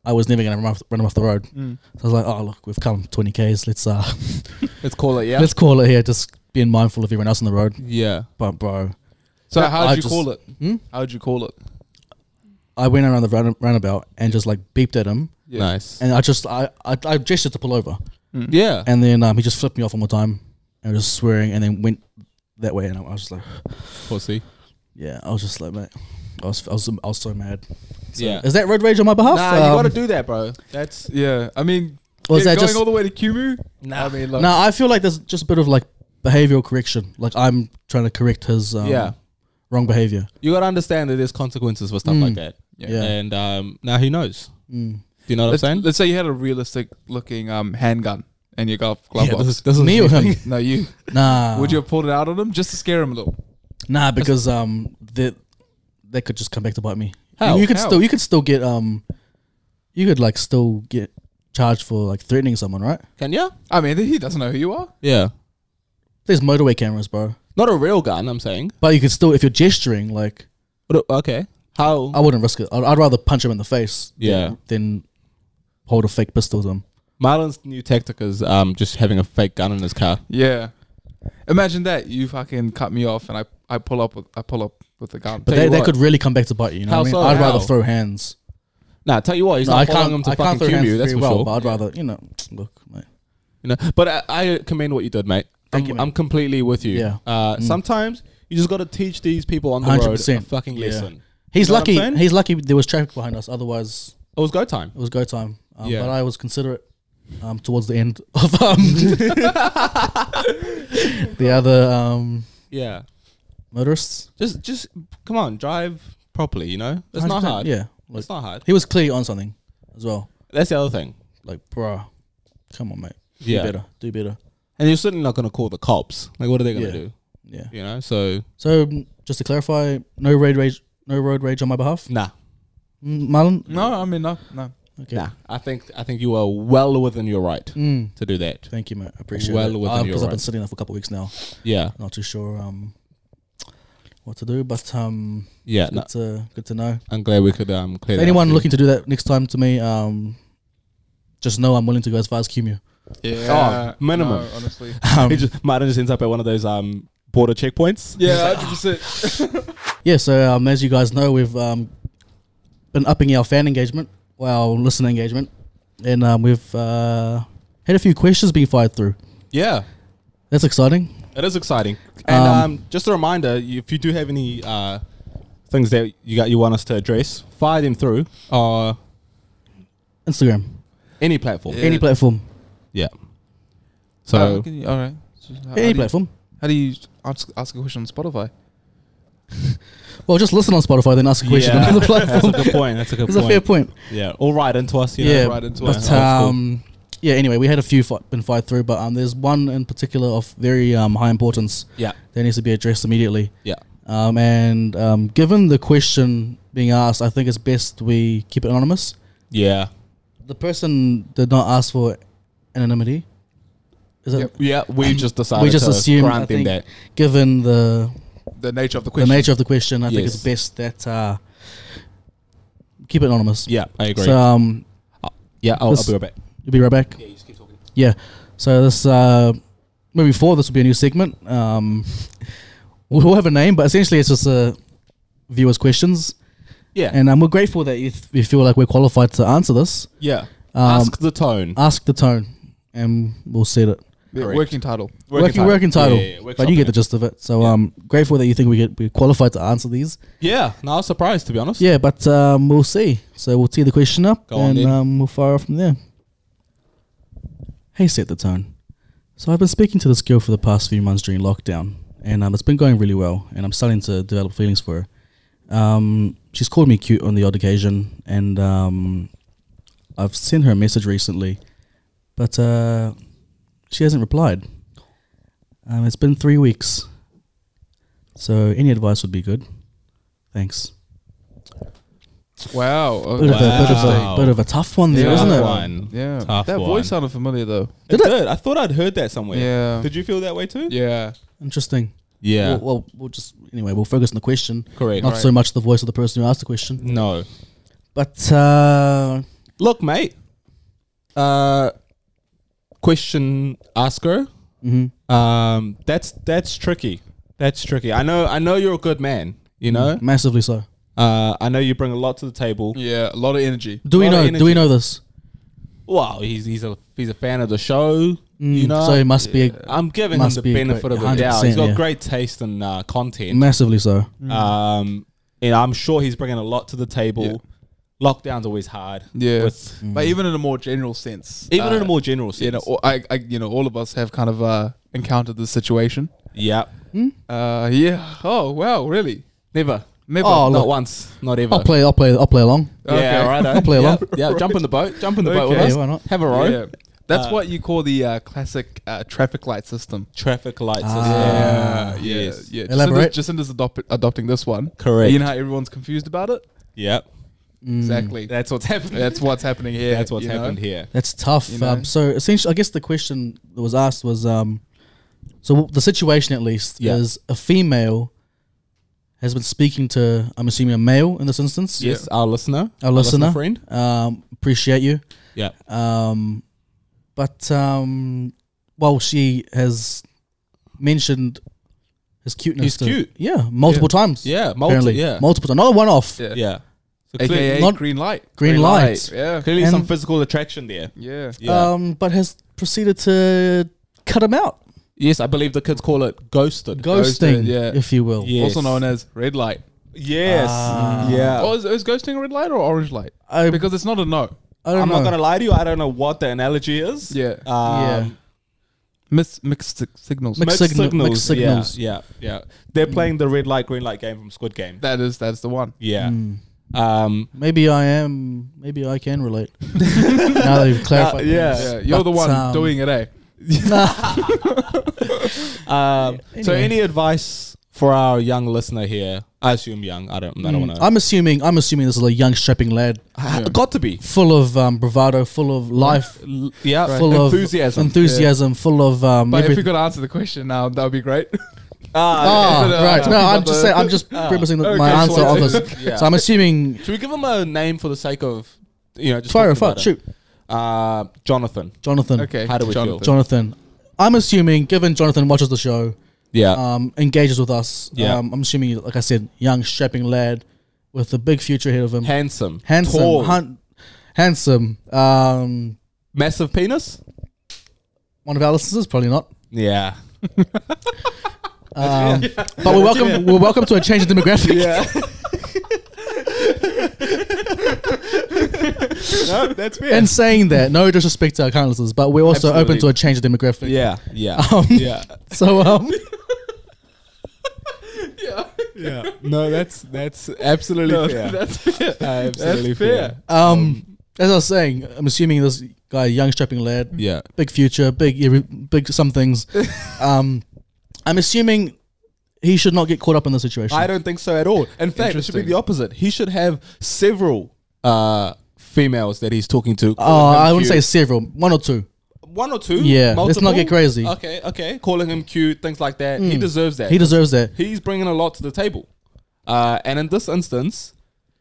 Speaker 4: I was never gonna run off, run him off the road. So I was like, oh look, we've come 20 k's. Let's uh,
Speaker 3: Let's call it. Yeah.
Speaker 4: let's call it here. Just being mindful of everyone else on the road.
Speaker 3: yeah.
Speaker 4: But bro,
Speaker 5: So how
Speaker 4: I
Speaker 5: would you
Speaker 4: just-
Speaker 5: call it?
Speaker 4: Hmm?
Speaker 5: How would you call it?
Speaker 4: I went around the round- roundabout and just like beeped at him,
Speaker 5: Yeah.
Speaker 3: Nice.
Speaker 4: and I just I I, I gestured to pull over.
Speaker 3: yeah.
Speaker 4: And then um, he just flipped me off one more time and was just swearing and then went that way. And I was just like,
Speaker 3: Pussy.
Speaker 4: yeah, I was just like, mate, I was, I was, I was so mad. So,
Speaker 3: Yeah.
Speaker 4: Is that road rage on my behalf?
Speaker 3: Nah,
Speaker 4: Um,
Speaker 3: you gotta do that, bro. That's
Speaker 5: Yeah. I mean,
Speaker 4: Or is
Speaker 5: get-
Speaker 4: that
Speaker 5: going
Speaker 4: just-
Speaker 5: all the way to Kumu?
Speaker 3: Nah.
Speaker 5: I mean,
Speaker 4: No,
Speaker 5: like,
Speaker 4: I feel like there's just a bit of like behavioral correction. Like I'm trying to correct his um,
Speaker 3: Yeah.
Speaker 4: wrong behavior.
Speaker 3: you gotta understand that there's consequences for stuff like that.
Speaker 5: Yeah.
Speaker 4: Mm. Yeah. Mm.
Speaker 3: And um, now who knows? Do you know what
Speaker 5: let's,
Speaker 3: I'm saying?
Speaker 5: let's say you had a realistic looking um handgun and your golf glove box.
Speaker 4: Me or him?
Speaker 5: no, you.
Speaker 4: (laughs) Nah.
Speaker 5: Would you have pulled it out on him just to scare him a little?
Speaker 4: Nah, because um, that that could just come back to bite me.
Speaker 5: How?
Speaker 4: You could
Speaker 5: How?
Speaker 4: still you could still get um, you could like still get charged for like threatening someone, right?
Speaker 3: Can you?
Speaker 5: I mean, he doesn't know who you are.
Speaker 3: Yeah.
Speaker 4: There's motorway cameras, bro.
Speaker 3: Not a real gun, I'm saying.
Speaker 4: But you could still, if you're gesturing, like
Speaker 3: But, uh, okay. How?
Speaker 4: I wouldn't risk it. I'd, I'd rather punch him in the face. than-
Speaker 3: Yeah.
Speaker 4: Than hold a fake pistol to him.
Speaker 3: Marlon's new tactic is um, just having a fake gun in his car.
Speaker 5: Yeah. Imagine that you fucking cut me off and I, I pull up with I pull up with the gun.
Speaker 4: But
Speaker 3: Tell
Speaker 4: they,
Speaker 3: you
Speaker 4: they
Speaker 3: what.
Speaker 4: could really come back to bite you. You know
Speaker 3: How
Speaker 4: what I mean?
Speaker 3: so?
Speaker 4: I'd rather
Speaker 3: How?
Speaker 4: throw hands.
Speaker 3: Nah, tell you what, he's
Speaker 4: No, I
Speaker 3: not
Speaker 4: can't.
Speaker 3: following him to
Speaker 4: I can't
Speaker 3: fucking
Speaker 4: throw
Speaker 3: kill
Speaker 4: hands
Speaker 3: you. That's
Speaker 4: very
Speaker 3: for
Speaker 4: well.
Speaker 3: sure.
Speaker 4: But I'd rather, you know, look, mate.
Speaker 3: You know, but I, I commend what you did, mate.
Speaker 4: Thank
Speaker 3: I'm,
Speaker 4: you, mate.
Speaker 3: I'm completely with you.
Speaker 4: Yeah.
Speaker 3: Uh,
Speaker 4: Mm.
Speaker 3: Sometimes you just got to teach these people on the road a
Speaker 4: 100%.
Speaker 3: fucking
Speaker 4: Yeah.
Speaker 3: lesson.
Speaker 4: He's
Speaker 3: know what I'm
Speaker 4: lucky.
Speaker 3: saying?
Speaker 4: He's lucky. There was traffic behind us. Otherwise,
Speaker 3: It was go time.
Speaker 4: it was go time. Um,
Speaker 3: Yeah.
Speaker 4: But I was considerate um, towards the end (laughs) of um, the other um,
Speaker 3: Yeah.
Speaker 4: motorists.
Speaker 3: Just, just come on, drive properly. You know, it's not
Speaker 4: 100%,
Speaker 3: hard.
Speaker 4: Yeah, like,
Speaker 3: it's not hard.
Speaker 4: he was clearly on something as well.
Speaker 3: That's the other thing.
Speaker 4: Like, bruh, come on, mate.
Speaker 3: Yeah.
Speaker 4: Do better. Do better.
Speaker 3: And you're certainly not going to call the cops. Like, what are they going to
Speaker 4: Yeah.
Speaker 3: do?
Speaker 4: Yeah.
Speaker 3: You know, so
Speaker 4: So mm, just to clarify, no road rage, no road rage on my behalf,
Speaker 3: nah,
Speaker 4: Mm, Marlon.
Speaker 5: no, I mean no, no.
Speaker 4: Okay.
Speaker 3: nah. I think I think you are well within your right
Speaker 4: Mm,
Speaker 3: to do that.
Speaker 4: thank you, mate. I appreciate
Speaker 3: Well
Speaker 4: it.
Speaker 3: within
Speaker 4: Uh,
Speaker 3: your
Speaker 4: I've been
Speaker 3: right.
Speaker 4: sitting there for a couple of weeks now.
Speaker 3: Yeah,
Speaker 4: Not too sure um what to do, but um,
Speaker 3: yeah.
Speaker 4: it's
Speaker 3: No,
Speaker 4: good to good to know.
Speaker 3: I'm glad we could um clear.
Speaker 4: If
Speaker 3: that up for
Speaker 4: anyone
Speaker 3: you.
Speaker 4: looking to do that next time to me, um, just know I'm willing to go as far as Kimu.
Speaker 5: Yeah.
Speaker 3: Oh, minimum.
Speaker 5: No, honestly.
Speaker 4: Um,
Speaker 3: He just Martin just ends up at one of those um border checkpoints.
Speaker 4: (laughs)
Speaker 5: Yeah, hundred percent.
Speaker 4: Yeah, so um, as you guys know, we've um, been upping our fan engagement, well, listener engagement, and um, we've uh, had a few questions being fired through.
Speaker 3: Yeah,
Speaker 4: That's exciting.
Speaker 3: it is exciting. And
Speaker 4: Um,
Speaker 3: um, just a reminder, you- if you do have any uh things that you got you want us to address, fire them through
Speaker 4: Oh.
Speaker 3: uh
Speaker 4: Instagram,
Speaker 3: any platform. Yeah.
Speaker 4: any platform,
Speaker 3: So
Speaker 4: Uh,
Speaker 5: all right. So how- how do
Speaker 4: any
Speaker 5: you-
Speaker 4: platform.
Speaker 5: How do you ask, ask a question on Spotify?
Speaker 4: Well, just listen on Spotify, then ask a question
Speaker 3: Yeah.
Speaker 4: on the
Speaker 3: (laughs)
Speaker 4: platform.
Speaker 3: that's a good point. That's a good
Speaker 4: It's a
Speaker 3: point.
Speaker 4: fair point.
Speaker 3: Yeah, all right into us. You
Speaker 4: yeah,
Speaker 3: know, right into
Speaker 4: but
Speaker 3: us.
Speaker 4: um, yeah. Anyway, we had a few fi- been fired through, but um, there's one in particular of very um, high importance
Speaker 3: yeah,
Speaker 4: that needs to be addressed immediately.
Speaker 3: yeah,
Speaker 4: Um, and um, given the question being asked, I think it's best we keep it anonymous.
Speaker 3: yeah,
Speaker 4: The person did not ask for anonymity. Is it?
Speaker 3: yeah. We just decided
Speaker 4: We just
Speaker 3: to
Speaker 4: assume. I
Speaker 3: grant them
Speaker 4: think,
Speaker 3: that.
Speaker 4: given the
Speaker 5: The nature of the
Speaker 4: the
Speaker 5: question.
Speaker 4: nature of the question, I think it's
Speaker 3: Yes.
Speaker 4: best that uh, keep it anonymous.
Speaker 3: Yeah, I agree.
Speaker 4: So um,
Speaker 3: yeah, I'll, I'll
Speaker 4: this-
Speaker 3: be right back.
Speaker 4: You'll be right back. Yeah, you just keep talking. Yeah. So this uh, moving forward, this will be a new segment. Um, (laughs) we'll have a name, but essentially it's just uh, viewers' questions,
Speaker 3: Yeah,
Speaker 4: and um, we're grateful that you, th- you feel like we're qualified to answer this.
Speaker 3: yeah.
Speaker 4: Um,
Speaker 3: Ask the tone.
Speaker 4: Ask the tone, and we'll set it.
Speaker 5: Yeah,
Speaker 3: Correct.
Speaker 5: working title.
Speaker 4: Working, working title,
Speaker 3: Yeah, yeah, yeah, workshop
Speaker 4: but you get the
Speaker 3: it.
Speaker 4: gist of it. So um, grateful that you think we get we're qualified to answer these.
Speaker 3: Yeah, no, I was surprised to be honest.
Speaker 4: Yeah, but um, we'll see. So we'll tee the question up
Speaker 3: Go on
Speaker 4: and
Speaker 3: then.
Speaker 4: um, we'll fire off from there. Hey, set the tone. So I've been speaking to this girl for the past few months during lockdown, and um, it's been going really well, and I'm starting to develop feelings for her. Um, she's called me cute on the odd occasion, and um, I've sent her a message recently, but uh, she hasn't replied. Um, it's been three weeks, so any advice would be good. Thanks.
Speaker 5: Wow. uh,
Speaker 4: Bit, of a, bit, of
Speaker 3: Wow.
Speaker 4: a, bit of a tough one there,
Speaker 5: Yeah.
Speaker 4: isn't it?
Speaker 3: One.
Speaker 5: Yeah.
Speaker 3: Tough
Speaker 5: that
Speaker 3: one.
Speaker 5: voice sounded familiar though.
Speaker 3: It did. I thought I'd heard that somewhere.
Speaker 5: Yeah.
Speaker 3: Did you feel that way too?
Speaker 5: Yeah.
Speaker 4: Interesting.
Speaker 3: Yeah.
Speaker 4: Well, well, we'll just anyway. We'll focus on the question,
Speaker 3: Correct.
Speaker 4: not so much the voice of the person who asked the question.
Speaker 3: No.
Speaker 4: But uh,
Speaker 3: Look, mate. Uh, question asker.
Speaker 4: mhm.
Speaker 3: Um, that's that's tricky. That's tricky. I know. I know you're a good man. You know.
Speaker 4: massively so.
Speaker 3: Uh, I know you bring a lot to the table.
Speaker 5: Yeah. A lot of energy.
Speaker 4: Do we
Speaker 3: Lot of
Speaker 4: know? Do we
Speaker 3: energy.
Speaker 4: know this?
Speaker 3: Wow. He's he's a he's a fan of the show.
Speaker 4: Mm,
Speaker 3: You know.
Speaker 4: so it must be a-
Speaker 3: I'm giving him
Speaker 4: must
Speaker 3: the
Speaker 4: be great.
Speaker 3: benefit of the doubt. He's
Speaker 4: 100%,
Speaker 3: got
Speaker 4: yeah. Mm.
Speaker 3: great taste in uh, content.
Speaker 4: massively so.
Speaker 3: Um, and I'm sure he's bringing a lot to the table.
Speaker 5: Yeah.
Speaker 3: Lockdown's always hard.
Speaker 5: Yeah. Mm.
Speaker 3: With,
Speaker 5: But even in a more general sense.
Speaker 3: even in
Speaker 5: uh,
Speaker 3: a more general sense.
Speaker 5: you know, all- I, I, you know, all of us have kind of uh, encountered this situation.
Speaker 3: yeah.
Speaker 5: Uh, yeah. Oh wow, really? Never. Never.
Speaker 4: Oh,
Speaker 3: Not
Speaker 4: look.
Speaker 3: once. Not ever.
Speaker 4: I'll play. I'll play. I'll play along.
Speaker 3: Yeah,
Speaker 5: Okay. (laughs)
Speaker 3: right.
Speaker 4: I'll play
Speaker 3: yeah,
Speaker 4: along.
Speaker 3: yeah, jump in the boat. Jump in the boat
Speaker 5: Okay.
Speaker 3: with us.
Speaker 4: Yeah, why not?
Speaker 3: Have a row.
Speaker 5: Yeah. That's what you call the uh, classic uh, traffic light system.
Speaker 3: Traffic lights.
Speaker 5: Yeah, yeah,
Speaker 3: Ah, yes.
Speaker 5: yeah.
Speaker 4: Elaborate.
Speaker 5: Jacinda's, Jacinda's adop- adopting this one.
Speaker 3: Correct.
Speaker 5: You know how everyone's confused about it?
Speaker 3: Yep.
Speaker 5: Exactly.
Speaker 3: That's what's happening.
Speaker 5: That's what's happening here.
Speaker 3: That's what's
Speaker 5: you know?
Speaker 3: happened here.
Speaker 4: That's tough. um, so essentially, I guess the question that was asked was, um, so w- the situation at least
Speaker 3: Yeah.
Speaker 4: is a female has been speaking to, I'm assuming a male in this instance.
Speaker 3: Yes, our listener.
Speaker 4: a listener,
Speaker 3: friend.
Speaker 4: Um, appreciate you.
Speaker 3: Yeah.
Speaker 4: Um, but um, well, she has mentioned his cuteness.
Speaker 3: He's
Speaker 4: to-
Speaker 3: cute.
Speaker 4: Yeah, multiple times.
Speaker 3: Yeah. Multi.
Speaker 4: apparently.
Speaker 3: Yeah.
Speaker 4: multiple times. Not a one off.
Speaker 5: Yeah.
Speaker 3: Yeah. So
Speaker 5: AKA
Speaker 3: clearly,
Speaker 4: Not-
Speaker 5: green light.
Speaker 4: Green light.
Speaker 5: Yeah.
Speaker 3: clearly some
Speaker 4: and-
Speaker 3: physical attraction there.
Speaker 5: Yeah.
Speaker 3: Yeah.
Speaker 4: Um, but has proceeded to cut him out,
Speaker 3: yes, I believe the kids call it ghosted.
Speaker 4: ghosting,
Speaker 5: Ghosted, yeah.
Speaker 4: if you will.
Speaker 3: Yes.
Speaker 5: Also known as red light.
Speaker 3: Yes. yeah.
Speaker 5: Oh, is, is ghosting a red light or orange light?
Speaker 3: Um,
Speaker 4: I,
Speaker 5: Because it's not a no.
Speaker 4: I don't
Speaker 3: I'm
Speaker 4: know.
Speaker 3: not gonna lie to you. I don't know what the analogy is.
Speaker 5: Yeah.
Speaker 3: Um,
Speaker 4: yeah.
Speaker 5: Mis- mixed sig- signals.
Speaker 4: Mixed-
Speaker 3: Mixed
Speaker 4: Signa-
Speaker 3: signals.
Speaker 4: mixed signals.
Speaker 3: Yeah, yeah, yeah. They're playing the red light, green light game from Squid Game.
Speaker 5: that is that's the one.
Speaker 3: Yeah.
Speaker 4: Hmm.
Speaker 3: Um.
Speaker 4: Maybe I am. Maybe I can
Speaker 3: (laughs)
Speaker 4: relate. now that you've clarified.
Speaker 3: yeah.
Speaker 5: Yeah. You're the
Speaker 4: But,
Speaker 5: one
Speaker 4: um,
Speaker 5: doing it, eh?
Speaker 3: Um. So,
Speaker 4: Anyway.
Speaker 3: any advice for our young listener here? I assume young. I don't. I don't want to.
Speaker 4: Hmm. I'm assuming. I'm assuming this is a young, strapping lad,
Speaker 3: Got to be.
Speaker 4: full of um, bravado, full of life,
Speaker 3: Yeah.
Speaker 4: full of
Speaker 5: Enthusiasm.
Speaker 4: enthusiasm, full of um.
Speaker 5: But if
Speaker 4: everyth-
Speaker 5: you could answer the question now, that would be great.
Speaker 3: Uh,
Speaker 4: Ah,
Speaker 5: Yeah.
Speaker 4: right. No,
Speaker 5: Yeah.
Speaker 4: I'm just saying. I'm
Speaker 5: (laughs)
Speaker 4: just premising the my
Speaker 5: uh, Ah. so
Speaker 4: answer
Speaker 5: I-
Speaker 4: on
Speaker 5: (laughs)
Speaker 4: this. So I'm assuming.
Speaker 3: Should we give him a name for the sake of, you know, just
Speaker 4: Fire,
Speaker 3: talking
Speaker 4: fire,
Speaker 3: about it?
Speaker 4: shoot,
Speaker 3: Uh, Jonathan.
Speaker 4: Jonathan.
Speaker 5: Okay.
Speaker 3: How do we
Speaker 5: Jonathan.
Speaker 3: feel?
Speaker 4: Jonathan. I'm assuming, given Jonathan watches the show,
Speaker 3: Yeah.
Speaker 4: um, engages with us.
Speaker 3: Yeah.
Speaker 4: Um, I'm assuming, like I said, young, strapping lad with a big future ahead of him.
Speaker 3: handsome.
Speaker 4: handsome,
Speaker 3: Tall.
Speaker 4: han- handsome. Um,
Speaker 3: massive penis.
Speaker 4: one of our listeners, probably
Speaker 3: (laughs)
Speaker 4: not.
Speaker 3: Yeah.
Speaker 4: Um, But we're welcome. We're welcome to a change in demographic.
Speaker 3: (laughs) No, that's fair.
Speaker 4: And saying that, no disrespect to our current listeners, but we're also open
Speaker 3: Absolutely.
Speaker 4: to a change of demographic.
Speaker 3: yeah. Yeah.
Speaker 4: Um,
Speaker 3: yeah. (laughs)
Speaker 4: So um,
Speaker 3: Yeah. No, that's that's absolutely fair.
Speaker 5: That's fair.
Speaker 3: absolutely
Speaker 5: that's fair.
Speaker 3: fair.
Speaker 4: um, as I was saying, I'm assuming this guy, young strapping lad,
Speaker 3: Yeah.
Speaker 4: big future, big every- big some things.
Speaker 3: (laughs)
Speaker 4: Um, I'm assuming he should not get caught up in the situation.
Speaker 3: I don't think so at all. In fact, it should be
Speaker 5: Interesting.
Speaker 3: the opposite. He should have several uh, females that he's talking to.
Speaker 4: Oh,
Speaker 3: calling him
Speaker 4: I wouldn't say
Speaker 3: cute.
Speaker 4: several, one or two.
Speaker 3: one or two.
Speaker 4: Yeah, let's not get
Speaker 3: multiple?
Speaker 4: crazy.
Speaker 3: Okay, okay. Calling him cute, things like that. He deserves that.
Speaker 4: He deserves that.
Speaker 3: He's bringing a lot to the table. Uh, and in this (laughs) instance,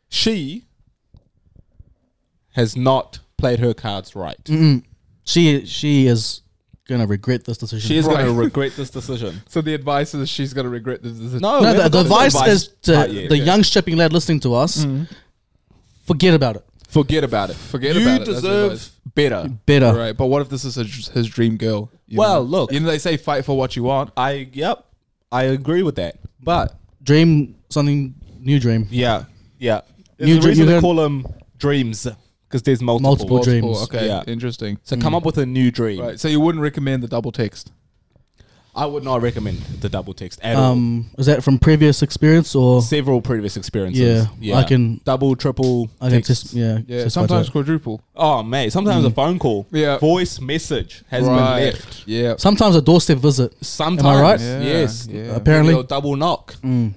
Speaker 3: she has not played her cards right.
Speaker 5: Mm-hmm.
Speaker 4: She she is gonna regret this decision.
Speaker 3: She is going
Speaker 5: Right.
Speaker 3: to regret this
Speaker 4: (laughs)
Speaker 3: decision.
Speaker 5: So the advice is she's gonna regret this decision.
Speaker 3: No,
Speaker 4: no,
Speaker 3: we
Speaker 4: the,
Speaker 3: haven't
Speaker 4: the
Speaker 3: got
Speaker 4: advice is to
Speaker 3: part yet. Ah,
Speaker 4: the
Speaker 3: Yeah. Mm-hmm.
Speaker 4: young shipping lad listening to us, forget about it.
Speaker 3: Forget about it. Forget
Speaker 5: about it.
Speaker 3: you
Speaker 5: That's
Speaker 3: deserve
Speaker 5: advice.
Speaker 3: better.
Speaker 4: Better.
Speaker 5: Right, but what if this is his, his dream girl? you
Speaker 3: Well,
Speaker 5: know?
Speaker 3: look.
Speaker 5: you know they say fight for what you want.
Speaker 3: I yep. I agree with that. But
Speaker 4: Dream something new dream.
Speaker 3: Yeah, yeah. There's
Speaker 4: You
Speaker 3: a
Speaker 4: dr-
Speaker 3: reason
Speaker 4: you
Speaker 3: they
Speaker 4: can-
Speaker 3: call them dreams because there's multiple.
Speaker 4: Multiple Mm. dreams.
Speaker 5: Oh, okay,
Speaker 3: Yeah.
Speaker 5: interesting.
Speaker 3: So come up with a new dream.
Speaker 5: Right, so you wouldn't recommend the double text?
Speaker 3: I would not recommend the double text at all.
Speaker 4: Um, is that from previous experience or
Speaker 3: Several previous experiences.
Speaker 4: Yeah, I can-
Speaker 3: double, triple.
Speaker 4: I can
Speaker 3: text.
Speaker 4: just Mm. yeah.
Speaker 5: Yeah,
Speaker 4: just about
Speaker 5: sometimes
Speaker 4: it.
Speaker 5: quadruple.
Speaker 3: Oh mate, sometimes a phone call,
Speaker 5: Yeah.
Speaker 3: voice message has
Speaker 5: right.
Speaker 3: been left.
Speaker 5: Yeah.
Speaker 4: sometimes a doorstep visit.
Speaker 3: Sometimes,
Speaker 4: right?
Speaker 5: Yeah,
Speaker 3: yes,
Speaker 5: yeah.
Speaker 4: Apparently.
Speaker 3: Maybe a double knock.
Speaker 4: Um,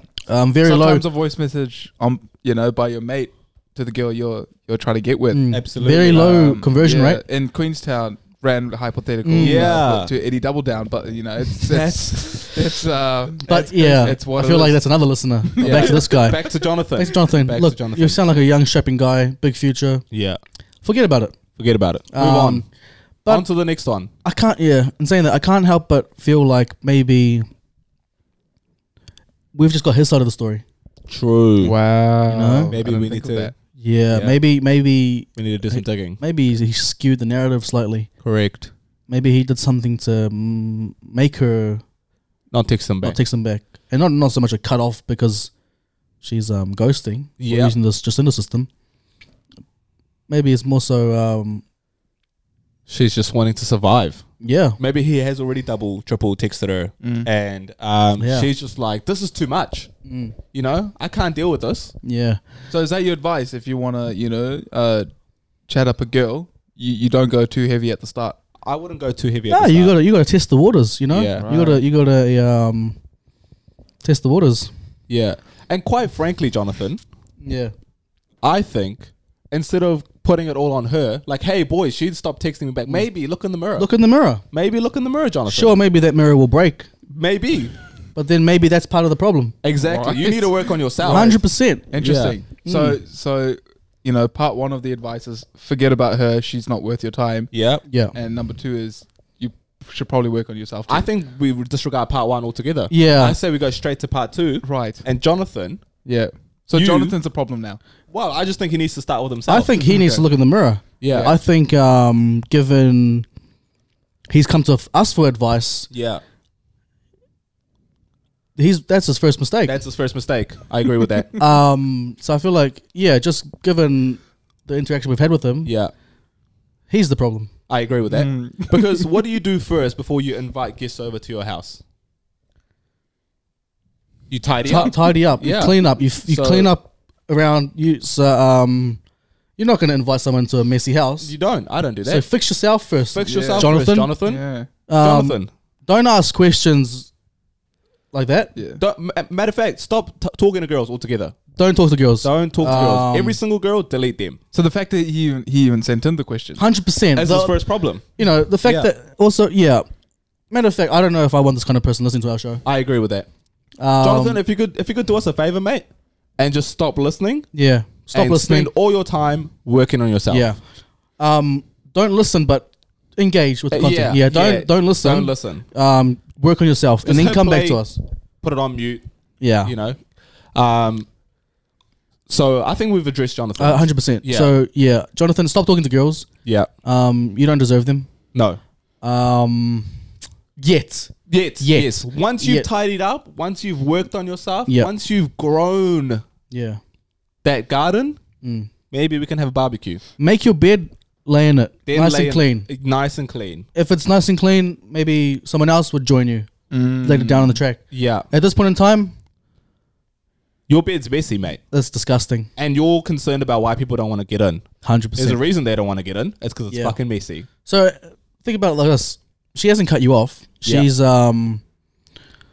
Speaker 4: very
Speaker 5: Sometimes
Speaker 4: low,
Speaker 5: a voice message, um, you know, by your mate to the girl you're you're trying to get with.
Speaker 3: Absolutely,
Speaker 4: very Mm. low
Speaker 5: Um,
Speaker 4: conversion
Speaker 5: yeah,
Speaker 4: rate.
Speaker 5: in Queenstown. Ran hypothetical,
Speaker 4: Mm.
Speaker 5: uh,
Speaker 3: Yeah.
Speaker 5: to Eddie Double Down, but you know, it's it's, it's uh,
Speaker 4: But
Speaker 5: it's-
Speaker 4: yeah,
Speaker 5: it's what
Speaker 4: I feel
Speaker 5: it
Speaker 4: like
Speaker 5: is.
Speaker 4: that's another listener. Back to this guy.
Speaker 3: Back to Jonathan.
Speaker 4: Thanks, Jonathan.
Speaker 3: Back to
Speaker 4: Look,
Speaker 3: Jonathan.
Speaker 4: you sound like a young shipping guy, big future.
Speaker 3: yeah,
Speaker 4: Forget about it.
Speaker 3: forget about it. Move
Speaker 4: Um,
Speaker 3: on.
Speaker 4: but-
Speaker 3: on to the next one.
Speaker 4: I can't. Yeah, and saying that, I can't help but feel like maybe we've just got his side of the story.
Speaker 3: True.
Speaker 5: Wow.
Speaker 4: know?
Speaker 3: Maybe
Speaker 5: I didn't
Speaker 3: we
Speaker 5: think
Speaker 3: need
Speaker 5: of
Speaker 3: to-
Speaker 5: that.
Speaker 4: Yeah,
Speaker 3: Yeah.
Speaker 4: maybe, maybe,
Speaker 3: We need to do some digging.
Speaker 4: maybe he skewed the narrative slightly.
Speaker 3: Correct.
Speaker 4: Maybe he did something to mm, make her
Speaker 3: Not text them back.
Speaker 4: not take him back, and not not so much a cut off because she's um ghosting. or
Speaker 3: Yeah.
Speaker 4: using this just in the system. Maybe it's more so. Um,
Speaker 3: She's just wanting to survive.
Speaker 4: yeah,
Speaker 3: Maybe he has already double, triple texted her, and um,
Speaker 4: Mm. Yeah. Mm.
Speaker 3: she's just like, "This is too much." You know, I can't deal with this.
Speaker 4: yeah.
Speaker 5: So is that your advice if you want to, you know, uh, chat up a girl? You, you don't go too heavy at the start.
Speaker 3: I wouldn't go too heavy.
Speaker 4: No,
Speaker 3: at the
Speaker 4: you
Speaker 3: start.
Speaker 4: gotta you gotta test the waters. You know,
Speaker 3: Yeah.
Speaker 4: you gotta you gotta um test the waters.
Speaker 3: Yeah, and quite frankly, Jonathan,
Speaker 4: Yeah,
Speaker 3: I think instead of putting it all on her, like, hey boys, she'd stop texting me back. Maybe look in the mirror.
Speaker 4: Mm. look in the mirror.
Speaker 3: maybe look in the mirror, Jonathan.
Speaker 4: Sure, maybe that mirror will break,
Speaker 3: maybe
Speaker 4: but then maybe that's part of the problem.
Speaker 3: exactly. You
Speaker 5: Right.
Speaker 3: need to work on yourself.
Speaker 4: Hundred percent.
Speaker 5: Interesting. So so you know, part one of the advice is forget about her. She's not worth your time.
Speaker 3: Yeah,
Speaker 4: Yeah.
Speaker 5: And number two is you should probably work on yourself. Too.
Speaker 3: I think we would disregard part one altogether.
Speaker 4: Yeah.
Speaker 3: I say we go straight to part two.
Speaker 5: right.
Speaker 3: And Jonathan,
Speaker 5: Yeah. So
Speaker 3: You-
Speaker 5: Jonathan's a problem now.
Speaker 3: well, I just think he needs to start with himself.
Speaker 4: I think he needs to look in the mirror.
Speaker 3: oh, Yeah.
Speaker 4: I think um given he's come to f- us for advice,
Speaker 3: Yeah,
Speaker 4: he's that's his first mistake.
Speaker 3: that's his first mistake. I agree with
Speaker 4: (laughs)
Speaker 3: that.
Speaker 4: um so I feel like yeah, just given the interaction we've had with him,
Speaker 3: yeah,
Speaker 4: he's the problem.
Speaker 3: I agree with that.
Speaker 4: hmm.
Speaker 3: because what do you do first before you invite guests over to your house? You tidy
Speaker 4: Ti-
Speaker 3: up.
Speaker 4: tidy up,
Speaker 3: Yeah.
Speaker 4: you clean up, you, f- you
Speaker 3: So-
Speaker 4: clean up around you. So um, you're not going to invite someone to a messy house.
Speaker 3: You don't. I don't do that.
Speaker 4: So fix yourself first.
Speaker 3: Fix
Speaker 5: Yeah.
Speaker 3: yourself,
Speaker 4: Jonathan?
Speaker 3: Jonathan. Jonathan.
Speaker 5: Yeah.
Speaker 4: Um,
Speaker 3: Jonathan.
Speaker 4: Don't ask questions like that.
Speaker 5: Yeah.
Speaker 3: Don't, m- matter of fact, stop t- talking to girls altogether.
Speaker 4: Don't talk to girls.
Speaker 3: Don't talk to
Speaker 4: Um,
Speaker 3: girls. Every single girl, delete them.
Speaker 5: So the fact that he even, he even sent in the question.
Speaker 4: Hundred percent.
Speaker 3: That's his first problem.
Speaker 4: You know the fact
Speaker 3: Yeah.
Speaker 4: that also yeah. Matter of fact, I don't know if I want this kind of person listening to our show.
Speaker 3: I agree with that.
Speaker 4: Um,
Speaker 3: Jonathan, if you could, if you could do us a favor, mate, and just stop listening.
Speaker 4: yeah, stop
Speaker 3: and
Speaker 4: listening.
Speaker 3: Spend all your time working on yourself.
Speaker 4: Yeah, um, don't listen, but engage with the
Speaker 3: Uh,
Speaker 4: content.
Speaker 3: yeah,
Speaker 4: Yeah, don't
Speaker 3: yeah.
Speaker 4: don't listen.
Speaker 3: Don't listen.
Speaker 4: Um, work on yourself and
Speaker 3: Just
Speaker 4: then come back to
Speaker 3: play-
Speaker 4: us.
Speaker 3: Put it on mute.
Speaker 4: Yeah,
Speaker 3: You know. Um. So I think we've addressed Jonathan.
Speaker 4: Uh, hundred percent.
Speaker 3: Yeah.
Speaker 4: So yeah, Jonathan, stop talking to girls.
Speaker 3: yeah.
Speaker 4: Um, you don't deserve them.
Speaker 3: No.
Speaker 4: Um, yet
Speaker 3: Yes,
Speaker 4: Yet.
Speaker 3: yes. Once you've
Speaker 4: Yet.
Speaker 3: tidied up, once you've worked on yourself,
Speaker 4: Yeah.
Speaker 3: once you've grown
Speaker 4: yeah,
Speaker 3: that garden,
Speaker 4: Mm.
Speaker 3: maybe we can have a barbecue.
Speaker 4: make your bed, lay in it,
Speaker 3: Then
Speaker 4: nice
Speaker 3: lay
Speaker 4: and
Speaker 3: in-
Speaker 4: clean.
Speaker 3: Nice and clean.
Speaker 4: If it's nice and clean, maybe someone else would join you later down on the track.
Speaker 3: Mm. Yeah.
Speaker 4: At this point in time,
Speaker 3: Your bed's messy, mate.
Speaker 4: that's disgusting.
Speaker 3: And you're concerned about why people don't want to get in.
Speaker 4: Hundred
Speaker 3: There's a
Speaker 4: percent.
Speaker 3: reason they don't want to get in. It's because it's
Speaker 4: Yeah.
Speaker 3: fucking messy.
Speaker 4: So uh, think about it like this: she hasn't cut you off.
Speaker 3: Yeah.
Speaker 4: She's um,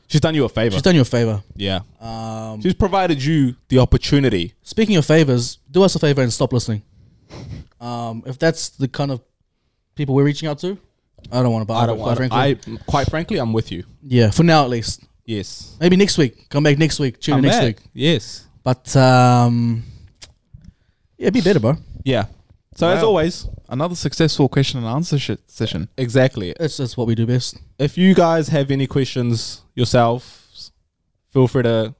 Speaker 3: She's done Um, you a favor.
Speaker 4: she's done you a favor.
Speaker 3: yeah. She's provided you the opportunity.
Speaker 4: Speaking of favors, do us a favor and stop listening. Um, if that's the kind of people we're reaching out to, I don't want to buy.
Speaker 3: I don't want.
Speaker 4: frankly.
Speaker 3: I quite frankly, I'm with you.
Speaker 4: Yeah, for now at least.
Speaker 3: Yes.
Speaker 4: Maybe next week. Come back next week. Tune
Speaker 3: I'm
Speaker 4: in next
Speaker 3: back.
Speaker 4: week.
Speaker 3: Yes.
Speaker 4: But um, yeah, be better, bro.
Speaker 3: Yeah. So as
Speaker 5: Wow.
Speaker 3: always,
Speaker 5: Another successful question and answer shi- session.
Speaker 3: exactly.
Speaker 4: That's that's what we do best.
Speaker 3: if you guys have any questions yourselves, feel free to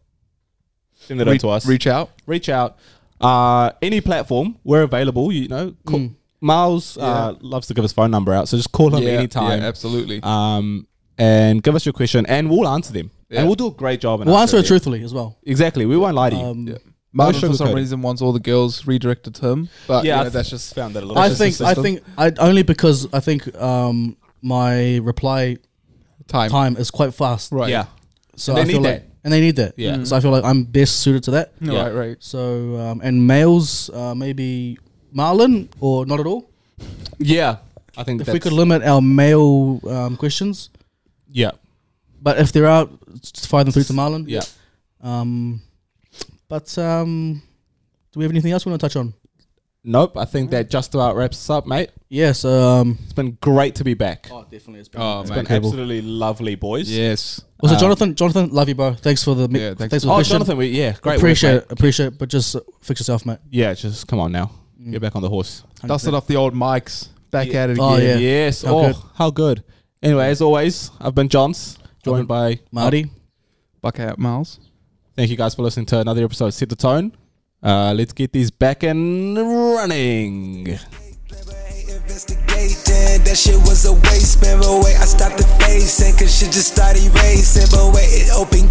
Speaker 3: send it
Speaker 5: Re-
Speaker 3: out to us.
Speaker 5: Reach out.
Speaker 3: reach out. Uh, any platform, we're available. You know, call,
Speaker 4: Mm.
Speaker 3: Miles uh, loves to give his phone number out, so just call him anytime.
Speaker 5: absolutely.
Speaker 3: um, and give us your question, and we'll answer them,
Speaker 5: Yeah.
Speaker 3: and we'll do a great job. in
Speaker 4: We'll answer it
Speaker 3: them.
Speaker 4: truthfully as well.
Speaker 3: Exactly, we won't lie to you.
Speaker 4: Um,
Speaker 5: Martin, for
Speaker 3: sugarcoating.
Speaker 5: some reason, wants all the girls redirected to him. But
Speaker 3: yeah,
Speaker 5: yeah,
Speaker 3: I
Speaker 5: you know,
Speaker 3: th-
Speaker 5: that's just
Speaker 3: found that a little.
Speaker 4: I
Speaker 3: bit
Speaker 4: think I
Speaker 3: system.
Speaker 4: think I only because I think um my reply
Speaker 5: time.
Speaker 4: time is quite fast.
Speaker 5: Right.
Speaker 3: yeah,
Speaker 4: So
Speaker 3: And they
Speaker 4: I feel
Speaker 3: need
Speaker 4: like,
Speaker 3: that.
Speaker 4: and they need that.
Speaker 3: Yeah.
Speaker 4: So I feel like I'm best suited to that.
Speaker 5: No,
Speaker 3: Yeah.
Speaker 5: Right, right.
Speaker 4: So um, and males uh, maybe Marlon or not at all.
Speaker 3: yeah. I think
Speaker 4: If
Speaker 3: that's,
Speaker 4: we could limit our male um, questions,
Speaker 3: yeah,
Speaker 4: but if there are, just fire them through to Marlon.
Speaker 3: yeah.
Speaker 4: Um, but um, do we have anything else we want to touch on?
Speaker 3: Nope, I think that just about wraps us up, mate.
Speaker 4: Yes. Um,
Speaker 3: It's been great to be back.
Speaker 4: oh, definitely. It's
Speaker 5: Oh,
Speaker 3: It's
Speaker 5: man.
Speaker 3: been absolutely lovely, boys.
Speaker 5: Yes.
Speaker 4: Also, Jonathan, Jonathan, love you, bro. Thanks for the mi-
Speaker 5: Yeah,
Speaker 4: thanks,
Speaker 5: thanks.
Speaker 4: for the
Speaker 3: Oh,
Speaker 4: question.
Speaker 3: Jonathan, we, yeah, great. work,
Speaker 4: appreciate
Speaker 3: mate.
Speaker 4: it, appreciate it, but just uh, fix yourself, mate.
Speaker 3: Yeah, just come on now. Get back on the horse.
Speaker 5: Dusted off the old mics. Back at it again.
Speaker 4: Oh, yeah.
Speaker 3: Yes.
Speaker 4: How
Speaker 3: oh,
Speaker 4: good.
Speaker 3: how good. Anyway, as always, I've been Johns, joined
Speaker 4: I've
Speaker 3: by.
Speaker 4: Marty,
Speaker 5: Buck out, Miles.
Speaker 3: Thank you guys for listening to another episode of Set the Tone. Uh, let's get these back and running.
Speaker 2: Never ain't investigating. That shit was a waste. Man, but wait, I stopped the facing. Cause shit just started racing. But wait, it opened.